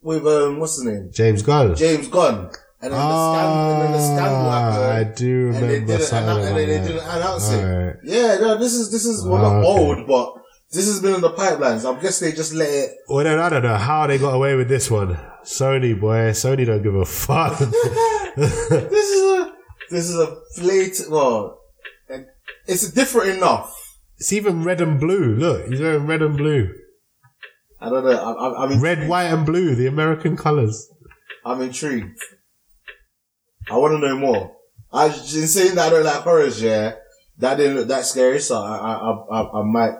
Speaker 2: with um what's his name
Speaker 3: James Gunn.
Speaker 2: James Gunn and then the scandal and then the scandal
Speaker 3: Ah, I
Speaker 2: happened.
Speaker 3: do
Speaker 2: and they
Speaker 3: remember
Speaker 2: didn't,
Speaker 3: something
Speaker 2: announce, and
Speaker 3: about
Speaker 2: they, they
Speaker 3: that.
Speaker 2: didn't announce it.
Speaker 3: Alright.
Speaker 2: Yeah, no, this is this is well
Speaker 3: Ah,
Speaker 2: not
Speaker 3: okay.
Speaker 2: old, but this has been in the pipelines. I guess they just let it.
Speaker 3: Well, then I don't know how they got away with this one. Sony boy, Sony don't give a fuck.
Speaker 2: this is a this is a blatant. Well, it's different enough.
Speaker 3: it's even red and blue. Look, he's wearing red and blue,
Speaker 2: I don't know. I, I, I'm in-
Speaker 3: red, white, and blue. The American colors.
Speaker 2: I'm intrigued. I want to know more. I was in saying that I don't like horrors. Yeah, that didn't look that scary, so I I I, I, I might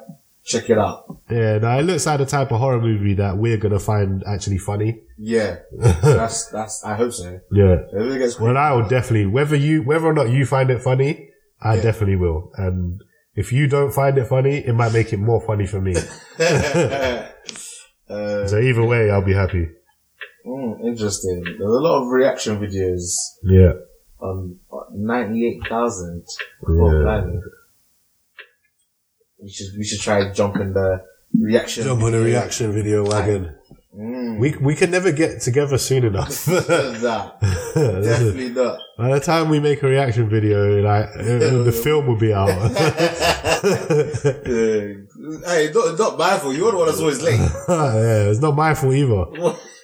Speaker 2: check it out.
Speaker 3: Yeah, no, it looks like the type of horror movie that we're gonna find actually funny.
Speaker 2: Yeah, that's that's. I hope so.
Speaker 3: Yeah.
Speaker 2: If it gets
Speaker 3: Well, I will definitely whether you whether or not you find it funny, I definitely will. And if you don't find it funny, it might make it more funny for me.
Speaker 2: uh,
Speaker 3: so either way, I'll be happy.
Speaker 2: mm, interesting. There's a lot of reaction videos
Speaker 3: Yeah.
Speaker 2: on ninety-eight thousand. Oh,
Speaker 3: Yeah.
Speaker 2: We should we should try jumping the reaction.
Speaker 3: Jump on a reaction video wagon.
Speaker 2: Mm.
Speaker 3: We we can never get together soon enough.
Speaker 2: that. Definitely not.
Speaker 3: By the time we make a reaction video, like uh, the film will be out.
Speaker 2: Yeah. Hey, not, not my fault. You're the one that's always late.
Speaker 3: yeah, it's not my fault either.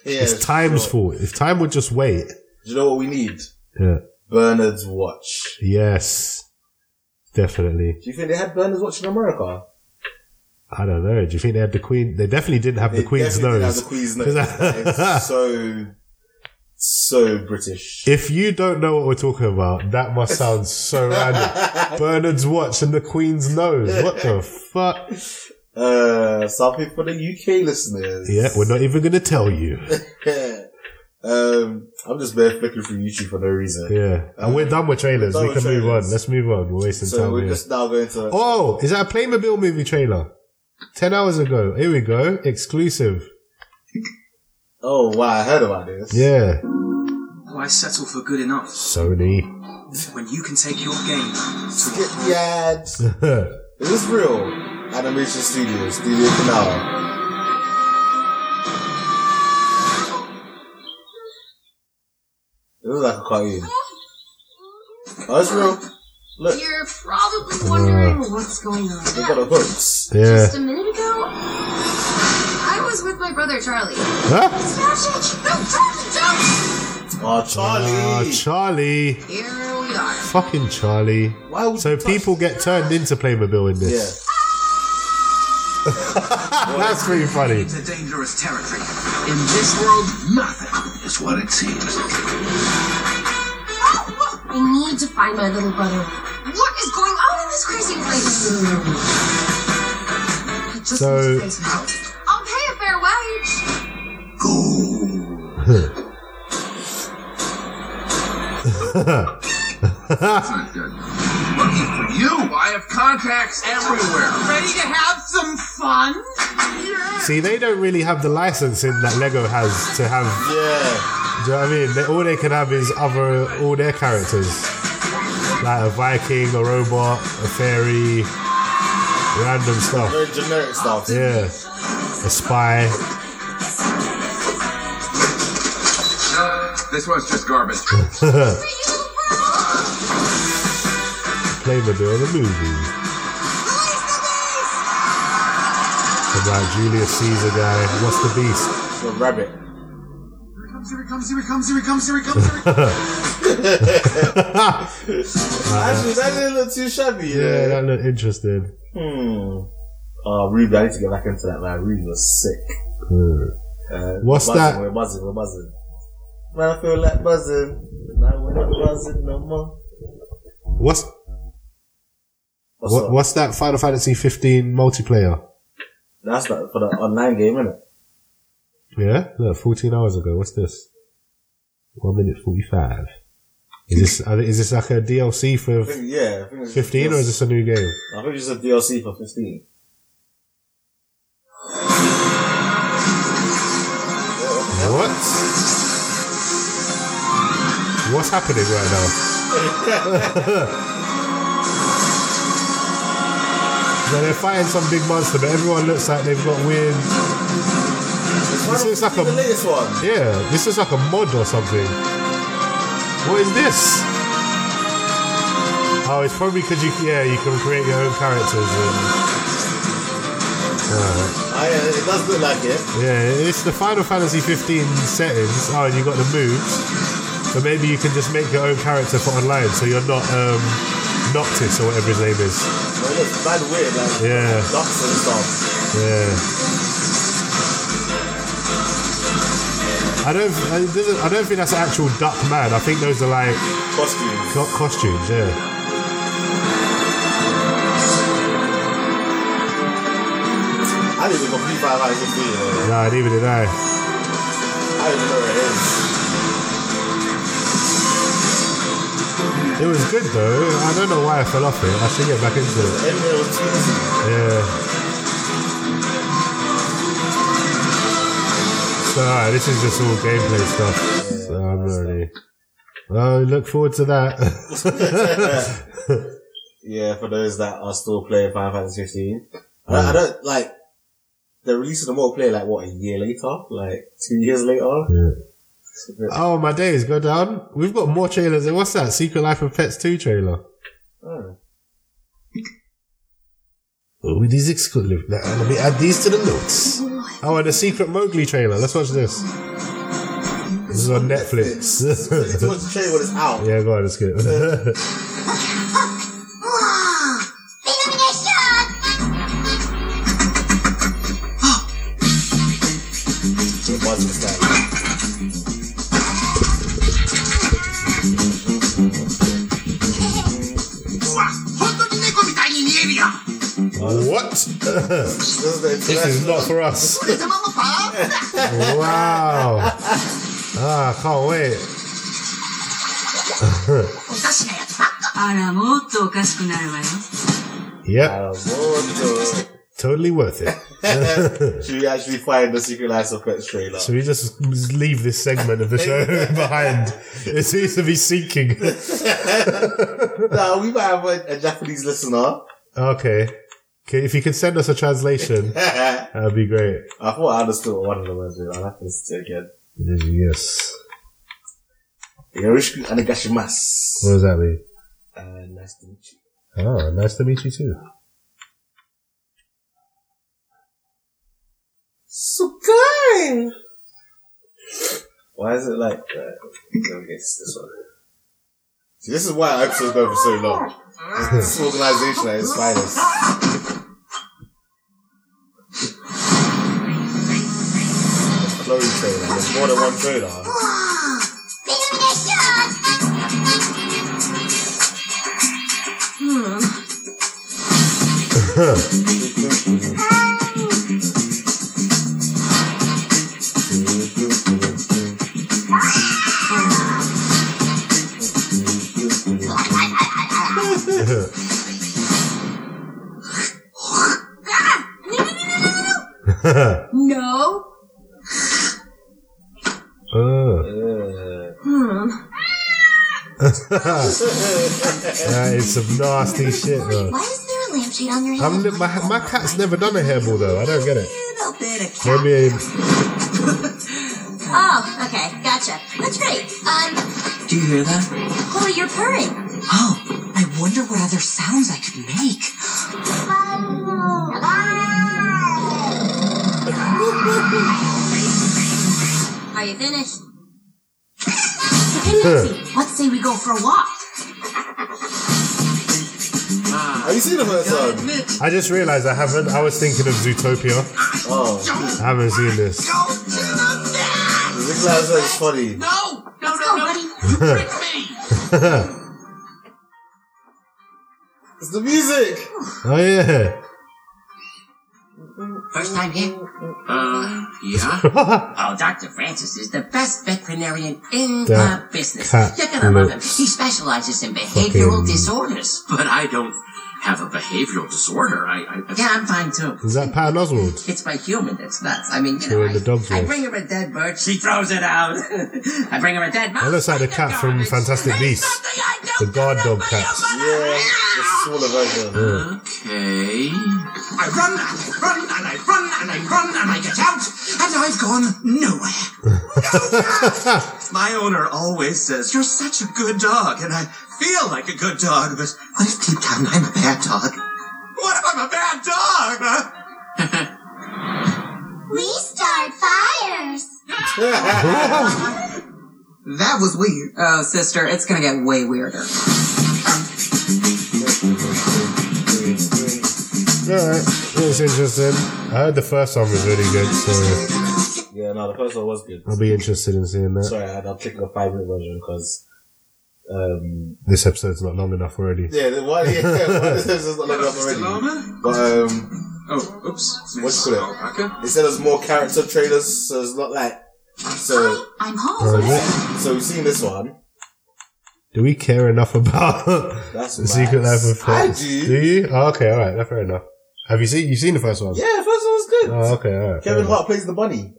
Speaker 2: yeah,
Speaker 3: It's time's
Speaker 2: sure.
Speaker 3: fault. If time would just wait,
Speaker 2: Do you know what we need?
Speaker 3: yeah,
Speaker 2: Bernard's watch.
Speaker 3: yes, definitely.
Speaker 2: Do you think they had Bernard's watch in America?
Speaker 3: I don't know. Do you think they had the queen? They definitely didn't have
Speaker 2: They
Speaker 3: the queen's
Speaker 2: definitely did have
Speaker 3: nose.
Speaker 2: The Queen's nose. It's so, so British.
Speaker 3: If you don't know what we're talking about, that must sound so random. Bernard's watch and the queen's nose. What the fuck?
Speaker 2: Uh, something for the UK listeners.
Speaker 3: Yeah, we're not even gonna tell you.
Speaker 2: um, I'm I'm just bare flicking through YouTube for no reason.
Speaker 3: Yeah. And we're done with trailers.
Speaker 2: We're done
Speaker 3: We can
Speaker 2: with
Speaker 3: move
Speaker 2: trailers.
Speaker 3: on. Let's move on. We're wasting
Speaker 2: So
Speaker 3: time.
Speaker 2: we're
Speaker 3: here.
Speaker 2: just now going to.
Speaker 3: Oh, is that a Playmobil movie trailer? 10 hours ago. Here we go. Exclusive.
Speaker 2: Oh wow, I heard about this.
Speaker 3: Yeah.
Speaker 13: Why settle for good enough
Speaker 3: Sony.
Speaker 13: when you can take your game to
Speaker 2: Skip yards. Is this real? Animation Studios, Studio Canal. It looks like a cartoon. Oh, it's real. Look,
Speaker 8: You're probably wondering what's going on.
Speaker 2: they got the hooks.
Speaker 8: Just a minute ago, I was with my brother Charlie.
Speaker 3: Huh?
Speaker 8: Smash it! No,
Speaker 2: Oh, Charlie.
Speaker 3: Ah,
Speaker 8: Charlie, Charlie!
Speaker 3: Charlie.
Speaker 8: Here we are.
Speaker 3: Fucking Charlie. so people get turned into Playmobil in this. That's pretty funny.
Speaker 13: the dangerous territory. In this world, nothing
Speaker 12: is what it seems.
Speaker 8: I need to find my little brother. What is going on in this crazy place? I just
Speaker 3: So-
Speaker 8: need to pay some help. I'll pay a fair wage.
Speaker 12: Lucky for you, I have contacts everywhere.
Speaker 9: Ready to have some fun?
Speaker 3: See, they don't really have the licensing that Lego has to have.
Speaker 2: Yeah.
Speaker 3: Do you know what I mean? They, all they can have is other all their characters, like a Viking, a robot, a fairy, random stuff.
Speaker 2: Very generic stuff.
Speaker 3: Yeah, a spy.
Speaker 13: Uh,
Speaker 12: This one's just garbage.
Speaker 3: Playmobil the movie. About Julius Caesar guy. What's the beast?
Speaker 2: It's a rabbit.
Speaker 9: Here it comes, here it comes, here it comes, here it comes, here it comes.
Speaker 2: Actually, that didn't look too shabby.
Speaker 3: yeah,
Speaker 2: Yeah.
Speaker 3: that looked interesting.
Speaker 2: Hmm. Oh, Ruby, I need to get back into that, man. Ruby was sick.
Speaker 3: Hmm.
Speaker 2: Uh,
Speaker 3: What's
Speaker 2: we're buzzing,
Speaker 3: that?
Speaker 2: We're buzzing, we're buzzing. Man, I feel like buzzing. Now we're not buzzing no more.
Speaker 3: What's
Speaker 2: What's
Speaker 3: what,
Speaker 2: up?
Speaker 3: what's that Final Fantasy 15 multiplayer?
Speaker 2: That's like for the online game, isn't it?
Speaker 3: Yeah, look, 14 hours ago. What's this? One minute 45. Is this are- is this like a DLC for
Speaker 2: I think, yeah. I think it's
Speaker 3: 15 or is this a new game?
Speaker 2: I think it's just a DLC for 15.
Speaker 3: What? What's happening right now? So they're fighting some big monster, but everyone looks like they've got weird. This looks like
Speaker 2: The
Speaker 3: a
Speaker 2: latest one.
Speaker 3: yeah. This is like a mod or something. What is this? Oh, it's probably because you yeah you can create your own characters. And,
Speaker 2: I,
Speaker 3: Alright.
Speaker 2: uh, it does look like it.
Speaker 3: Yeah, it's the Final Fantasy 15 settings. Oh, and you got the moves. But maybe you can just make your own character for online, so you're not um, Noctis or whatever his name is.
Speaker 2: But it looks bad weird, like
Speaker 3: Yeah.
Speaker 2: ducks and stuff.
Speaker 3: Yeah. I don't. I, doesn't, I don't think that's an actual Duck Man. I think those are like
Speaker 2: Costumes.
Speaker 3: co- costumes. Yeah.
Speaker 2: I didn't even complete Five Nights at Freddy's, you know.
Speaker 3: Nah, neither did I.
Speaker 2: uh, I didn't even know where it is.
Speaker 3: It was good though. I don't know why I fell off it. I should get back into it.
Speaker 2: Everything was too easy.
Speaker 3: Yeah. So alright, this is just all gameplay stuff. So I'm already. Well, look forward to that.
Speaker 2: Yeah, for those that are still playing Final Fantasy 15. I, don't, I don't, like, the release of the multiplayer, like, what, a year later? Like, two years later? It's a bit-
Speaker 3: oh my days, go down. um, We've got more trailers. And What's that? Secret Life of Pets 2 trailer.
Speaker 2: oh.
Speaker 3: Oh, these exclusive. Let let me add these to the notes. Oh, and the Secret Mowgli trailer. Let's watch this. This is on
Speaker 2: It's
Speaker 3: Netflix.
Speaker 2: supposed to show you when it's out.
Speaker 3: yeah, go on, let's get it.
Speaker 8: They're gonna get shot!
Speaker 2: It wasn't that.
Speaker 3: what?
Speaker 2: This is the
Speaker 3: This is
Speaker 2: international.
Speaker 3: not for us. wow. Ah, I can't wait.
Speaker 11: あら、もっとおかしくなるわよ。
Speaker 3: Yep,
Speaker 2: Alamoto.
Speaker 3: totally worth it.
Speaker 2: Should we actually find the Secret Life of Pets trailer?
Speaker 3: So we just leave this segment of the show behind. It seems to be sinking.
Speaker 2: no, we might have a, a Japanese listener.
Speaker 3: Okay. Okay, if you can send us a translation,
Speaker 2: I
Speaker 3: that'd be great.
Speaker 2: thought I understood what one of the words was. I'll have to listen to it again.
Speaker 3: Yes.
Speaker 2: Yoroshiku onegashimasu.
Speaker 3: What does that mean?
Speaker 2: Uh, nice to meet you.
Speaker 3: Oh, nice to meet you too.
Speaker 2: Sukai! Why is it like that? Let me guess this one. See, this is why episodes go for so long. This organization at its finest. Chloe trailer. There's more than one trailer.
Speaker 11: No.
Speaker 3: oh,
Speaker 11: Hmm.
Speaker 3: that is some nasty shit though.
Speaker 14: Why is there a lampshade on your head?
Speaker 3: I'm, my, my cat's never done a hairball though. I don't get it.
Speaker 14: little bit of
Speaker 3: Maybe
Speaker 14: Oh, okay, gotcha. That's great. Um,
Speaker 13: Do you hear that?
Speaker 14: Chloe, you're purring.
Speaker 13: Oh, I wonder what other sounds I could make.
Speaker 14: Are you finished? Hey, Nancy, let's say we go for a walk.
Speaker 2: Have you seen the first one?
Speaker 3: I just realised I haven't. I was thinking of Zootopia.
Speaker 2: Oh,
Speaker 3: I haven't seen this.
Speaker 13: Oh,
Speaker 2: the class is funny.
Speaker 13: No! No,
Speaker 14: Let's go, buddy.
Speaker 3: oh
Speaker 2: It's the music.
Speaker 3: Oh, yeah.
Speaker 13: First time here? Uh, yeah. oh, Dr. Francis is the best veterinarian in
Speaker 3: That
Speaker 13: the business.
Speaker 3: cat
Speaker 13: You're gonna love him.
Speaker 3: looks
Speaker 13: He specializes in behavioral
Speaker 3: fucking-
Speaker 13: disorders.
Speaker 15: But I don't have a behavioral disorder. I, I, I
Speaker 13: Yeah, I'm fine too.
Speaker 3: Is that Patton Oswald?
Speaker 13: It's my human that's nuts. I mean, you know,
Speaker 3: Doing
Speaker 13: I,
Speaker 3: the dog's
Speaker 13: I
Speaker 3: voice.
Speaker 13: bring her a dead bird, she throws it out. I bring her a dead mouse.
Speaker 3: That looks like the cat from Fantastic Beasts. The guard dog cats.
Speaker 2: Yeah, it's a smaller version.
Speaker 15: okay.
Speaker 13: I run and I run and I run and I run and I get out, and I've gone nowhere.
Speaker 15: My owner always says you're such a good dog, and I feel like a good dog. But
Speaker 13: What if deep down I'm a bad dog?
Speaker 15: what if I'm a bad dog? Huh?
Speaker 14: We start fires.
Speaker 9: That was weird. Oh, sister, it's gonna get way weirder.
Speaker 3: Alright, it's interesting. I heard the first one was really good, so
Speaker 2: Yeah, no, the first one was good.
Speaker 3: I'll be interested in seeing that.
Speaker 2: Sorry, I had to click the five minute version because. Um,
Speaker 3: This episode's not long enough already.
Speaker 2: yeah, the one, yeah, one is just not long enough already. But um,
Speaker 15: Oh, oops.
Speaker 2: What you call it? they said there's more character trailers, so it's not like so.
Speaker 14: I'm
Speaker 3: Or
Speaker 14: home.
Speaker 3: Oh, is it?
Speaker 2: So we've seen this one.
Speaker 3: Do we care enough about
Speaker 2: That's
Speaker 3: the Secret Life
Speaker 2: nice.
Speaker 3: of
Speaker 2: I
Speaker 3: Pets?
Speaker 2: do.
Speaker 3: you? Oh, okay, alright, that's fair enough. Have you seen you've seen the first one?
Speaker 2: Yeah, the first one was good.
Speaker 3: Oh, okay, alright. fair
Speaker 2: Kevin
Speaker 3: enough.
Speaker 2: Hart plays the bunny.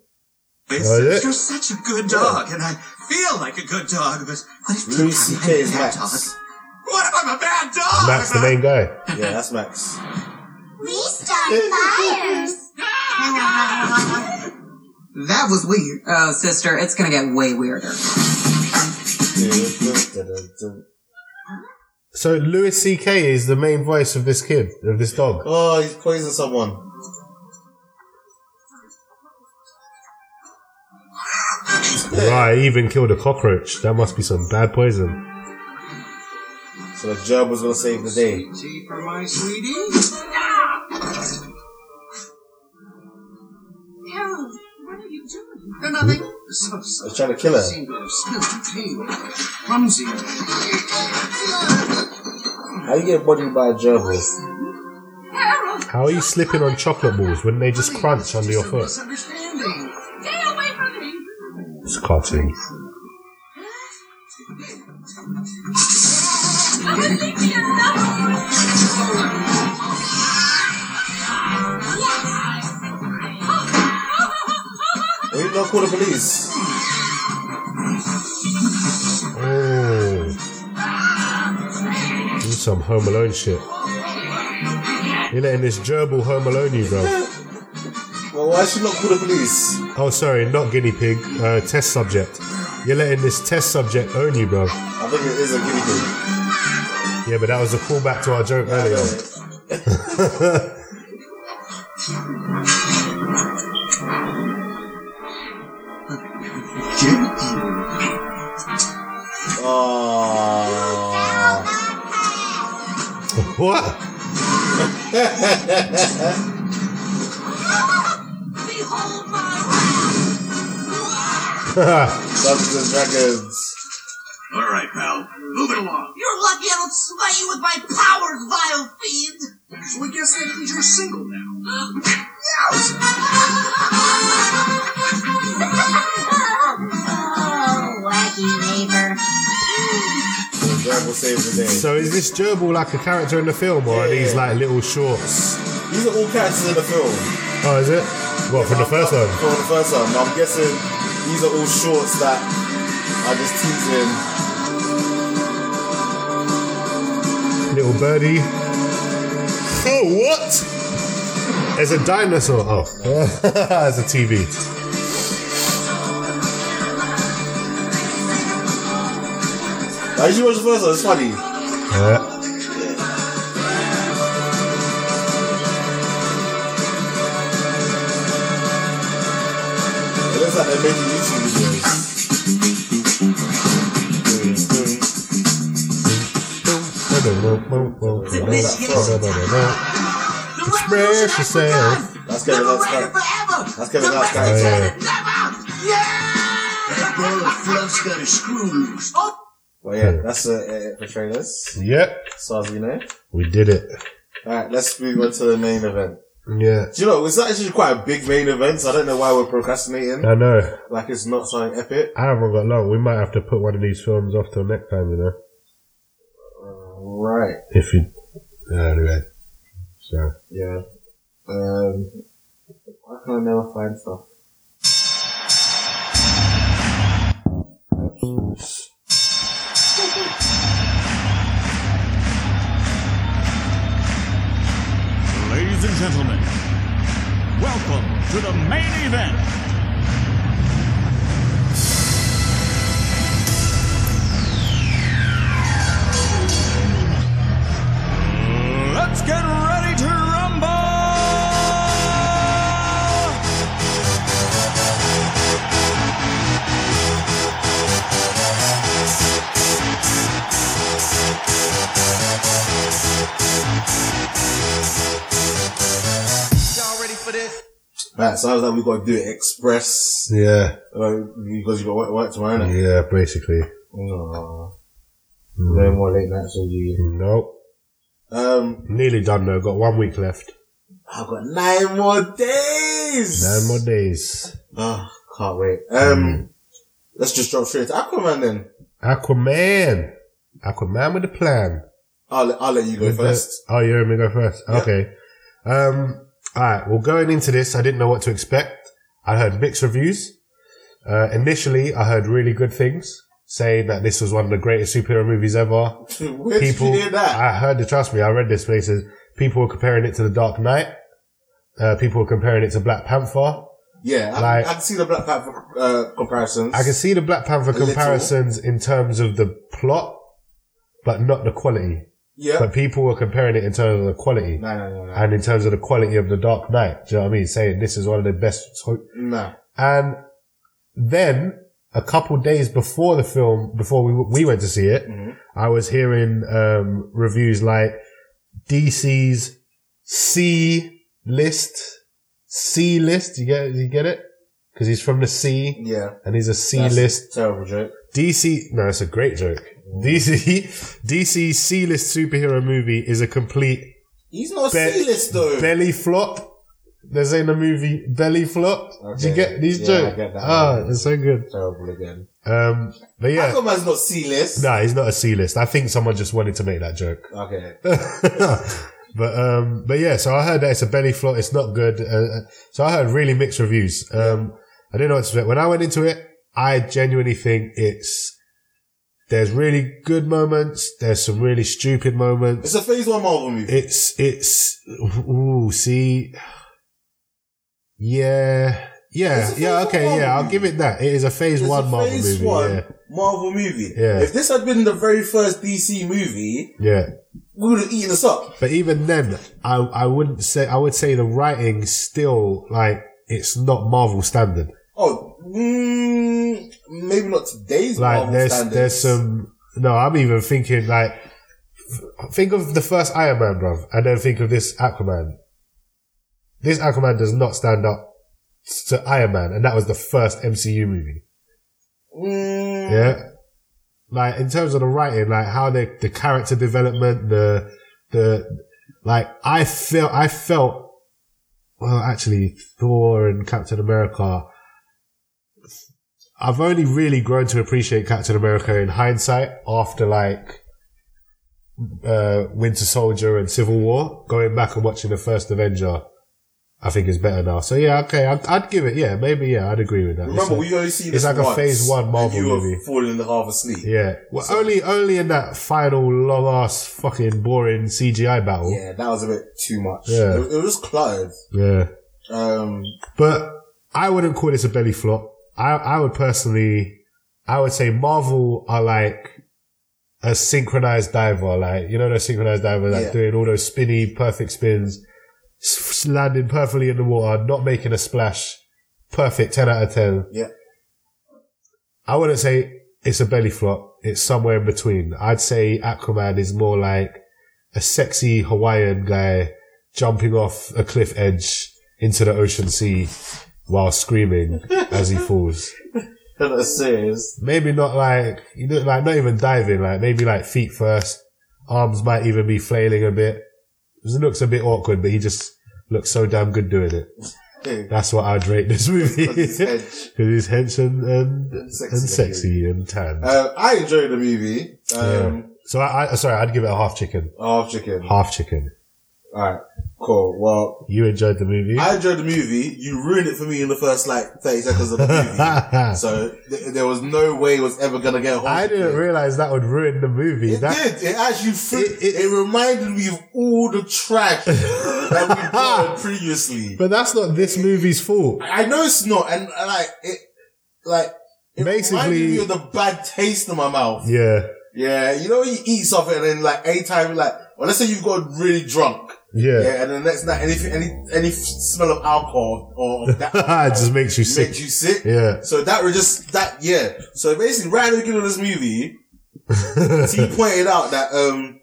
Speaker 3: Oh, is
Speaker 15: You're
Speaker 3: it?
Speaker 15: such a good dog, and I feel like a good dog. But
Speaker 13: What if
Speaker 2: Louis
Speaker 13: deep down I'm
Speaker 2: C.K.
Speaker 13: a
Speaker 2: is
Speaker 13: bad dog?
Speaker 2: Max.
Speaker 15: what if I'm a bad dog?
Speaker 3: Max the main guy.
Speaker 2: Yeah, that's Max.
Speaker 14: We start fires.
Speaker 9: That was weird. Oh, sister, it's gonna get way weirder.
Speaker 3: So Louis C.K. is the main voice of this kid, of this dog.
Speaker 2: Oh, he's poisoned someone.
Speaker 3: Right, he even killed a cockroach. That must be some bad poison.
Speaker 2: So the gerb was gonna save the day.
Speaker 13: Tea for my sweetie?
Speaker 14: Harold, what are you doing?
Speaker 13: No, nothing. So, so.
Speaker 2: They're trying to kill her.
Speaker 13: Seem to have spilled tea. Clumsy.
Speaker 2: How you get bodied by a gerbil?
Speaker 14: Harold,
Speaker 3: How are you slipping on chocolate balls? Wouldn't they just crunch under your foot?
Speaker 13: Misunderstanding.
Speaker 14: stay away from me.
Speaker 3: It's a cartoon.
Speaker 2: We did not call the police.
Speaker 3: Oh. This is some Home Alone shit. You're letting this gerbil Home Alone you, bro.
Speaker 2: Well, why should not call the police?
Speaker 3: Oh, sorry, not guinea pig. Uh, test subject. You're letting this test subject own you,
Speaker 2: I
Speaker 3: bro.
Speaker 2: think it is a guinea pig.
Speaker 3: Yeah, but that was a callback to our joke earlier.
Speaker 2: Oh.
Speaker 3: what?
Speaker 2: Dungeons and Dragons.
Speaker 9: All right, pal. Move it along.
Speaker 13: You're lucky I don't smite you with my powers, vile fiend! So I guess that means you're single now. oh, wacky neighbor.
Speaker 2: Gerbil saves the day.
Speaker 3: So is this gerbil like a character in the film, or are these like little shorts?
Speaker 2: These are all characters in the film.
Speaker 3: Oh, is it? What from the first one?
Speaker 2: From the first one. Now, I'm guessing these are all shorts that are just teasing.
Speaker 3: Little birdie. Oh, what? There's a dinosaur. Oh, there's a TV.
Speaker 2: I usually watch the first one, it's funny.
Speaker 3: Yeah.
Speaker 2: It looks like they're making YouTube videos.
Speaker 3: Express yourself.
Speaker 2: That's Kevin Hart's character. That's Kevin Hart's character.
Speaker 3: Yeah.
Speaker 13: That ball of fluff's got a screw loose. Oh,
Speaker 2: But
Speaker 3: Hmm.
Speaker 2: yeah, that's uh, it for trailers.
Speaker 3: Yep,
Speaker 2: As far as we know.
Speaker 3: we did it.
Speaker 2: Alright, let's move on to the main event.
Speaker 3: Yeah,
Speaker 2: Do you know, it's actually quite a big main event, so I don't know why we're procrastinating.
Speaker 3: I know.
Speaker 2: Like it's not something epic.
Speaker 3: I haven't got long. We might have to put one of these films off till next time, you know.
Speaker 2: Right.
Speaker 3: If you, uh, anyway. So
Speaker 2: Yeah. Um, why can I never find stuff?
Speaker 4: Ladies and gentlemen, welcome to the main event. Let's get ready to rumble!
Speaker 13: y'all ready for this?
Speaker 2: Right, sounds like we gotta do it express.
Speaker 3: yeah,
Speaker 2: Uh, because you got work, work tomorrow, innit?
Speaker 3: yeah, basically.
Speaker 2: Aw. No
Speaker 3: Mm.
Speaker 2: more late nights with you.
Speaker 3: Nope.
Speaker 2: Um,
Speaker 3: Nearly done though. Got one week left.
Speaker 2: I've got nine more days!
Speaker 3: Nine more Mm. days.
Speaker 2: Oh, can't wait. Um, let's just jump straight to Aquaman then.
Speaker 3: Aquaman. Aquaman with a plan.
Speaker 2: I'll, let- I'll let you go
Speaker 3: With the-
Speaker 2: first.
Speaker 3: oh, you heard me go first. Okay. Um, all right. Well, going into this, I didn't know what to expect. I heard mixed reviews. Uh, initially, I heard really good things, saying that this was one of the greatest superhero movies ever.
Speaker 2: Where did you hear that?
Speaker 3: I heard it. Trust me, I read this places. People were comparing it to The Dark Knight. Uh, people were comparing it to Black Panther.
Speaker 2: yeah, I,
Speaker 3: like-
Speaker 2: I can see the Black Panther uh, comparisons.
Speaker 3: I can see the Black Panther
Speaker 2: little.
Speaker 3: comparisons in terms of the plot, but not the quality.
Speaker 2: Yeah.
Speaker 3: But people were comparing it in terms of the quality
Speaker 2: no, no, no, no.
Speaker 3: and in terms of the quality of the Dark Knight. Do you know what I mean? Saying this is one of the best. so-
Speaker 2: no.
Speaker 3: And then a couple days before the film, before we we went to see it,
Speaker 2: Mm-hmm.
Speaker 3: I was hearing um, reviews like DC's C list, C list. You get you get it because he's from the C
Speaker 2: Yeah.
Speaker 3: and he's a C
Speaker 2: That's
Speaker 3: list.
Speaker 2: a Terrible joke.
Speaker 3: DC, no, it's a great joke. DC, DC C-list superhero movie is a complete
Speaker 2: He's not
Speaker 3: Be-
Speaker 2: C-list though.
Speaker 3: belly flop. There's in the movie belly flop. Do you
Speaker 2: Okay.
Speaker 3: get these
Speaker 2: Yeah,
Speaker 3: jokes?
Speaker 2: I get that.
Speaker 3: Ah, it's so good.
Speaker 2: Terrible again.
Speaker 3: Um, but yeah,
Speaker 2: Aquaman's not C-list.
Speaker 3: no, he's not a C-list. I think someone just wanted to make that joke.
Speaker 2: Okay.
Speaker 3: but uh, um, but yeah, so I heard that it's a belly flop. It's not good. Uh, so I heard really mixed reviews. Um, I didn't know what to expect. When I went into it, I genuinely think it's there's really good moments. There's some really stupid
Speaker 2: It's
Speaker 3: moments.
Speaker 2: a phase one Marvel movie.
Speaker 3: It's it's ooh see, yeah, yeah,
Speaker 2: It's a
Speaker 3: yeah.
Speaker 2: phase
Speaker 3: Okay,
Speaker 2: one
Speaker 3: yeah, I'll
Speaker 2: movie.
Speaker 3: give it that. It is a phase
Speaker 2: It's
Speaker 3: one
Speaker 2: a
Speaker 3: Marvel
Speaker 2: phase
Speaker 3: movie.
Speaker 2: one
Speaker 3: Yeah,
Speaker 2: Marvel movie.
Speaker 3: Yeah.
Speaker 2: If this had been the very first DC movie,
Speaker 3: yeah.
Speaker 2: we would have eaten this up.
Speaker 3: But even then, I I wouldn't say I would say the writing still like it's not Marvel standard.
Speaker 2: Oh, mm, maybe not today's
Speaker 3: Like
Speaker 2: Marvel
Speaker 3: there's
Speaker 2: standards.
Speaker 3: there's some no. I'm even thinking like f- think of the first Iron Man, bruv, and then think of this Aquaman. This Aquaman does not stand up to Iron Man, and that was the first MCU movie.
Speaker 2: Mm,
Speaker 3: Yeah. Like in terms of the writing, like how the the character development, the the like I felt I felt well actually Thor and Captain America. I've only really grown to appreciate Captain America in hindsight after like uh, Winter Soldier and Civil War. Going back and watching the first Avenger, I think is better now. So yeah, okay, I'd, I'd give it. Yeah, maybe yeah, I'd agree with that. It's
Speaker 2: Remember,
Speaker 3: a-
Speaker 2: we only see
Speaker 3: it's
Speaker 2: this
Speaker 3: like a
Speaker 2: once,
Speaker 3: phase one Marvel
Speaker 2: and you
Speaker 3: movie.
Speaker 2: You falling in the half asleep.
Speaker 3: Yeah. Well, only only in that final long ass fucking boring CGI battle.
Speaker 2: Yeah, that was a bit too much.
Speaker 3: Yeah.
Speaker 2: It, was- it was cluttered.
Speaker 3: Yeah.
Speaker 2: Um,
Speaker 3: But I wouldn't call this a belly flop. I I would personally, I would say Marvel are like a synchronized diver, like you know those synchronized divers, like
Speaker 2: Yeah.
Speaker 3: doing all those spinny, perfect spins, s- landing perfectly in the water, not making a splash, perfect, ten out of ten.
Speaker 2: yeah.
Speaker 3: I wouldn't say it's a belly flop. It's somewhere in between. I'd say Aquaman is more like a sexy Hawaiian guy jumping off a cliff edge into the ocean sea while screaming as he falls.
Speaker 2: That's serious.
Speaker 3: Maybe not like, you know, like not even diving, like maybe like feet first. Arms might even be flailing a bit. It looks a bit awkward, but he just looks so damn good doing it. That's what I'd rate this movie.
Speaker 2: Because he's hench.
Speaker 3: Because he's hench and, and, and
Speaker 2: sexy.
Speaker 3: sexy and, tan.
Speaker 2: Uh, I enjoyed the movie. Um,
Speaker 3: Yeah. So I, I, sorry, I'd give it a half chicken.
Speaker 2: Half chicken.
Speaker 3: Half chicken.
Speaker 2: Alright, cool. Well,
Speaker 3: You enjoyed the movie.
Speaker 2: I enjoyed the movie. You ruined it for me in the first like 30 seconds of the movie. so th- there was no way it was ever going to get a half
Speaker 3: I didn't
Speaker 2: chicken.
Speaker 3: realize that would ruin the movie.
Speaker 2: It
Speaker 3: that,
Speaker 2: did. It actually threw, it, reminded me of all the trash that we covered previously.
Speaker 3: But that's not this movie's fault.
Speaker 2: I know it's not, and uh, like it, like it reminded
Speaker 3: Basically-
Speaker 2: me of the bad taste in my mouth.
Speaker 3: Yeah.
Speaker 2: Yeah, you know, when you eat something and then like anytime, like, well, let's say you've got really drunk.
Speaker 3: Yeah.
Speaker 2: Yeah, and the next night, any any any smell of alcohol or of that
Speaker 3: it just makes you sick.
Speaker 2: makes you sick.
Speaker 3: Yeah.
Speaker 2: So that was just that. Yeah. So basically, right at the beginning of this movie, he pointed out that um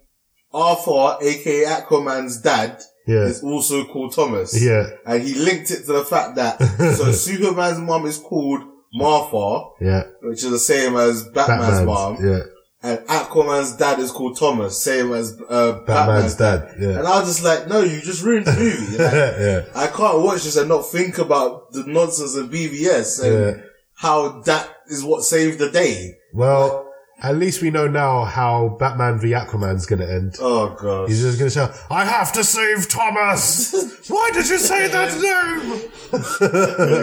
Speaker 2: Arthur, aka Aquaman's dad,
Speaker 3: Yeah.
Speaker 2: is also called Thomas.
Speaker 3: Yeah.
Speaker 2: And he linked it to the fact that so Superman's mom is called Martha,
Speaker 3: Yeah.
Speaker 2: which is the same as Batman's,
Speaker 3: Batman's,
Speaker 2: mom.
Speaker 3: yeah.
Speaker 2: And Aquaman's dad is called Thomas, same as uh, Batman's,
Speaker 3: Batman's
Speaker 2: dad.
Speaker 3: dad. Yeah.
Speaker 2: And I was just like, no, you just ruined the movie. Like,
Speaker 3: yeah.
Speaker 2: I can't watch this and not think about the nonsense of BBS and
Speaker 3: Yeah.
Speaker 2: how that is what saved the day.
Speaker 3: Well, at least we know now how Batman v Aquaman's gonna end.
Speaker 2: Oh god.
Speaker 3: He's just gonna shout, I have to save Thomas! Why did you say that name?
Speaker 2: You're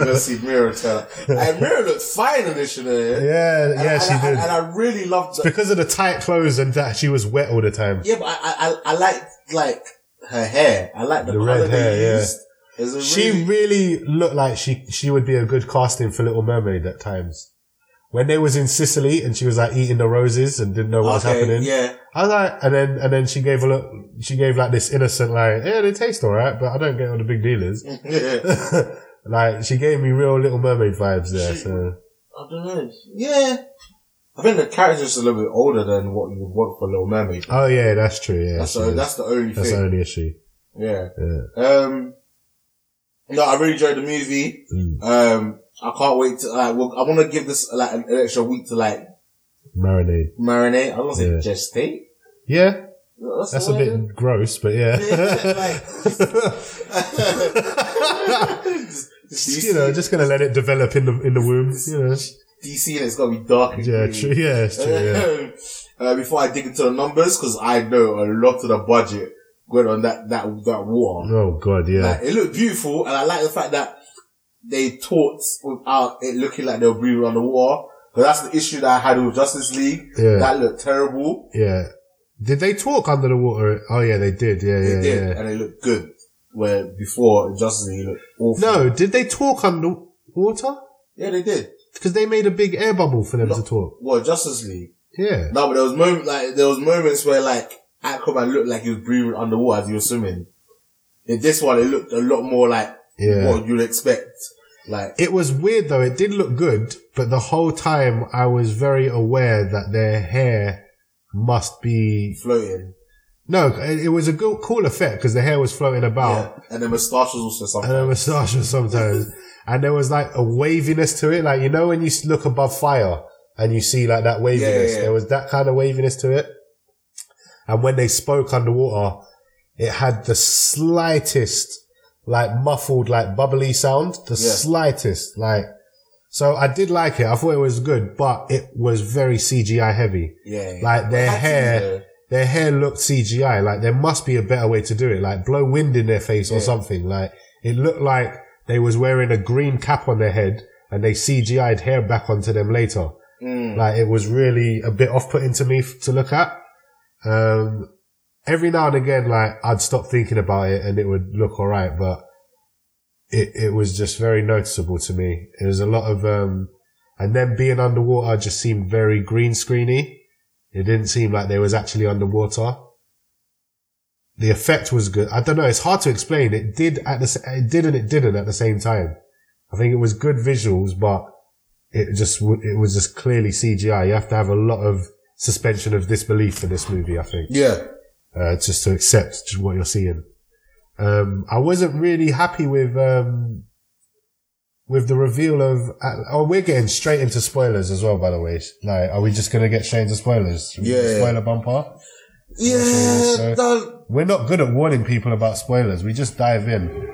Speaker 2: gonna see Mira tell. And Mira looked fine in this, you know.
Speaker 3: Yeah,
Speaker 2: and,
Speaker 3: yeah,
Speaker 2: and,
Speaker 3: she
Speaker 2: I-
Speaker 3: did.
Speaker 2: And I really loved
Speaker 3: It's
Speaker 2: that.
Speaker 3: because of the tight clothes and that she was wet all the time.
Speaker 2: yeah, but I, I, I, I like like her hair. I like the,
Speaker 3: The
Speaker 2: color
Speaker 3: red hair,
Speaker 2: they
Speaker 3: yeah.
Speaker 2: used. It's a
Speaker 3: She
Speaker 2: really-
Speaker 3: really looked like she she would be a good casting for Little Mermaid at times. When they was in Sicily and she was like eating the roses and didn't know what was
Speaker 2: Okay,
Speaker 3: happening.
Speaker 2: yeah.
Speaker 3: I was like, and then and then she gave a look. She gave like this innocent like, yeah, they taste all right, but I don't get what the big deal is.
Speaker 2: yeah.
Speaker 3: like she gave me real Little Mermaid vibes there. So
Speaker 2: I don't know. Yeah. I think the character's a little bit older than what you would want for Little Mermaid.
Speaker 3: oh yeah, that's true. Yeah,
Speaker 2: that's,
Speaker 3: she
Speaker 2: the,
Speaker 3: is.
Speaker 2: that's the only
Speaker 3: That's
Speaker 2: thing.
Speaker 3: the only issue.
Speaker 2: Yeah.
Speaker 3: Yeah.
Speaker 2: Um, no, I really enjoyed the movie.
Speaker 3: Mm.
Speaker 2: Um, I can't wait to. Like, well, I want to give this like an extra week to like
Speaker 3: Marinade.
Speaker 2: marinate. I don't want to
Speaker 3: Yeah.
Speaker 2: say gestate.
Speaker 3: Yeah,
Speaker 2: That's,
Speaker 3: that's
Speaker 2: the
Speaker 3: a
Speaker 2: word.
Speaker 3: bit gross, but
Speaker 2: Yeah,
Speaker 3: yeah.
Speaker 2: like,
Speaker 3: Just, you know, just gonna let it develop in the in the womb. You know.
Speaker 2: DC and it's got to be dark. and
Speaker 3: Yeah,
Speaker 2: gloomy.
Speaker 3: true. Yeah, it's true. Yeah.
Speaker 2: uh, before I dig into the numbers, because I know a lot of the budget went on that that that water.
Speaker 3: Oh god, yeah.
Speaker 2: Like, it looked beautiful, and I like the fact that they taught without it looking like they were breathing on the water. But that's the issue that I had with Justice League.
Speaker 3: Yeah.
Speaker 2: That looked terrible.
Speaker 3: Yeah. Did they talk under the water? Oh yeah, they did. Yeah,
Speaker 2: They
Speaker 3: yeah,
Speaker 2: did,
Speaker 3: yeah.
Speaker 2: and they looked good. Where before in Justice League it looked awful.
Speaker 3: No, did they talk under water?
Speaker 2: Yeah, they did.
Speaker 3: Because they made a big air bubble for them to talk.
Speaker 2: Well, Justice League.
Speaker 3: Yeah.
Speaker 2: No, but there was moments like there was moments where like Aquaman looked like he was breathing underwater as he was swimming. In this one, it looked a lot more like
Speaker 3: Yeah.
Speaker 2: what you'd expect. Like
Speaker 3: It was weird though. It did look good, but the whole time I was very aware that their hair must be
Speaker 2: floating.
Speaker 3: No, it it was a good, cool effect because the hair was floating about.
Speaker 2: Yeah. And the moustache was also something.
Speaker 3: and a moustache sometimes. and there was like a waviness to it. Like, you know, when you s- look above fire and you see like that waviness,
Speaker 2: yeah.
Speaker 3: there was that kind of waviness to it. And when they spoke underwater, it had the slightest, like muffled, like bubbly sound, the
Speaker 2: Yeah.
Speaker 3: slightest, like, so I did like it. I thought it was good, but it was very CGI heavy.
Speaker 2: Yeah.
Speaker 3: Like their
Speaker 2: It had to be,
Speaker 3: hair,
Speaker 2: though.
Speaker 3: their hair looked CGI. Like there must be a better way to do it. Like blow wind in their face or
Speaker 2: Yeah.
Speaker 3: something. Like it looked like they was wearing a green cap on their head and they CGI'd hair back onto them later.
Speaker 2: Mm.
Speaker 3: Like it was really a bit off putting to me f- to look at. Um, every now and again, like I'd stop thinking about it and it would look all right, but it, it was just very noticeable to me. It was a lot of, um, and then being underwater just seemed very green screeny. It didn't seem like they was actually underwater. The effect was good. I don't know. It's hard to explain. It did at the, s- it did and it didn't at the same time. I think it was good visuals, but it just w- it was just clearly CGI. You have to have a lot of suspension of disbelief for this movie, I think,
Speaker 2: Yeah.
Speaker 3: uh, just to accept just what you're seeing. Um, I wasn't really happy with um, with the reveal of. Uh, oh, we're getting straight into spoilers as well, by the way. Like, are we just gonna get straight into spoilers? Should we do
Speaker 2: Yeah.
Speaker 3: spoiler bumper.
Speaker 2: Yeah. that-
Speaker 3: We're not good at warning people about spoilers. We just dive in.
Speaker 5: Warning,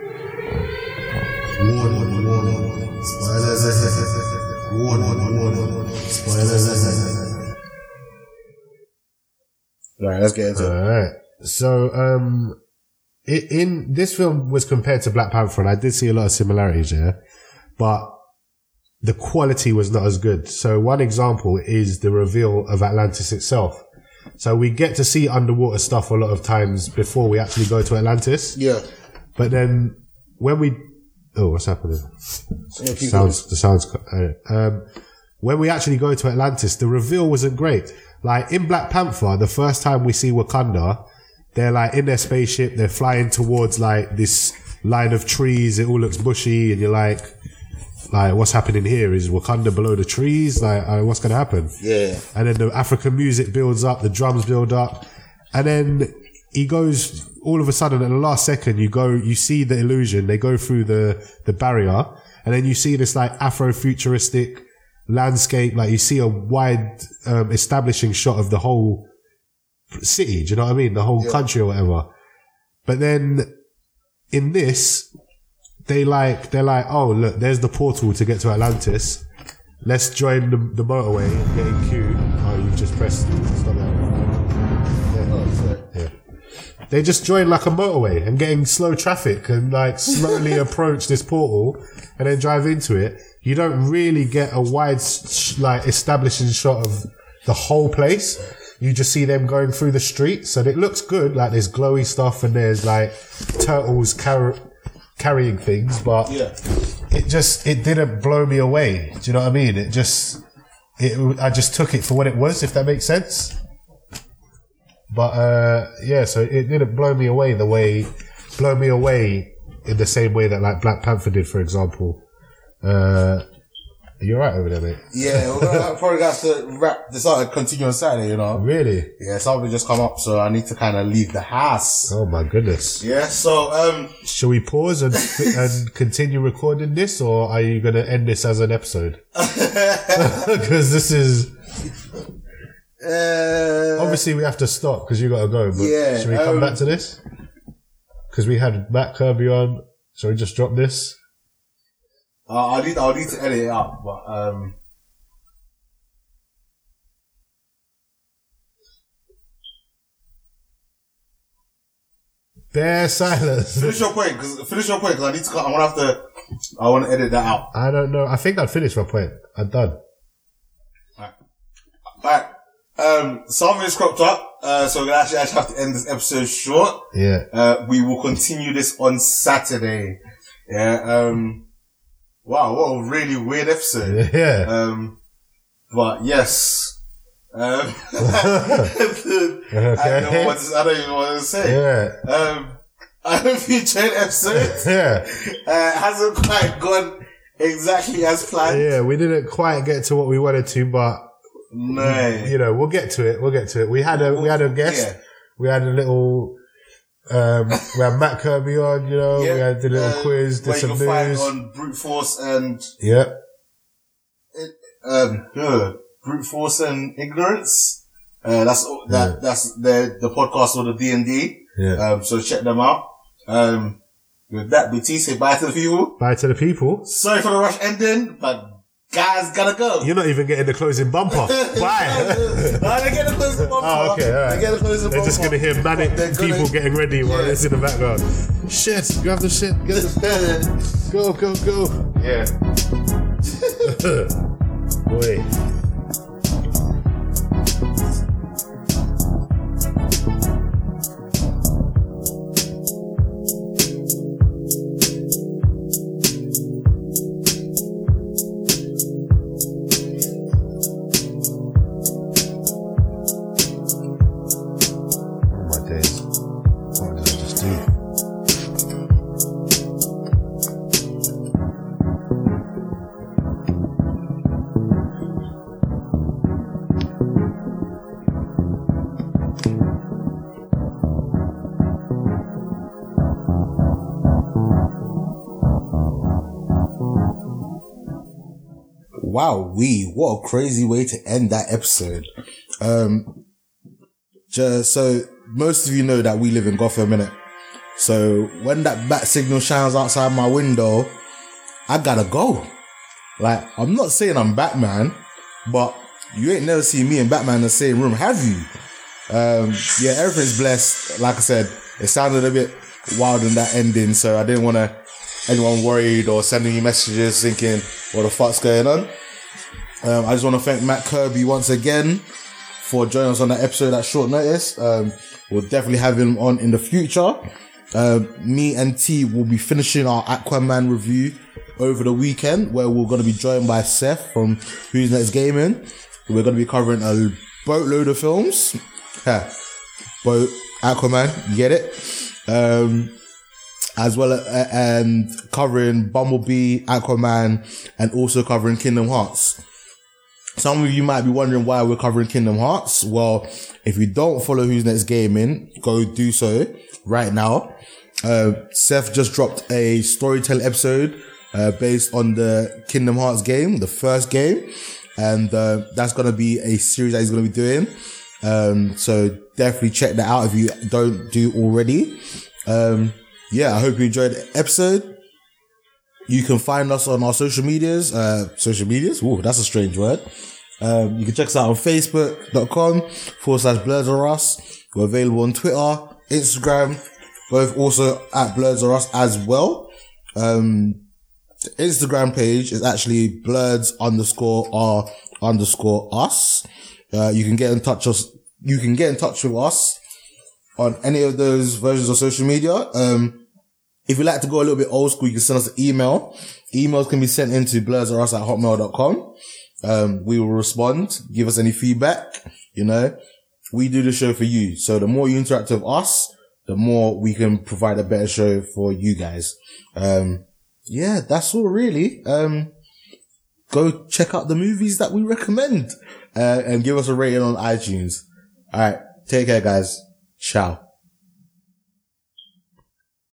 Speaker 5: warning. Spoilers. Warning, warning. Spoilers.
Speaker 2: Right, let's get into it.
Speaker 3: All right. So, um, i- in this film was compared to Black Panther, and I did see a lot of similarities, yeah, but the quality was not as good. So, one example is the reveal of Atlantis itself. So, we get to see underwater stuff a lot of times before we actually go to Atlantis.
Speaker 2: Yeah.
Speaker 3: But then when we, oh, what's happening? sounds the sounds. co- uh, Um, when we actually go to Atlantis, the reveal wasn't great. Like in Black Panther, the first time we see Wakanda, they're like in their spaceship, they're flying towards like this line of trees. It all looks bushy, and you're like, like what's happening here? Is Wakanda below the trees? Like uh, what's gonna happen?
Speaker 2: Yeah.
Speaker 3: and then the African music builds up, the drums build up, and then he goes all of a sudden at the last second you go you see the illusion they go through the the barrier and then you see this like afro-futuristic landscape like you see a wide um, establishing shot of the whole city do you know what i mean the whole country or whatever but then in this they like they're like oh look there's the portal to get to atlantis Let's join the, the motorway and get in queue. Oh, you've just pressed stop that. Yeah. Yeah. They just join like a motorway and getting slow traffic and like slowly approach this portal and then drive into it. You don't really get a wide s- sh- like establishing shot of the whole place. You just see them going through the streets and it looks good. Like there's glowy stuff and there's like turtles car- carrying things, but
Speaker 2: Yeah.
Speaker 3: it just it didn't blow me away. Do you know what I mean? It just it I just took it for what it was, if that makes sense. But uh yeah, so it didn't blow me away the way blow me away in the same way that like Black Panther did, for example. Uh you're right over there, mate.
Speaker 2: Yeah, we're gonna probably gonna have to wrap this up and continue on Saturday, you know?
Speaker 3: Really?
Speaker 2: Yeah, something just come up, so I need to kind of leave the house.
Speaker 3: Oh my goodness.
Speaker 2: Yeah, so, um,
Speaker 3: Shall we pause and and continue recording this, or are you going to end this as an episode? Because this is
Speaker 2: uh,
Speaker 3: obviously we have to stop because you got to go. But
Speaker 2: Yeah,
Speaker 3: should we come
Speaker 2: um,
Speaker 3: back to this? Because we had Matt Kirby on. Shall we just drop this?
Speaker 2: Uh, I'll need I'll need to edit it up, but um.
Speaker 3: Bear silence.
Speaker 2: Finish your point. 'cause- Finish your point. Because I need to. cut- I'm gonna have to. I want to edit that out.
Speaker 3: I don't know. I think I'd finished my point. I'm done.
Speaker 2: Right. Um, something's cropped up. Uh, so we actually actually have to end this episode short.
Speaker 3: Yeah.
Speaker 2: Uh, we will continue this on Saturday. Yeah. Um, wow, what a really weird episode.
Speaker 3: Yeah.
Speaker 2: Um, but yes. Um, I, don't know
Speaker 3: Okay.
Speaker 2: what to, I don't even know what to say.
Speaker 3: Yeah.
Speaker 2: Um, I hope you enjoyed the episode.
Speaker 3: Yeah.
Speaker 2: Uh, it hasn't quite gone exactly as planned.
Speaker 3: Yeah, we didn't quite get to what we wanted to, but
Speaker 2: No.
Speaker 3: you know, we'll get to it. We'll get to it. We had a we had a guest.
Speaker 2: Yeah.
Speaker 3: We had a little. Um, we had Matt Kirby on. You know, we had the little
Speaker 2: Uh,
Speaker 3: quiz, did
Speaker 2: where you
Speaker 3: some
Speaker 2: can find
Speaker 3: news.
Speaker 2: on brute force and
Speaker 3: Yep.
Speaker 2: um, uh, brute force and ignorance. Uh, that's all- that. That's the the podcast or the D and D.
Speaker 3: Yeah.
Speaker 2: Um, so check them out. Um, with that, BT say bye to the people.
Speaker 3: Bye to the people.
Speaker 2: Sorry for the rush ending, but guys gotta go.
Speaker 3: You're not even getting the closing bumper. Bye.
Speaker 2: no, they get a closing bumper.
Speaker 3: Oh, okay, all right.
Speaker 2: They get a closing
Speaker 3: They're
Speaker 2: bumper.
Speaker 3: just gonna hear manic
Speaker 2: They're gonna-
Speaker 3: people getting ready while
Speaker 2: Yeah.
Speaker 3: it's in the background. Shit, grab the shit, get the go, go, go.
Speaker 2: Yeah.
Speaker 3: Boy. Oh my days. What did I just do?
Speaker 2: Wow, we what a crazy way to end that episode. Um, ju- so most of you know that we live in Gotham, innit? So when that bat signal shines outside my window, I gotta go. Like I'm not saying I'm Batman, but you ain't never seen me and Batman in the same room, have you? Um, yeah, everything's blessed. Like I said, it sounded a bit wild in that ending, so I didn't want to anyone worried or sending you messages thinking what the fuck's going on. Um, I just want to thank Matt Kirby once again for joining us on that episode at short notice. Um, we'll definitely have him on in the future. Um, me and T will be finishing our Aquaman review over the weekend, where we're going to be joined by Seth from Who's Next Gaming. We're going to be covering a boatload of films. Ha. Boat, Aquaman, you get it? Um, as well as, and covering Bumblebee, Aquaman, and also covering Kingdom Hearts. Some of you might be wondering why we're covering Kingdom Hearts. Well, if you don't follow Who's Next Gaming, go do so right now. Uh, Seth just dropped a storytell episode uh, based on the Kingdom Hearts game, the first game, and uh, that's gonna be a series that he's gonna be doing. Um, so definitely check that out if you don't do already. Um, yeah, I hope you enjoyed the episode. You can find us on our social medias. Uh, social medias? Ooh, that's a strange word. Um, you can check us out on facebook.com forward slash Blurs Are Us. We're available on Twitter, Instagram, both also at Blurs Are Us as well. Um, the Instagram page is actually blurs underscore r underscore us. Uh, you can get in touch us. You can get in touch with us on any of those versions of social media. Um, if you like to go a little bit old school, you can send us an email. Emails can be sent into blursorus at hotmail.com. Um, we will respond, give us any feedback, you know. We do the show for you. So the more you interact with us, the more we can provide a better show for you guys. Um, yeah, that's all really. Um, go check out the movies that we recommend, uh, and give us a rating on iTunes. All right. Take care, guys. Ciao.